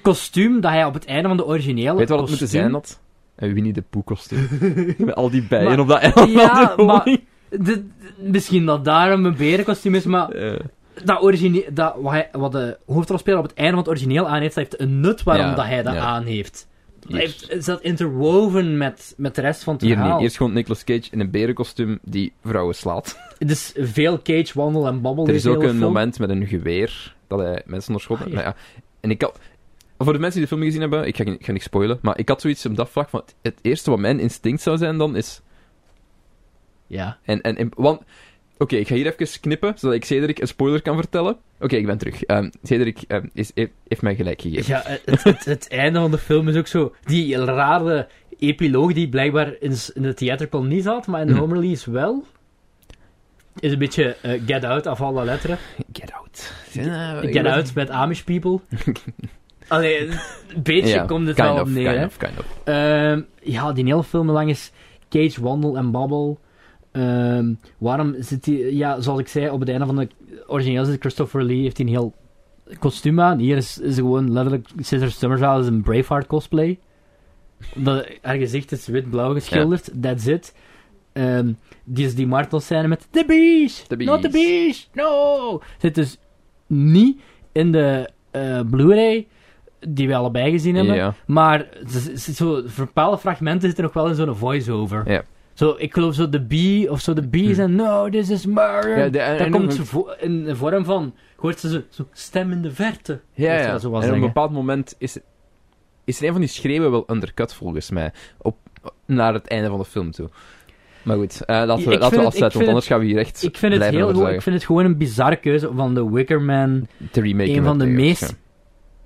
[SPEAKER 1] kostuum dat hij op het einde van de originele
[SPEAKER 2] Weet je wat
[SPEAKER 1] kostuum...
[SPEAKER 2] het moeten zijn had? Een Winnie de Pooh
[SPEAKER 1] *laughs*
[SPEAKER 2] kostuum. Met al die bijen
[SPEAKER 1] Maar-
[SPEAKER 2] op dat eiland.
[SPEAKER 1] Ja, maar dit- misschien dat daarom een berenkostuum is, maar
[SPEAKER 2] Eh,
[SPEAKER 1] dat origine dat, wat, hij- wat de hoofdrolspeler op het einde van het origineel aan heeft, dat heeft een nut waarom
[SPEAKER 2] Ja,
[SPEAKER 1] dat hij dat
[SPEAKER 2] ja.
[SPEAKER 1] aan heeft.
[SPEAKER 2] Hier.
[SPEAKER 1] Hij heeft- Is dat interwoven met, met de rest van het
[SPEAKER 2] hier
[SPEAKER 1] verhaal?
[SPEAKER 2] niet. Eerst gewoon Nicolas Cage in een berenkostuum die vrouwen slaat.
[SPEAKER 1] Dus veel cage, wandel en babbel.
[SPEAKER 2] Er is
[SPEAKER 1] deze
[SPEAKER 2] ook
[SPEAKER 1] hele
[SPEAKER 2] een
[SPEAKER 1] film.
[SPEAKER 2] moment met een geweer dat hij mensen onderschot.
[SPEAKER 1] Ah, ja.
[SPEAKER 2] Nou ja. En ik had... Voor de mensen die de film gezien hebben, ik ga, geen- ik ga niks spoilen, maar ik had zoiets op dat vlak van... Het, het eerste wat mijn instinct zou zijn dan is...
[SPEAKER 1] Ja.
[SPEAKER 2] En, en, en- want... Oké, ik ga hier even knippen, zodat ik Cedric een spoiler kan vertellen. Oké, ik ben terug. Ehm Cedric ehm, is, heeft, heeft mij gelijk gegeven.
[SPEAKER 1] Ja, het, het, het *laughs* einde van de film is ook zo. Die rare epiloog die blijkbaar in, s- in de theatrical niet zat, maar in de
[SPEAKER 2] Mhm.
[SPEAKER 1] home release wel. Is een beetje eh, Get Out af alle letteren.
[SPEAKER 2] Get out.
[SPEAKER 1] Get Out met Amish
[SPEAKER 2] *laughs*
[SPEAKER 1] people. Allee, een beetje komt het wel
[SPEAKER 2] kind
[SPEAKER 1] op
[SPEAKER 2] of,
[SPEAKER 1] neer.
[SPEAKER 2] Kind
[SPEAKER 1] hè.
[SPEAKER 2] of, kind of.
[SPEAKER 1] Ehm, ja, die hele film lang is Cage, Wandel en Babbel. Ehm, Ehm, waarom zit hij, ja, zoals ik zei, op het einde van de origineel zit Christopher Lee, heeft hij een heel kostuum aan. Hier is, is gewoon letterlijk Caesar Summershaw is een Braveheart cosplay. Omdat haar gezicht is wit-blauw geschilderd, that's it. Ehm, die is die martelscène met The Beast!
[SPEAKER 2] The
[SPEAKER 1] Not The
[SPEAKER 2] Beast."
[SPEAKER 1] Beast! No! Zit dus niet in de eh, Blu-ray, die we allebei gezien hebben.
[SPEAKER 2] Ja.
[SPEAKER 1] Maar ze- ze- ze- zo, voor bepaalde fragmenten zit er nog wel in zo'n voice-over.
[SPEAKER 2] Ja. Hm.
[SPEAKER 1] Zo, ik geloof zo de bee of zo de bee en no, this is murder.
[SPEAKER 2] Ja, de- en-
[SPEAKER 1] dat
[SPEAKER 2] en
[SPEAKER 1] komt
[SPEAKER 2] ook-
[SPEAKER 1] ze vo- in de vorm van, hoort ze zo, zo stem in de verte.
[SPEAKER 2] Ja,
[SPEAKER 1] Weet je
[SPEAKER 2] ja.
[SPEAKER 1] dat zo
[SPEAKER 2] En
[SPEAKER 1] wel
[SPEAKER 2] op een
[SPEAKER 1] zeggen.
[SPEAKER 2] bepaald moment is, is er een van die schreeuwen wel undercut, volgens mij. Op, naar het einde van de film toe. Maar goed, eh,
[SPEAKER 1] Ik
[SPEAKER 2] laten
[SPEAKER 1] vind
[SPEAKER 2] we, laten
[SPEAKER 1] het-
[SPEAKER 2] we
[SPEAKER 1] ik vind
[SPEAKER 2] afsluiten, want anders gaan we hier echt
[SPEAKER 1] Ik vind, het
[SPEAKER 2] blijven
[SPEAKER 1] heel
[SPEAKER 2] over
[SPEAKER 1] goed, ik
[SPEAKER 2] zagen.
[SPEAKER 1] vind het gewoon een bizarre keuze van de Wicker Man.
[SPEAKER 2] De remake
[SPEAKER 1] een van de
[SPEAKER 2] inderdaad,
[SPEAKER 1] meest
[SPEAKER 2] ja.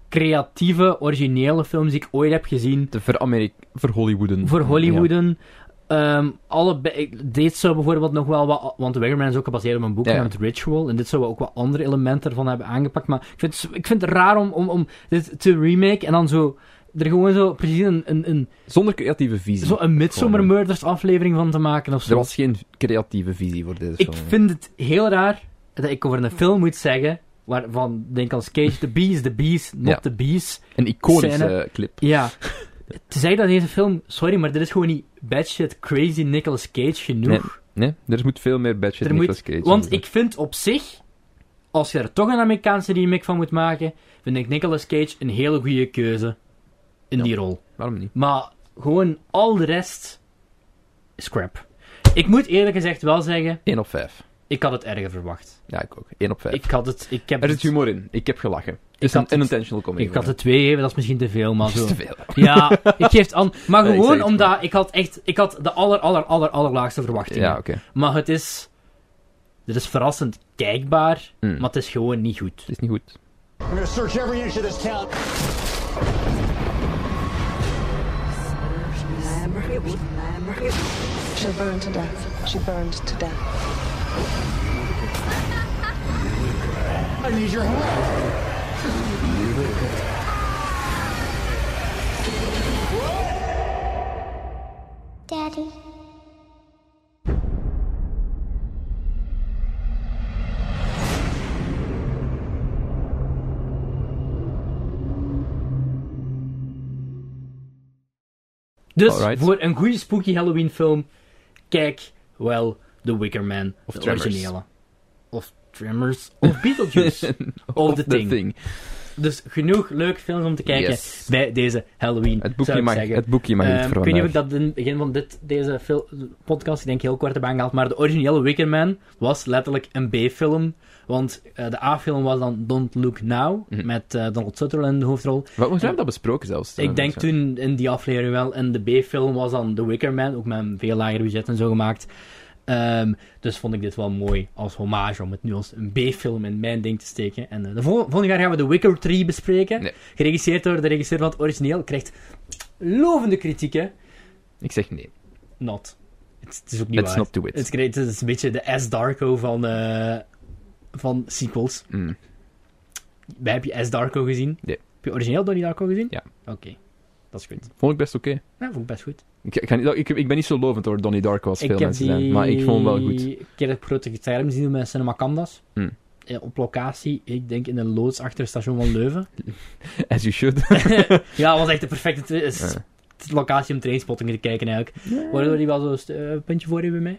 [SPEAKER 1] creatieve, originele films die ik ooit heb gezien.
[SPEAKER 2] Te ver Amerik voor Hollywooden.
[SPEAKER 1] Voor Hollywooden. Ehm allebei, ik- dit zou bijvoorbeeld nog wel wat... Want The Wicker Man is ook gebaseerd op een boek
[SPEAKER 2] Ja.
[SPEAKER 1] genaamd Ritual. En dit zou ook wat andere elementen ervan hebben aangepakt. Maar ik vind, het- ik vind het raar om, om, om dit te remake en dan zo... Er gewoon zo precies een, een, een,
[SPEAKER 2] Ja. Zonder creatieve visie.
[SPEAKER 1] zo een Midsummer
[SPEAKER 2] Gewoon.
[SPEAKER 1] Murders aflevering van te maken of zo.
[SPEAKER 2] Er was geen creatieve visie voor deze
[SPEAKER 1] Ik
[SPEAKER 2] film.
[SPEAKER 1] vind het heel raar dat ik over een film moet zeggen... Waarvan, denk als Cage, The Bees, The Bees, Not
[SPEAKER 2] Ja.
[SPEAKER 1] The Bees...
[SPEAKER 2] Een iconische
[SPEAKER 1] scène-
[SPEAKER 2] eh, clip.
[SPEAKER 1] Ja. Te zeggen dat deze film, sorry, maar dit is gewoon niet batshit crazy Nicolas Cage genoeg.
[SPEAKER 2] Nee, nee, er moet veel meer budget
[SPEAKER 1] Er moet-
[SPEAKER 2] Nicolas Cage in
[SPEAKER 1] Want
[SPEAKER 2] zitten.
[SPEAKER 1] ik vind op zich, als je er toch een Amerikaanse remake van moet maken, vind ik Nicolas Cage een hele goede keuze in die rol.
[SPEAKER 2] Waarom niet?
[SPEAKER 1] Maar gewoon al de rest is crap. Ik moet eerlijk gezegd wel zeggen,
[SPEAKER 2] 1 op 5.
[SPEAKER 1] ik had het erger verwacht.
[SPEAKER 2] Ja, ik ook. 1 op 5.
[SPEAKER 1] Ik had het, ik heb
[SPEAKER 2] Er
[SPEAKER 1] het,
[SPEAKER 2] zit humor in. Ik heb gelachen. Het is
[SPEAKER 1] had
[SPEAKER 2] een
[SPEAKER 1] het-
[SPEAKER 2] unintentional comedy.
[SPEAKER 1] ik had het twee gegeven, dat is misschien te veel, maar
[SPEAKER 2] Dat is
[SPEAKER 1] zo.
[SPEAKER 2] te veel.
[SPEAKER 1] Ja, ik geef het
[SPEAKER 2] *laughs*
[SPEAKER 1] aan. Maar
[SPEAKER 2] Nee, ik
[SPEAKER 1] gewoon
[SPEAKER 2] zeg het
[SPEAKER 1] omdat ik had echt, ik had de aller, aller, aller, allerlaagste verwachtingen.
[SPEAKER 2] Ja, oké.
[SPEAKER 1] Maar het is, dit is verrassend kijkbaar,
[SPEAKER 2] Mm.
[SPEAKER 1] maar het is gewoon niet goed.
[SPEAKER 2] Het is niet *laughs* goed.
[SPEAKER 9] I'm gonna search every inch of this town.
[SPEAKER 10] She'll burn to death. She burned to death.
[SPEAKER 9] I need your help.
[SPEAKER 10] Daddy.
[SPEAKER 1] Dus
[SPEAKER 2] Alright.
[SPEAKER 1] voor een goede spooky Halloween film, kijk wel The Wicker Man, of de
[SPEAKER 2] Tremors.
[SPEAKER 1] originele. Of Tremors, of
[SPEAKER 2] *laughs*
[SPEAKER 1] Beetlejuice, of The
[SPEAKER 2] The
[SPEAKER 1] Thing. Dus genoeg leuke films om te kijken
[SPEAKER 2] Yes.
[SPEAKER 1] bij deze Halloween,
[SPEAKER 2] Het
[SPEAKER 1] zou
[SPEAKER 2] boekje
[SPEAKER 1] ik
[SPEAKER 2] mag,
[SPEAKER 1] zeggen.
[SPEAKER 2] het boekje mag niet
[SPEAKER 1] Ehm,
[SPEAKER 2] voor
[SPEAKER 1] Ik weet niet of
[SPEAKER 2] vandaag.
[SPEAKER 1] ik dat in het begin van dit, deze fil- podcast, ik denk heel kort heb aangehaald, maar de originele Wicker Man was letterlijk een B-film. Want eh, de A-film was dan Don't Look Now,
[SPEAKER 2] Mhm.
[SPEAKER 1] met eh, Donald Sutherland in de hoofdrol.
[SPEAKER 2] Wat we hebben dat eh, besproken zelfs.
[SPEAKER 1] ik denk
[SPEAKER 2] Ja.
[SPEAKER 1] toen in die aflevering wel, en de B-film was dan The Wicker Man, ook met een veel lager budget en zo gemaakt. Ehm, dus vond ik dit wel mooi als hommage om het nu als een B-film in mijn ding te steken. En eh, de vol- volgende jaar gaan we The Wicker 3 bespreken.
[SPEAKER 2] Nee.
[SPEAKER 1] Geregisseerd door de regisseur van het origineel, krijgt lovende kritieken.
[SPEAKER 2] Ik zeg nee.
[SPEAKER 1] Not. Het, het is ook niet
[SPEAKER 2] Let's
[SPEAKER 1] waar.
[SPEAKER 2] not do it.
[SPEAKER 1] Het, is- het is een beetje de S. Darko van, eh, van sequels.
[SPEAKER 2] Mm.
[SPEAKER 1] Wij heb je S. Darko gezien?
[SPEAKER 2] Nee.
[SPEAKER 1] Heb je origineel Donnie Darko gezien?
[SPEAKER 2] Ja.
[SPEAKER 1] Oké. Dat is goed.
[SPEAKER 2] Vond ik best oké.
[SPEAKER 1] Ja, vond ik best goed.
[SPEAKER 2] Ik, ik, ga niet- ik, ik ben niet zo lovend over Donnie Darko als veel
[SPEAKER 1] heb
[SPEAKER 2] mensen zijn. Maar ik vond hem wel
[SPEAKER 1] *laughs*
[SPEAKER 2] goed.
[SPEAKER 1] die een keer het prototype zien doen met Cinema Candas.
[SPEAKER 2] Hm.
[SPEAKER 1] Eh, Op locatie, ik denk in een loods achter het station van Leuven. *laughs*
[SPEAKER 2] As you should.
[SPEAKER 1] ja, dat was echt de perfecte twi- is-
[SPEAKER 2] Ja.
[SPEAKER 1] t- locatie om trainspotting te kijken eigenlijk. Waardoor die wel zo'n st- eh, puntje voor hebben bij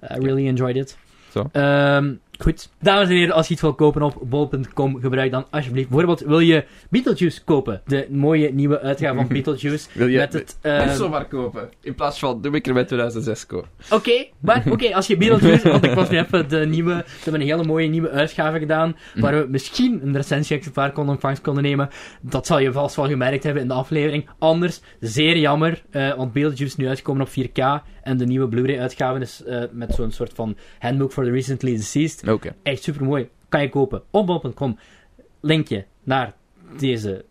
[SPEAKER 1] mij. I really enjoyed it.
[SPEAKER 2] Zo.
[SPEAKER 1] Ehm, goed. Dames en heren, als je iets wil kopen op bol.com, gebruik dan alsjeblieft. Bijvoorbeeld, wil je Beetlejuice kopen? De mooie nieuwe uitgave
[SPEAKER 2] *laughs*
[SPEAKER 1] van Beetlejuice.
[SPEAKER 2] Wil je
[SPEAKER 1] met het... ehm,
[SPEAKER 2] *laughs* maar kopen. In plaats van de Wicker Man 2006 kopen.
[SPEAKER 1] Oké, maar oké, als je Beetlejuice... Want ik was nu even de nieuwe... Ze hebben een hele mooie nieuwe uitgave gedaan, waar we misschien een recensie-exemplaar konden ontvangst konden nemen. Dat zal je vast wel gemerkt hebben in de aflevering. Anders, zeer jammer, eh, want Beetlejuice is nu uitgekomen op 4K, en de nieuwe Blu-ray-uitgave is eh, met zo'n soort van handbook for the recently deceased.
[SPEAKER 2] Oké.
[SPEAKER 1] Echt super mooi. Kan je kopen op bol.com. Linkje naar deze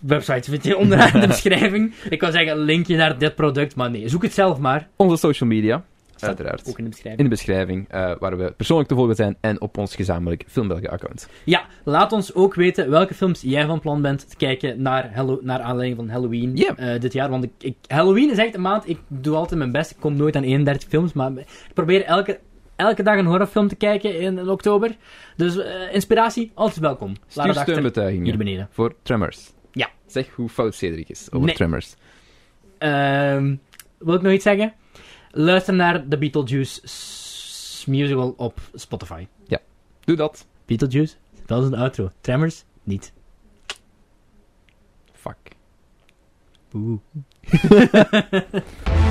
[SPEAKER 1] website vind je onderaan in de beschrijving. Ik kan zeggen linkje naar dit product, maar nee, zoek het zelf maar.
[SPEAKER 2] Onze social media. uiteraard.
[SPEAKER 1] Ook in de beschrijving.
[SPEAKER 2] In de beschrijving, eh, waar we persoonlijk te volgen zijn en op ons gezamenlijk Filmbelgen-account.
[SPEAKER 1] Ja, laat ons ook weten welke films jij van plan bent te kijken naar, Hallo- naar aanleiding van Halloween
[SPEAKER 2] Ja.
[SPEAKER 1] eh, dit jaar. Want ik, ik- Halloween is echt een maand, ik doe altijd mijn best. Ik kom nooit aan 31 films, maar ik probeer elke, elke dag een horrorfilm te kijken in, in oktober. Dus eh, inspiratie, altijd welkom. Laat
[SPEAKER 2] Stuur
[SPEAKER 1] het achter hier
[SPEAKER 2] steunbetuigingen
[SPEAKER 1] beneden.
[SPEAKER 2] voor Tremors.
[SPEAKER 1] Ja.
[SPEAKER 2] Zeg hoe fout Cedric is over
[SPEAKER 1] Nee.
[SPEAKER 2] Tremors.
[SPEAKER 1] Ehm, wil ik nog iets zeggen? Luister naar de Beetlejuice s- musical op Spotify.
[SPEAKER 2] Doe dat.
[SPEAKER 1] Beetlejuice, dat is een outro. Tremors, niet.
[SPEAKER 2] Fuck.
[SPEAKER 1] Boe.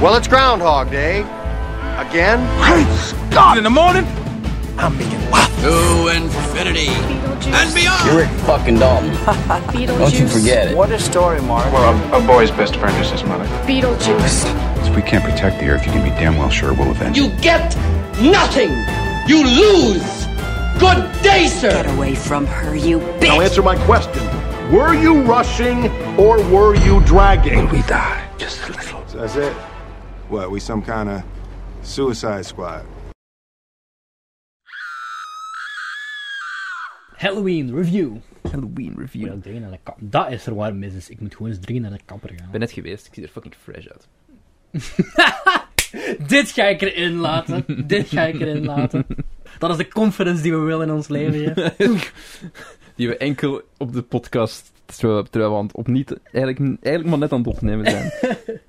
[SPEAKER 9] Well, it's Groundhog Day. Again?
[SPEAKER 11] To infinity and beyond.
[SPEAKER 7] You're Rick fucking Dalton. Don't you forget it.
[SPEAKER 9] What a story, Mark.
[SPEAKER 6] Well, a, a boy's best friend is his mother.
[SPEAKER 12] Beetlejuice.
[SPEAKER 6] If we can't protect the Earth, you can be damn well sure we'll avenge
[SPEAKER 13] You get nothing. You lose. Good day, sir.
[SPEAKER 12] away from her, you
[SPEAKER 9] Now answer my question. Were you rushing or were you dragging?
[SPEAKER 14] We die just a little.
[SPEAKER 6] That's it. What, we some kind of suicide squad?
[SPEAKER 1] Halloween review.
[SPEAKER 2] Halloween
[SPEAKER 1] Moet
[SPEAKER 2] review.
[SPEAKER 1] ook dringen naar de kapper. Dat is er waar mis is. dus Ik moet gewoon eens dringen naar de kapper gaan.
[SPEAKER 2] Ik ben net geweest, ik zie er fucking fresh
[SPEAKER 1] *laughs*
[SPEAKER 2] uit.
[SPEAKER 1] Dit ga ik erin laten. Dit ga ik erin
[SPEAKER 2] *laughs*
[SPEAKER 1] laten. Dat is de confidence die we willen in ons leven. hè.
[SPEAKER 2] Die we enkel op de podcast, terwijl terwijl we aan het op niet, eigenlijk, eigenlijk maar net aan het opnemen zijn.